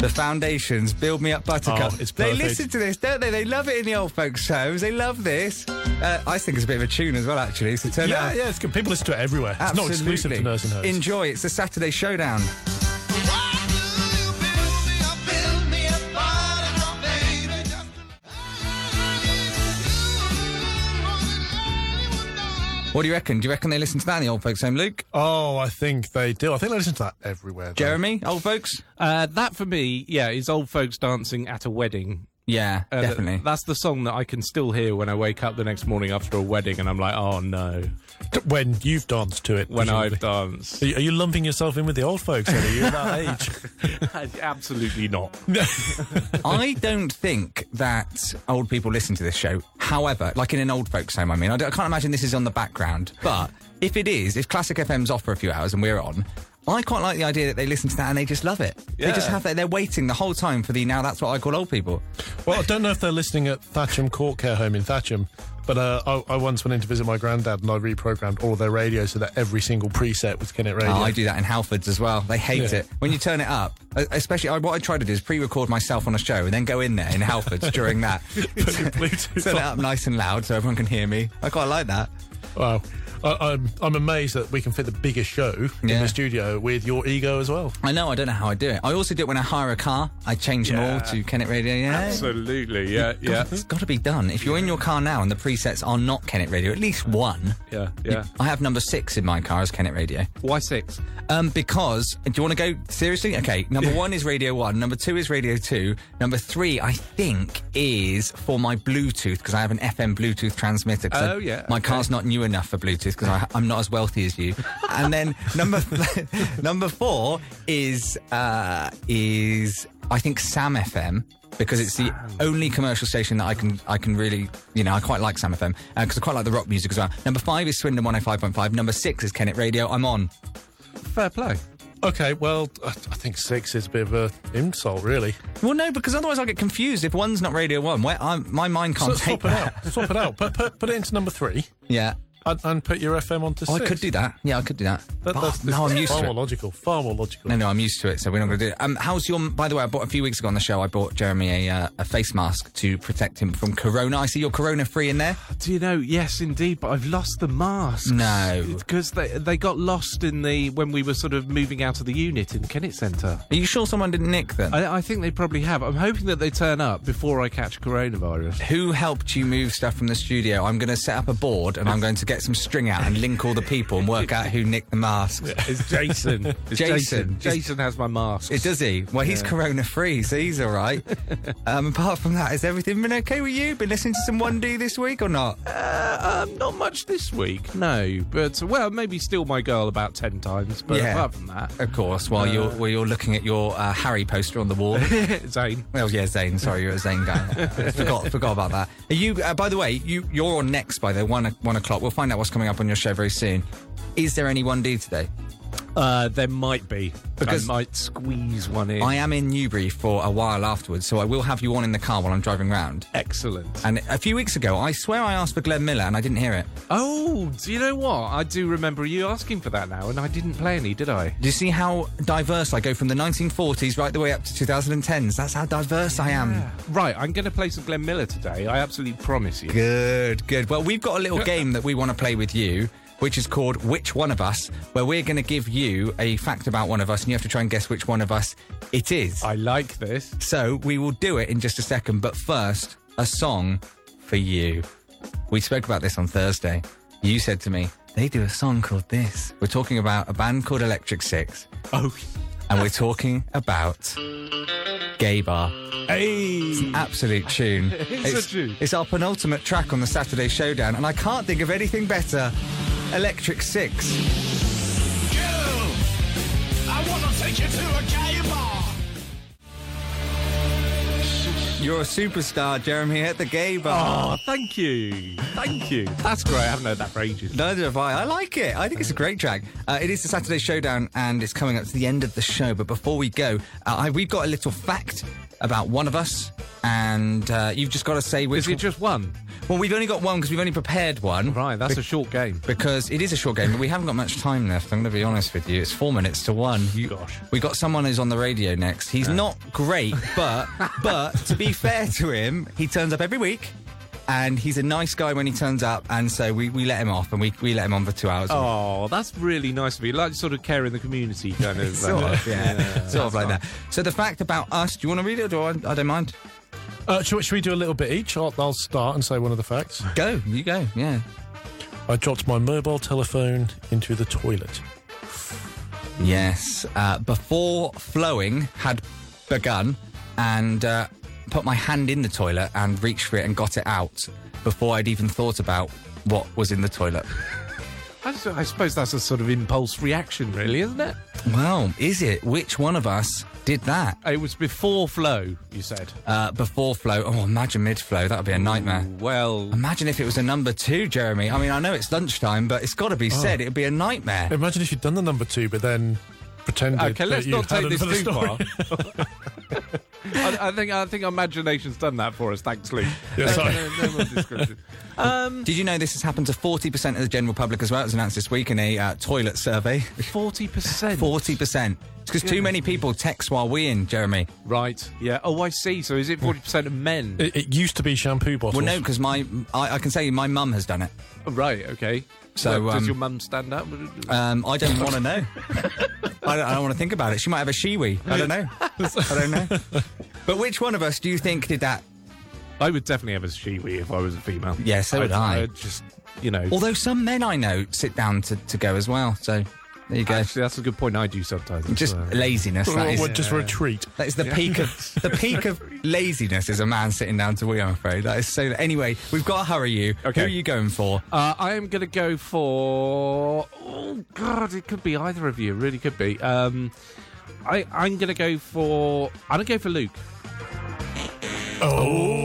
Speaker 1: The Foundations, Build Me Up Buttercup.
Speaker 9: Oh, it's
Speaker 1: they
Speaker 9: perfect.
Speaker 1: listen to this, don't they? They love it in the old folks' homes. They love this. Uh, I think it's a bit of a tune as well, actually. So turn it
Speaker 9: Yeah,
Speaker 1: up.
Speaker 9: yeah. It's good. People listen to it everywhere.
Speaker 1: Absolutely.
Speaker 9: It's not exclusive to nursing homes.
Speaker 1: Enjoy. It's the Saturday Showdown.
Speaker 10: Just
Speaker 1: What do you reckon? Do you reckon they listen to that in the old folks' home, Luke?
Speaker 9: Oh, I think they do. I think they listen to that everywhere. though.
Speaker 1: Jeremy, old folks?
Speaker 3: Uh, that for me, yeah, is old folks dancing at a wedding.
Speaker 1: Yeah,
Speaker 3: Uh, th-
Speaker 1: definitely.
Speaker 3: that's the song that I can still hear when I wake up the next morning after a wedding, and I'm like, oh no,
Speaker 9: When you've danced to it.
Speaker 3: when I've
Speaker 9: presumably.
Speaker 3: danced.
Speaker 9: Are you, are you lumping yourself in with the old folks, Eddie? You're that age.
Speaker 3: Absolutely not.
Speaker 1: I don't think that old people listen to this show. However, like in an old folks' home, I mean, I, don't- I can't imagine this is on the background. But if it is, if Classic FM's off for a few hours and we're on, I quite like the idea that they listen to that and they just love it. They just
Speaker 3: Yeah.
Speaker 1: have that. They're waiting the whole time for the now. That's what I call old people.
Speaker 9: Well, I don't know if they're listening at Thatcham Court Care Home in Thatcham, but uh, I, I once went in to visit my granddad and I reprogrammed all of their radio so that every single preset was Kennet Radio.
Speaker 1: Oh, I do that in Halfords as well. They hate
Speaker 9: Yeah.
Speaker 1: it when you turn it up. uh, Especially, I, what I try to do is pre-record myself on a show and then go in there in Halfords during that.
Speaker 9: Bluetooth
Speaker 1: Turn it up
Speaker 9: on.
Speaker 1: nice and loud so everyone can hear me. I quite like that.
Speaker 9: Wow. I, I'm, I'm amazed that we can fit the biggest show in
Speaker 1: Yeah.
Speaker 9: the studio with your ego as well.
Speaker 1: I know. I don't know how I do it. I also do it when I hire a car. I change them all to Kennet Radio. Yeah.
Speaker 3: Absolutely, yeah, yeah,
Speaker 1: It's got to be done. If you're in your car now and the presets are not Kennet Radio, at least one.
Speaker 3: yeah, yeah.
Speaker 1: I have number six in my car as Kennet Radio.
Speaker 3: Why six?
Speaker 1: Um, because do you want to go seriously? Okay, number one is Radio One. Number two is Radio Two. Number three, I think, is for my Bluetooth because I have an FM Bluetooth transmitter. 'cause I-
Speaker 3: Oh, yeah,
Speaker 1: my
Speaker 3: okay.
Speaker 1: car's not new enough for Bluetooth because I'm not as wealthy as you. and then number number four is uh, is I think Sam FM. Because it's the only commercial station that I can I can really you know I quite like Sam FM because I quite like the rock music as well. Number five is Swindon one hundred five point five. Number six is Kennet Radio. I'm on.
Speaker 3: Fair play.
Speaker 9: Okay, well, I, I think six is a bit of an insult, really.
Speaker 1: Well, no, because otherwise I'll get confused if one's not Radio 1. Where I'm, my mind can't
Speaker 9: So
Speaker 1: take
Speaker 9: swap it
Speaker 1: that.
Speaker 9: out. Swap it out. Put, put, put it into number three
Speaker 1: Yeah.
Speaker 9: and, and put your FM onto
Speaker 1: Oh, I
Speaker 9: six.
Speaker 1: could do that. Yeah, I could do that. But
Speaker 9: That- that's-
Speaker 1: no, I'm
Speaker 9: it's
Speaker 1: used
Speaker 9: far
Speaker 1: to
Speaker 9: more
Speaker 1: it.
Speaker 9: logical. Far more logical.
Speaker 1: No, no, I'm used to it, so we're not going to do it. Um, how's your... By the way, I bought a few weeks ago on the show, I bought Jeremy a, uh, a face mask to protect him from corona. I see you're corona-free in there.
Speaker 3: Do you know? Yes, indeed. But I've lost the masks.
Speaker 1: No.
Speaker 3: because they they got lost in the when we were sort of moving out of the unit in Kennett Centre.
Speaker 1: Are you sure someone didn't nick them?
Speaker 3: I, I think they probably have. I'm hoping that they turn up before I catch coronavirus.
Speaker 1: Who helped you move stuff from the studio? I'm going to set up a board and I'm going to get some string out and link all the people and work out who nicked the masks.
Speaker 3: It's Jason. It's
Speaker 1: Jason.
Speaker 3: Jason. Jason has my mask.
Speaker 1: It does he? Well, he's corona free, so he's all right. um, apart from that, has everything been okay with you? Been listening to some One D this week or not?
Speaker 3: Um, not much this week, no. But well, maybe steal my girl about ten times. But
Speaker 1: Yeah.
Speaker 3: apart from that,
Speaker 1: Of course, while you're while you're looking at your uh, Harry poster on the wall.
Speaker 3: Zane.
Speaker 1: well, Oh, yeah, Zane. Sorry, you're a Zane guy. forgot forgot about that. Are you? Uh, by the way, you you're on next by the one o- one o'clock. We'll find out what's coming up on your show very soon. Is there any One D today?
Speaker 3: Uh, there might be.
Speaker 1: Because-
Speaker 3: I might squeeze one in.
Speaker 1: I am in Newbury for a while afterwards, so I will have you on in the car while I'm driving round.
Speaker 3: Excellent.
Speaker 1: And a few weeks ago, I swear I asked for Glenn Miller and I didn't hear it.
Speaker 3: Oh, do you know what? I do remember you asking for that now, and I didn't play any, did I?
Speaker 1: Do you see how diverse I go from the 1940s right the way up to 2010s? That's how diverse I am.
Speaker 3: Right, I'm going to play some Glenn Miller today. I absolutely promise you.
Speaker 1: Good, good. Well, we've got a little game that we want to play with you, which is called Which One of Us, where we're going to give you a fact about one of us and you have to try and guess which one of us it is.
Speaker 3: I like this.
Speaker 1: So we will do it in just a second, but first, a song for you. We spoke about this on Thursday. You said to me, they do a song called this. We're talking about a band called Electric Six.
Speaker 3: Oh,
Speaker 1: and we're talking about Gay Bar. It's an absolute tune.
Speaker 3: It's a tune.
Speaker 1: It's our penultimate track on the Saturday Showdown, and I can't think of anything better. Electric Six.
Speaker 5: I wanna take you to a gay bar.
Speaker 1: You're a superstar, Jeremy, at the Gay Bar.
Speaker 3: oh, thank you. Thank you. That's great. I haven't heard that for ages.
Speaker 1: Neither have I. I like it. I think it's a great track. Uh, it is the Saturday Showdown, and it's coming up to the end of the show. But before we go, uh, I, we've got a little fact about one of us, and uh, you've just got to say which.
Speaker 3: Is it just one?
Speaker 1: well, we've only got one because we've only prepared one.
Speaker 3: Right, that's a short game.
Speaker 1: because it is a short game, but we haven't got much time left. I'm going to be honest with you. It's four minutes to one. You,
Speaker 3: Gosh.
Speaker 1: We got someone who's on the radio next. He's not great, but but to be fair to him, he turns up every week. And he's a nice guy when he turns up, and so we, we let him off, and we, we let him on for two hours.
Speaker 3: Oh, that's really nice of you. Like sort of care in the community kind of.
Speaker 1: sort
Speaker 3: uh,
Speaker 1: of, yeah, sort of like that. So the fact about us, do you want to read it, or do I, I don't mind?
Speaker 9: Uh, should, we- should we do a little bit each? I'll, I'll start and say one of the facts.
Speaker 1: Go, you go, yeah.
Speaker 3: I dropped my mobile telephone into the toilet.
Speaker 1: Yes. Uh, before flowing had begun, and uh, put my hand in the toilet and reached for it and got it out before I'd even thought about what was in the toilet.
Speaker 9: I, s- I suppose that's a sort of impulse reaction, really, isn't it?
Speaker 1: Well, is it? Which one of us did that?
Speaker 9: It was before flow, you said.
Speaker 1: Uh, before flow. Oh, imagine mid flow. That would be a nightmare.
Speaker 9: well,
Speaker 1: imagine if it was a number two, Jeremy. I mean, I know it's lunchtime, but it's got to be said. It would be a nightmare.
Speaker 3: Imagine if you'd done the number two, but then pretended.
Speaker 9: Okay, let's
Speaker 3: that you
Speaker 9: not
Speaker 3: had
Speaker 9: take this
Speaker 3: another
Speaker 9: too
Speaker 3: story.
Speaker 9: far. I, I think I think imagination's done that for us. Thanks, Luke.
Speaker 3: Yes,
Speaker 9: no,
Speaker 3: I-
Speaker 9: no, no more description.
Speaker 1: Did you know this has happened to 40% of the general public as well? It was announced this week in a uh, toilet survey.
Speaker 9: Forty percent.
Speaker 1: 40%. It's because too many people text while we in, Jeremy.
Speaker 9: Right. Yeah. Oh, I see. So is it forty percent of men?
Speaker 3: It, it used to be shampoo bottles.
Speaker 1: Well, no, because my I, I can say my mum has done it.
Speaker 9: right. Okay.
Speaker 1: So,
Speaker 3: uh,
Speaker 9: Well,
Speaker 1: um,
Speaker 9: does your mum stand up?
Speaker 1: Um, I don't want to know. I don't, I don't want to think about it. She might have a shiwi. I don't know. I don't know. But which one of us do you think did that?
Speaker 9: I would definitely have a shiwi if I was a female.
Speaker 1: Yeah, so would I.
Speaker 9: I'd just, you know.
Speaker 1: Although some men I know sit down to, to go as well. So there you go.
Speaker 9: Actually, that's a good point. I do sometimes. as
Speaker 1: just
Speaker 9: well.
Speaker 1: laziness.
Speaker 3: Or-
Speaker 1: That
Speaker 3: or
Speaker 1: is,
Speaker 3: just for a treat.
Speaker 1: that is the peak of the peak of laziness is a man sitting down to wee. I'm afraid that is so. Anyway, we've got to hurry you.
Speaker 9: Okay.
Speaker 1: Who are you going for?
Speaker 9: Uh, I am going to go for. Oh God, it could be either of you. It really could be. Um, I I'm going to go for. I'm going to go for Luke.
Speaker 3: Oh.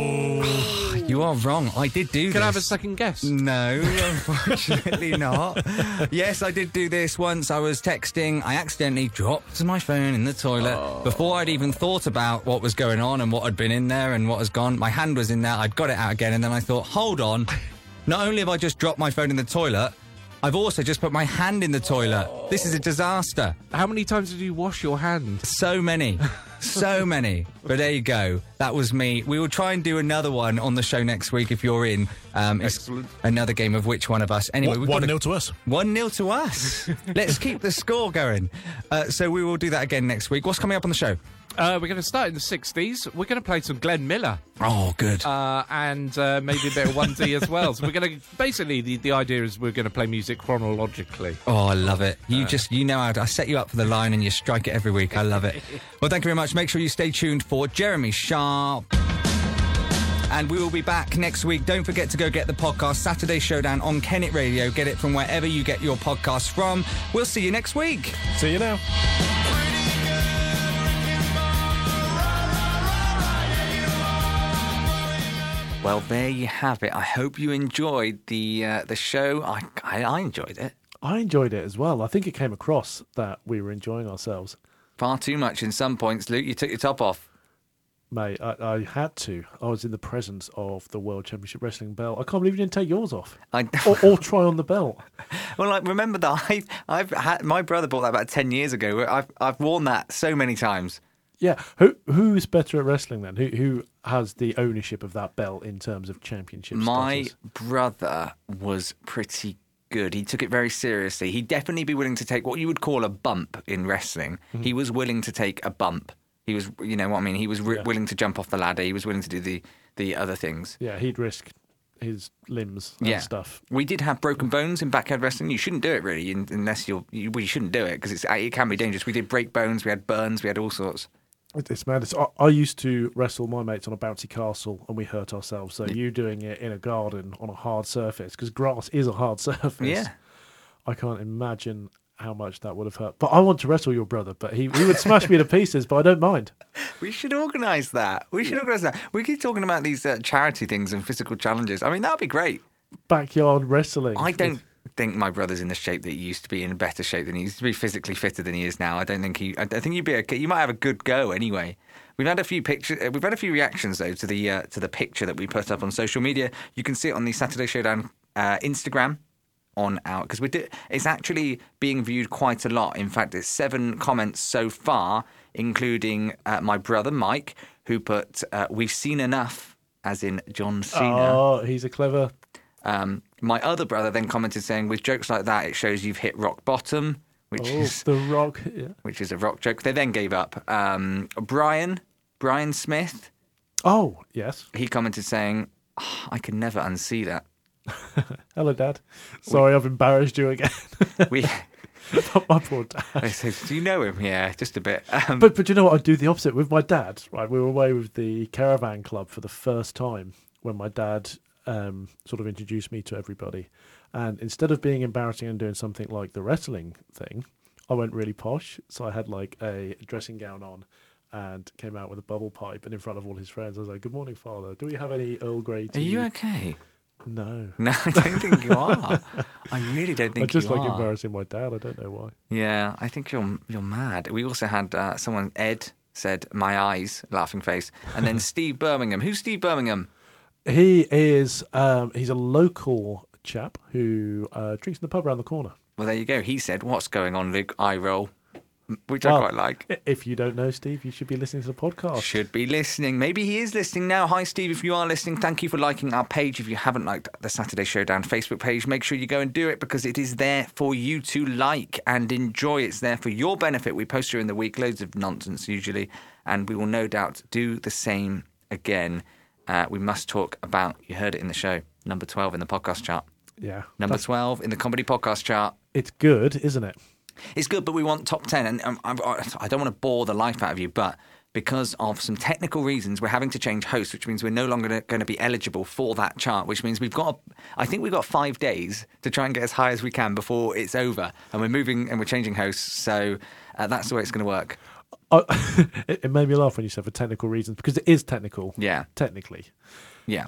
Speaker 1: You are wrong. I did do.
Speaker 9: Can I have a
Speaker 1: this.
Speaker 9: second guess?
Speaker 1: No, unfortunately not. Yes, I did do this once. I was texting. I accidentally dropped my phone in the toilet
Speaker 9: Oh.
Speaker 1: before I'd even thought about what was going on and what had been in there and what has gone. My hand was in there. I'd got it out again. And then I thought, hold on. Not only have I just dropped my phone in the toilet, I've also just put my hand in the toilet. This is a disaster.
Speaker 9: How many times did you wash your hand?
Speaker 1: So many. So many. But there you go. That was me. We will try and do another one on the show next week if you're in. Um, it's
Speaker 9: Excellent.
Speaker 1: Another game of which one of us. Anyway,
Speaker 3: One
Speaker 1: we've got
Speaker 3: one
Speaker 1: to-
Speaker 3: nil to us.
Speaker 1: one nil to us. Let's keep the score going. Uh, so we will do that again next week. What's coming up on the show?
Speaker 9: Uh, we're going to start in the 60s. We're going to play some Glenn Miller
Speaker 1: Oh, good.
Speaker 9: uh, and uh, maybe a bit of 1D as well. So we're going to basically, the, the idea is we're going to play music chronologically.
Speaker 1: Oh, I love it. You
Speaker 11: Uh.
Speaker 1: just, you know, how to- I set you up for the line and you strike it every week. I love it. well, thank you very much. Make sure you stay tuned for Jeremy Sharp. And we will be back next week. Don't forget to go get the podcast Saturday Showdown on Kennet Radio. Get it from wherever you get your podcasts from. We'll see you next week.
Speaker 3: See you now.
Speaker 11: Well, there you have it. I hope you enjoyed the uh, the show. I, I I enjoyed it
Speaker 2: I enjoyed it as well. I think it came across that we were enjoying ourselves.
Speaker 11: far too much in some points. Luke, you took your top off.
Speaker 2: Mate, I, I had to. I was in the presence of the World Championship Wrestling belt. I can't believe you didn't take yours off.
Speaker 11: I-
Speaker 2: or, or try on the belt.
Speaker 11: Well, I remember that I've, I've had my brother bought that about ten years ago. I've I've worn that so many times.
Speaker 2: Yeah. Who who's better at wrestling then? Who who has the ownership of that belt in terms of championship
Speaker 11: My
Speaker 2: status?
Speaker 11: brother was pretty good. He took it very seriously. He'd definitely be willing to take what you would call a bump in wrestling. He was willing to take a bump. He was, you know what I mean? He was re- willing to jump off the ladder. He was willing to do the, the other things.
Speaker 2: Yeah, he'd risk his limbs and
Speaker 11: yeah.
Speaker 2: stuff.
Speaker 11: We did have broken bones in backyard wrestling. You shouldn't do it really un- unless you're, you, well, you shouldn't do it because it can be dangerous. We did break bones, we had burns, we had all sorts.
Speaker 2: It- It's madness. I, I used to wrestle my mates on a bouncy castle and we hurt ourselves. So you doing it in a garden on a hard surface because grass is a hard surface.
Speaker 11: Yeah.
Speaker 2: I can't imagine how much that would have hurt. But I want to wrestle your brother, but he, he would smash me to pieces, but I don't mind.
Speaker 11: We should organise that. We should organise that. We keep talking about these uh, charity things and physical challenges. I mean, that would be great.
Speaker 2: Backyard wrestling.
Speaker 11: I don't think my brother's in the shape that he used to be, in better shape than he used to be, physically fitter than he is now. I don't think he. I I think you'd be okay. You might have a good go anyway. We've had a few pictures. We've had a few reactions though to the uh, to the picture that we put up on social media. You can see it on the Saturday Showdown uh, Instagram. On our because we do, it's actually being viewed quite a lot. In fact, it's seven comments so far, including uh, my brother Mike, who put uh, "We've seen enough," as in John Cena.
Speaker 2: Oh, he's a clever.
Speaker 11: Um, my other brother then commented saying, "With jokes like that, it shows you've hit rock bottom," which
Speaker 2: Oh,
Speaker 11: is
Speaker 2: the rock. Yeah.
Speaker 11: which is a rock joke. They then gave up. Um, Brian Brian Smith
Speaker 2: Oh, yes.
Speaker 11: he commented saying, "Ah, "I can never unsee that."
Speaker 2: Hello, Dad. Sorry, I've embarrassed you again.
Speaker 1: we,
Speaker 2: Not my poor dad.
Speaker 1: I said, do you know him? Yeah, just a bit. Um,
Speaker 2: But but you know what? I'd do the opposite with my dad. Right, we were away with the caravan club for the first time when my dad um, sort of introduced me to everybody, and instead of being embarrassing and doing something like the wrestling thing, I went really posh. So I had like a dressing gown on. And came out with a bubble pipe, and in front of all his friends, I was like, "Good morning, Father. Do we have any Earl Grey
Speaker 1: are
Speaker 2: tea?"
Speaker 1: you okay?
Speaker 2: No,
Speaker 1: No, I don't think you are. I really don't
Speaker 2: I
Speaker 1: think
Speaker 2: just
Speaker 1: you
Speaker 2: like
Speaker 1: are.
Speaker 2: embarrassing my dad. I don't know why.
Speaker 1: Yeah, I think you're you're mad. We also had uh, someone Ed said my eyes laughing face, and then Steve Birmingham. Who's Steve Birmingham?
Speaker 2: He is um, he's a local chap who uh, drinks in the pub around the corner.
Speaker 1: Well, there you go. He said, "What's going on, Luke?" Eye roll, which I
Speaker 2: Well,
Speaker 1: quite like.
Speaker 2: i- If you don't know Steve, you should be listening to the podcast.
Speaker 1: Should be listening. Maybe he is listening now. Hi, Steve. If you are listening, thank you for liking our page. If you haven't liked the Saturday Showdown Facebook page, make sure you go and do it because it is there for you to like and enjoy. It's there for your benefit. We post during the week loads of nonsense usually, and we will no doubt do the same again. Uh, we must talk about, you heard it in the show, number 12 in the podcast chart,
Speaker 2: Yeah,
Speaker 1: number
Speaker 2: That's-
Speaker 1: 12 in the comedy podcast chart.
Speaker 2: it's good, isn't it?
Speaker 1: It's good, but we want top 10. And um, I, I don't want to bore the life out of you, but because of some technical reasons, we're having to change hosts, which means we're no longer going to be eligible for that chart, which means we've got, I think we've got five days to try and get as high as we can before it's over. And we're moving and we're changing hosts. So uh, that's the way it's going to work.
Speaker 2: I, it, it made me laugh when you said for technical reasons because it is technical.
Speaker 1: Yeah.
Speaker 2: technically.
Speaker 1: Yeah.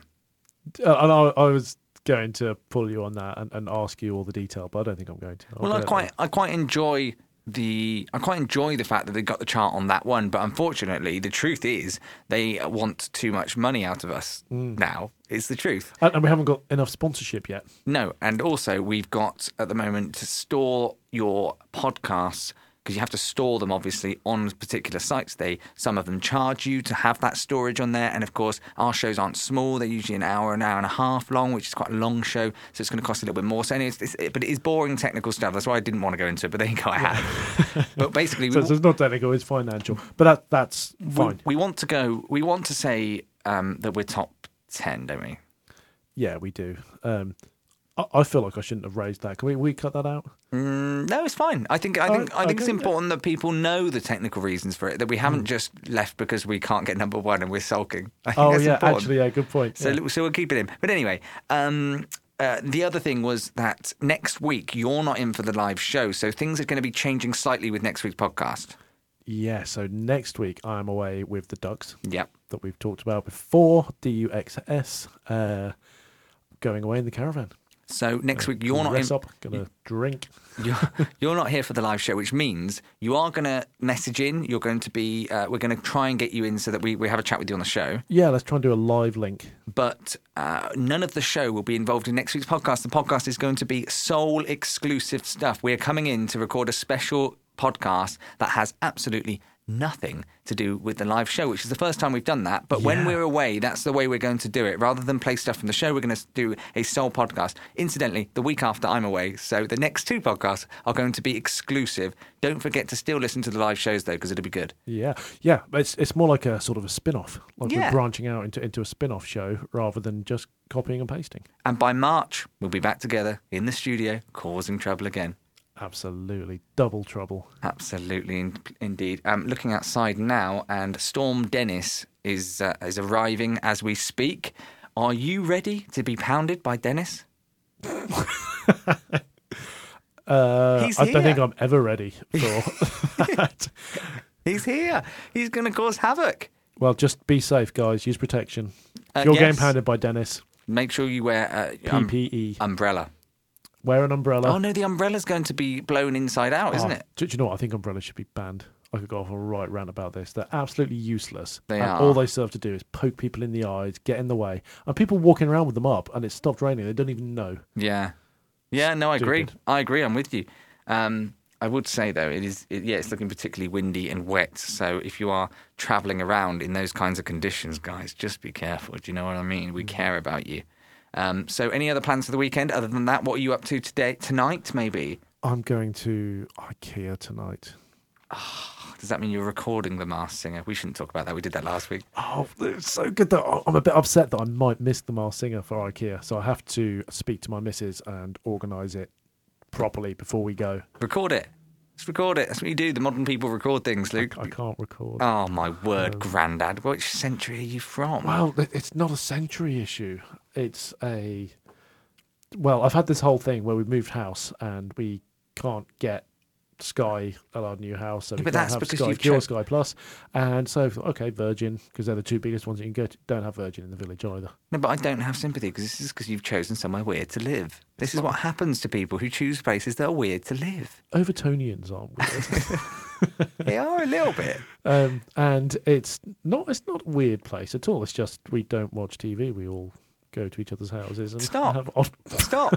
Speaker 2: Uh, and I, I was going to pull you on that and, and ask you all the detail, but I don't think I'm going to. I'll
Speaker 1: Well,
Speaker 2: do
Speaker 1: I
Speaker 2: it
Speaker 1: quite,
Speaker 2: later.
Speaker 1: I quite enjoy the, I quite enjoy the fact that they got the chart on that one, but unfortunately, the truth is they want too much money out of us now. It's the truth.
Speaker 2: And, and we haven't got enough sponsorship yet.
Speaker 1: No, and also we've got at the moment to store your podcasts because you have to store them obviously on particular sites. They some of them charge you to have that storage on there, and of course our shows aren't small; they're usually an hour, an hour and a half long, which is quite a long show, so it's going to cost a little bit more. So, anyway, it's, it's, it, but it is boring technical stuff. That's why I didn't want to go into it, but there you go, I have. but basically,
Speaker 2: So,
Speaker 1: we, Mm.
Speaker 2: so it's not technical; it's financial. But that that's
Speaker 1: we,
Speaker 2: fine.
Speaker 1: we want to go. We want to say um, that we're top ten, don't we?
Speaker 2: yeah, we do. Um, I, I feel like I shouldn't have raised that. Can we, we cut that out?
Speaker 1: No, it's fine. I think I think
Speaker 2: Oh,
Speaker 1: I think it's
Speaker 2: okay.
Speaker 1: important that people know the technical reasons for it. That we haven't
Speaker 2: Mm.
Speaker 1: just left because we can't get number one and we're sulking. I think
Speaker 2: Oh
Speaker 1: that's
Speaker 2: yeah,
Speaker 1: important.
Speaker 2: actually, yeah, good point.
Speaker 1: So
Speaker 2: yeah.
Speaker 1: so we'll keep it in. But anyway, um, uh, the other thing was that next week you're not in for the live show, so things are going to be changing slightly with next week's podcast.
Speaker 2: Yeah, so next week I'm away with the Ducks
Speaker 1: Yep.
Speaker 2: that we've talked about before, DUXS, uh, going away in the caravan.
Speaker 1: So next week you're not in.
Speaker 2: Dress up, gonna drink.
Speaker 1: You're, you're not here for the live show, which means you are going to message in. You're going to be. Uh, we're going to try and get you in so that we, we have a chat with you on the show.
Speaker 2: Yeah, let's try and do a live link.
Speaker 1: but uh, none of the show will be involved in next week's podcast. The podcast is going to be sole exclusive stuff. We are coming in to record a special podcast that has absolutely nothing to do with the live show, which is the first time we've done that. But when
Speaker 2: Yeah.
Speaker 1: we're away, that's the way we're going to do it. Rather than play stuff from the show, we're going to do a sole podcast. Incidentally, the week after I'm away, so the next two podcasts are going to be exclusive. Don't forget to still listen to the live shows though, because it'll be good.
Speaker 2: Yeah, yeah, but it's it's more like a sort of a spin off. Like
Speaker 1: Yeah.
Speaker 2: we're branching out into, into a spin off show rather than just copying and pasting.
Speaker 1: And by March, we'll be back together in the studio, causing trouble again.
Speaker 2: Absolutely, double trouble.
Speaker 1: Absolutely, in- indeed. Um, looking outside now, and Storm Dennis is uh, is arriving as we speak. Are you ready to be pounded by Dennis?
Speaker 2: Uh,
Speaker 1: He's
Speaker 2: I don't think
Speaker 1: here.
Speaker 2: I'm ever ready for that.
Speaker 1: He's here. He's going to cause havoc.
Speaker 2: Well, just be safe, guys. Use protection.
Speaker 1: Uh,
Speaker 2: You're
Speaker 1: yes.
Speaker 2: getting pounded by Dennis.
Speaker 1: Make sure you wear uh, um,
Speaker 2: PPE.
Speaker 1: umbrella.
Speaker 2: Wear an umbrella.
Speaker 1: Oh no, the umbrella's going to be blown inside out, isn't
Speaker 2: Oh,
Speaker 1: it?
Speaker 2: Do, do you know what? I think umbrellas should be banned. I could go off a right rant about this. They're absolutely useless.
Speaker 1: They
Speaker 2: and
Speaker 1: are.
Speaker 2: All they serve to do is poke people in the eyes, get in the way. And people walking around with them up and it stopped raining. They don't even know.
Speaker 1: Yeah, yeah. No, I agree.
Speaker 2: Stupid.
Speaker 1: I agree. I'm with you. Um, I would say though, it is. It, yeah, it's looking particularly windy and wet. So if you are travelling around in those kinds of conditions, guys, just be careful. Do you know what I mean? We care about you. Um, so any other plans for the weekend other than that? What are you up to today, tonight? Maybe
Speaker 2: I'm going to IKEA tonight.
Speaker 1: Does that mean you're recording the Masked Singer? We shouldn't talk about that. We did that last week.
Speaker 2: Oh, it's so good that I'm a bit upset that I might miss the Mars Singer for IKEA. So I have to speak to my missus and organise it properly before we go.
Speaker 1: Record it. Let's record it. That's what you do. The modern people record things, Luke.
Speaker 2: I can't record.
Speaker 1: Oh my word, Grandad! Which century are you from?
Speaker 2: Well, it- it's not a century issue. It's a. Well, I've had this whole thing where we moved house and we can't get Sky at our new house, so
Speaker 1: Yeah,
Speaker 2: we
Speaker 1: but
Speaker 2: can't
Speaker 1: that's
Speaker 2: have
Speaker 1: because
Speaker 2: Sky
Speaker 1: you've
Speaker 2: Q or
Speaker 1: cho-
Speaker 2: Sky Plus. And so, okay, Virgin, because they're the two biggest ones you can go to. Don't have Virgin in the village either.
Speaker 1: No, but I don't have sympathy because this is because you've chosen somewhere weird to live. This is what happens to people who choose places that are weird to live.
Speaker 2: Overtonians aren't weird.
Speaker 1: They are a little bit.
Speaker 2: um, and it's not it's not a weird place at all. It's just we don't watch TV. We all go to each other's houses and
Speaker 1: Stop.
Speaker 2: have odd
Speaker 1: Stop.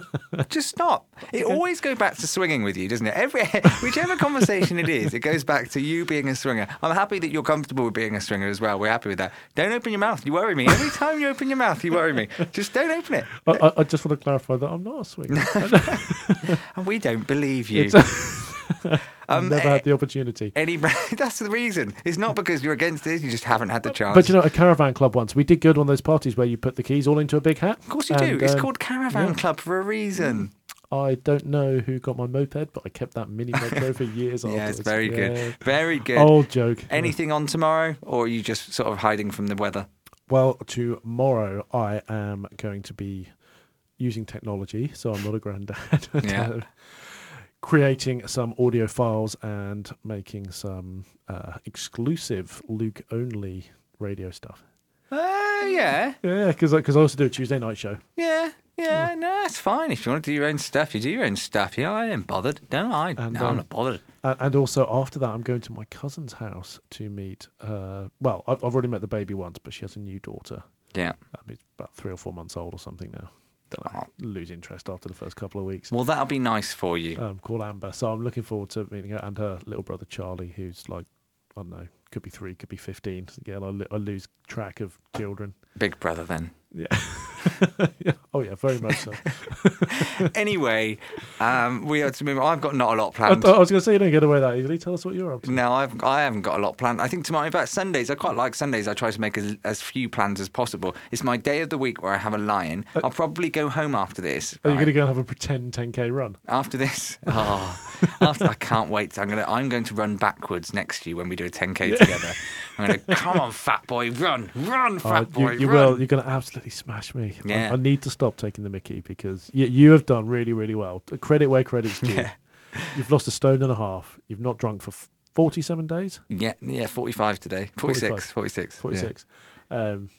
Speaker 1: Just stop. It always goes back to swinging with you, doesn't it? Every whichever conversation it is, it goes back to you being a swinger. I'm happy that you're comfortable with being a swinger as well. We're happy with that. Don't open your mouth. You worry me. Every time you open your mouth, you worry me. Just don't open it.
Speaker 2: I, I, I just want to clarify that I'm not a swinger.
Speaker 1: And we don't believe you.
Speaker 2: I've
Speaker 1: Um,
Speaker 2: never
Speaker 1: eh,
Speaker 2: had the opportunity.
Speaker 1: Any that's the reason. It's not because you're against it. You just haven't had the chance.
Speaker 2: But you know, at Caravan Club once, we did go to one of those parties where you put the keys all into a big hat. um,
Speaker 1: of course you do. it's called Caravan Club for a reason.
Speaker 2: I don't know who got my moped, but I kept that mini moped for years
Speaker 1: Yeah,
Speaker 2: afterwards.
Speaker 1: it's very
Speaker 2: Yeah. Oh.
Speaker 1: good. Very good.
Speaker 2: Old joke.
Speaker 1: Anything on tomorrow, or are you just sort of hiding from the weather?
Speaker 2: Well, tomorrow I am going to be using technology, so I'm not a granddad.
Speaker 1: Yeah.
Speaker 2: creating some audio files and making some uh, exclusive Luke only radio stuff.
Speaker 1: Uh, yeah,
Speaker 2: Yeah, because I, 'cause I also do a Tuesday night show.
Speaker 1: yeah, yeah. No, it's fine. If you want to do your own stuff, you do your own stuff. Yeah, I ain't bothered. No, I,
Speaker 2: And,
Speaker 1: no,
Speaker 2: um,
Speaker 1: I'm not bothered.
Speaker 2: Uh, and also after that, I'm going to my cousin's house to meet. Uh, well, I've, I've already met the baby once, but she has a new daughter.
Speaker 1: Yeah.
Speaker 2: Um, it's about three or four months old or something now.
Speaker 1: Oh.
Speaker 2: Lose interest after the first couple of weeks.
Speaker 1: Well, that'll be nice for you.
Speaker 2: um, called Amber. So I'm looking forward to meeting her and her little brother Charlie, who's like, I don't know, could be three, could be 15. Yeah, I, lo- I lose track of children.
Speaker 1: Big brother, then.
Speaker 2: Yeah. yeah. Oh, yeah, very much so.
Speaker 1: anyway, um, we have to move. on. I've got not a lot
Speaker 2: I,
Speaker 1: planned.
Speaker 2: thought- I was going to say, you don't get away that easily. Tell us what you're up to.
Speaker 1: No, I've I haven't got a lot planned. I think tomorrow, in fact, Sundays. I quite like Sundays. I try to make as, as few plans as possible. It's my day of the week where I have a lion. I'll probably go home after this.
Speaker 2: Uh, Are you
Speaker 1: right?
Speaker 2: going to go and have a pretend 10K run?
Speaker 1: After this, oh,
Speaker 2: Ah.
Speaker 1: after I can't wait. I'm gonna I'm going to run backwards next to you when we do a 10k together. I'm gonna come on, fat boy, run, run, fat
Speaker 2: Uh,
Speaker 1: boy,
Speaker 2: you you
Speaker 1: run.
Speaker 2: will. You're going to absolutely smash me. I-
Speaker 1: Yeah.
Speaker 2: I, need to stop taking the mickey because you, you have done really, really well. Credit where credit's due. You've lost a stone and a half. You've not drunk for f- 47 days.
Speaker 1: Yeah, yeah, 45 today, 46,
Speaker 2: 45.
Speaker 1: 46, yeah.
Speaker 2: 46. Um,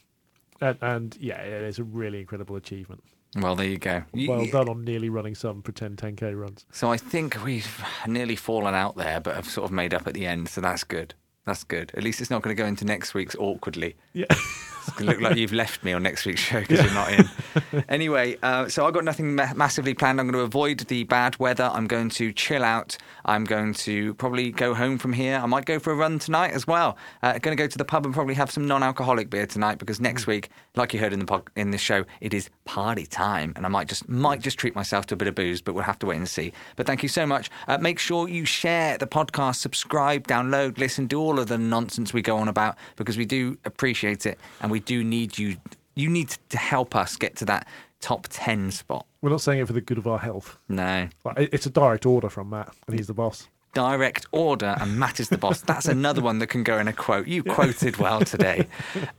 Speaker 2: and, and yeah, it is a really incredible achievement.
Speaker 1: Well, there you go. You-
Speaker 2: Well
Speaker 1: you-
Speaker 2: done on nearly running some pretend 10k runs.
Speaker 1: So I think we've nearly fallen out there, but have sort of made up at the end. So that's good. That's good. At least it's not going to go into next week's awkwardly.
Speaker 2: Yeah.
Speaker 1: It's going to look like you've left me on next week's show because you're not in. anyway, uh, so I've got nothing ma- massively planned. I'm going to avoid the bad weather. I'm going to chill out. I'm going to probably go home from here. I might go for a run tonight as well. Uh, going to go to the pub and probably have some non-alcoholic beer tonight because next week, like you heard in the pod- in the show, it is party time, and I might just might just treat myself to a bit of booze, but we'll have to wait and see. But thank you so much. Uh, make sure you share the podcast, subscribe, download, listen, do all of the nonsense we go on about because we do appreciate it, and we do need you. You need to help us get to that top ten spot.
Speaker 2: We're not saying it for the good of our health.
Speaker 1: No.
Speaker 2: Like, it- it's a direct order from Matt, and he's the boss.
Speaker 1: direct order and Matt is the boss. That's another one that can go in a quote. You quoted well today.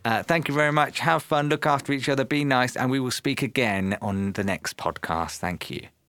Speaker 1: Uh, thank you very much. Have fun. Look after each other. Be nice. And we will speak again on the next podcast. Thank you.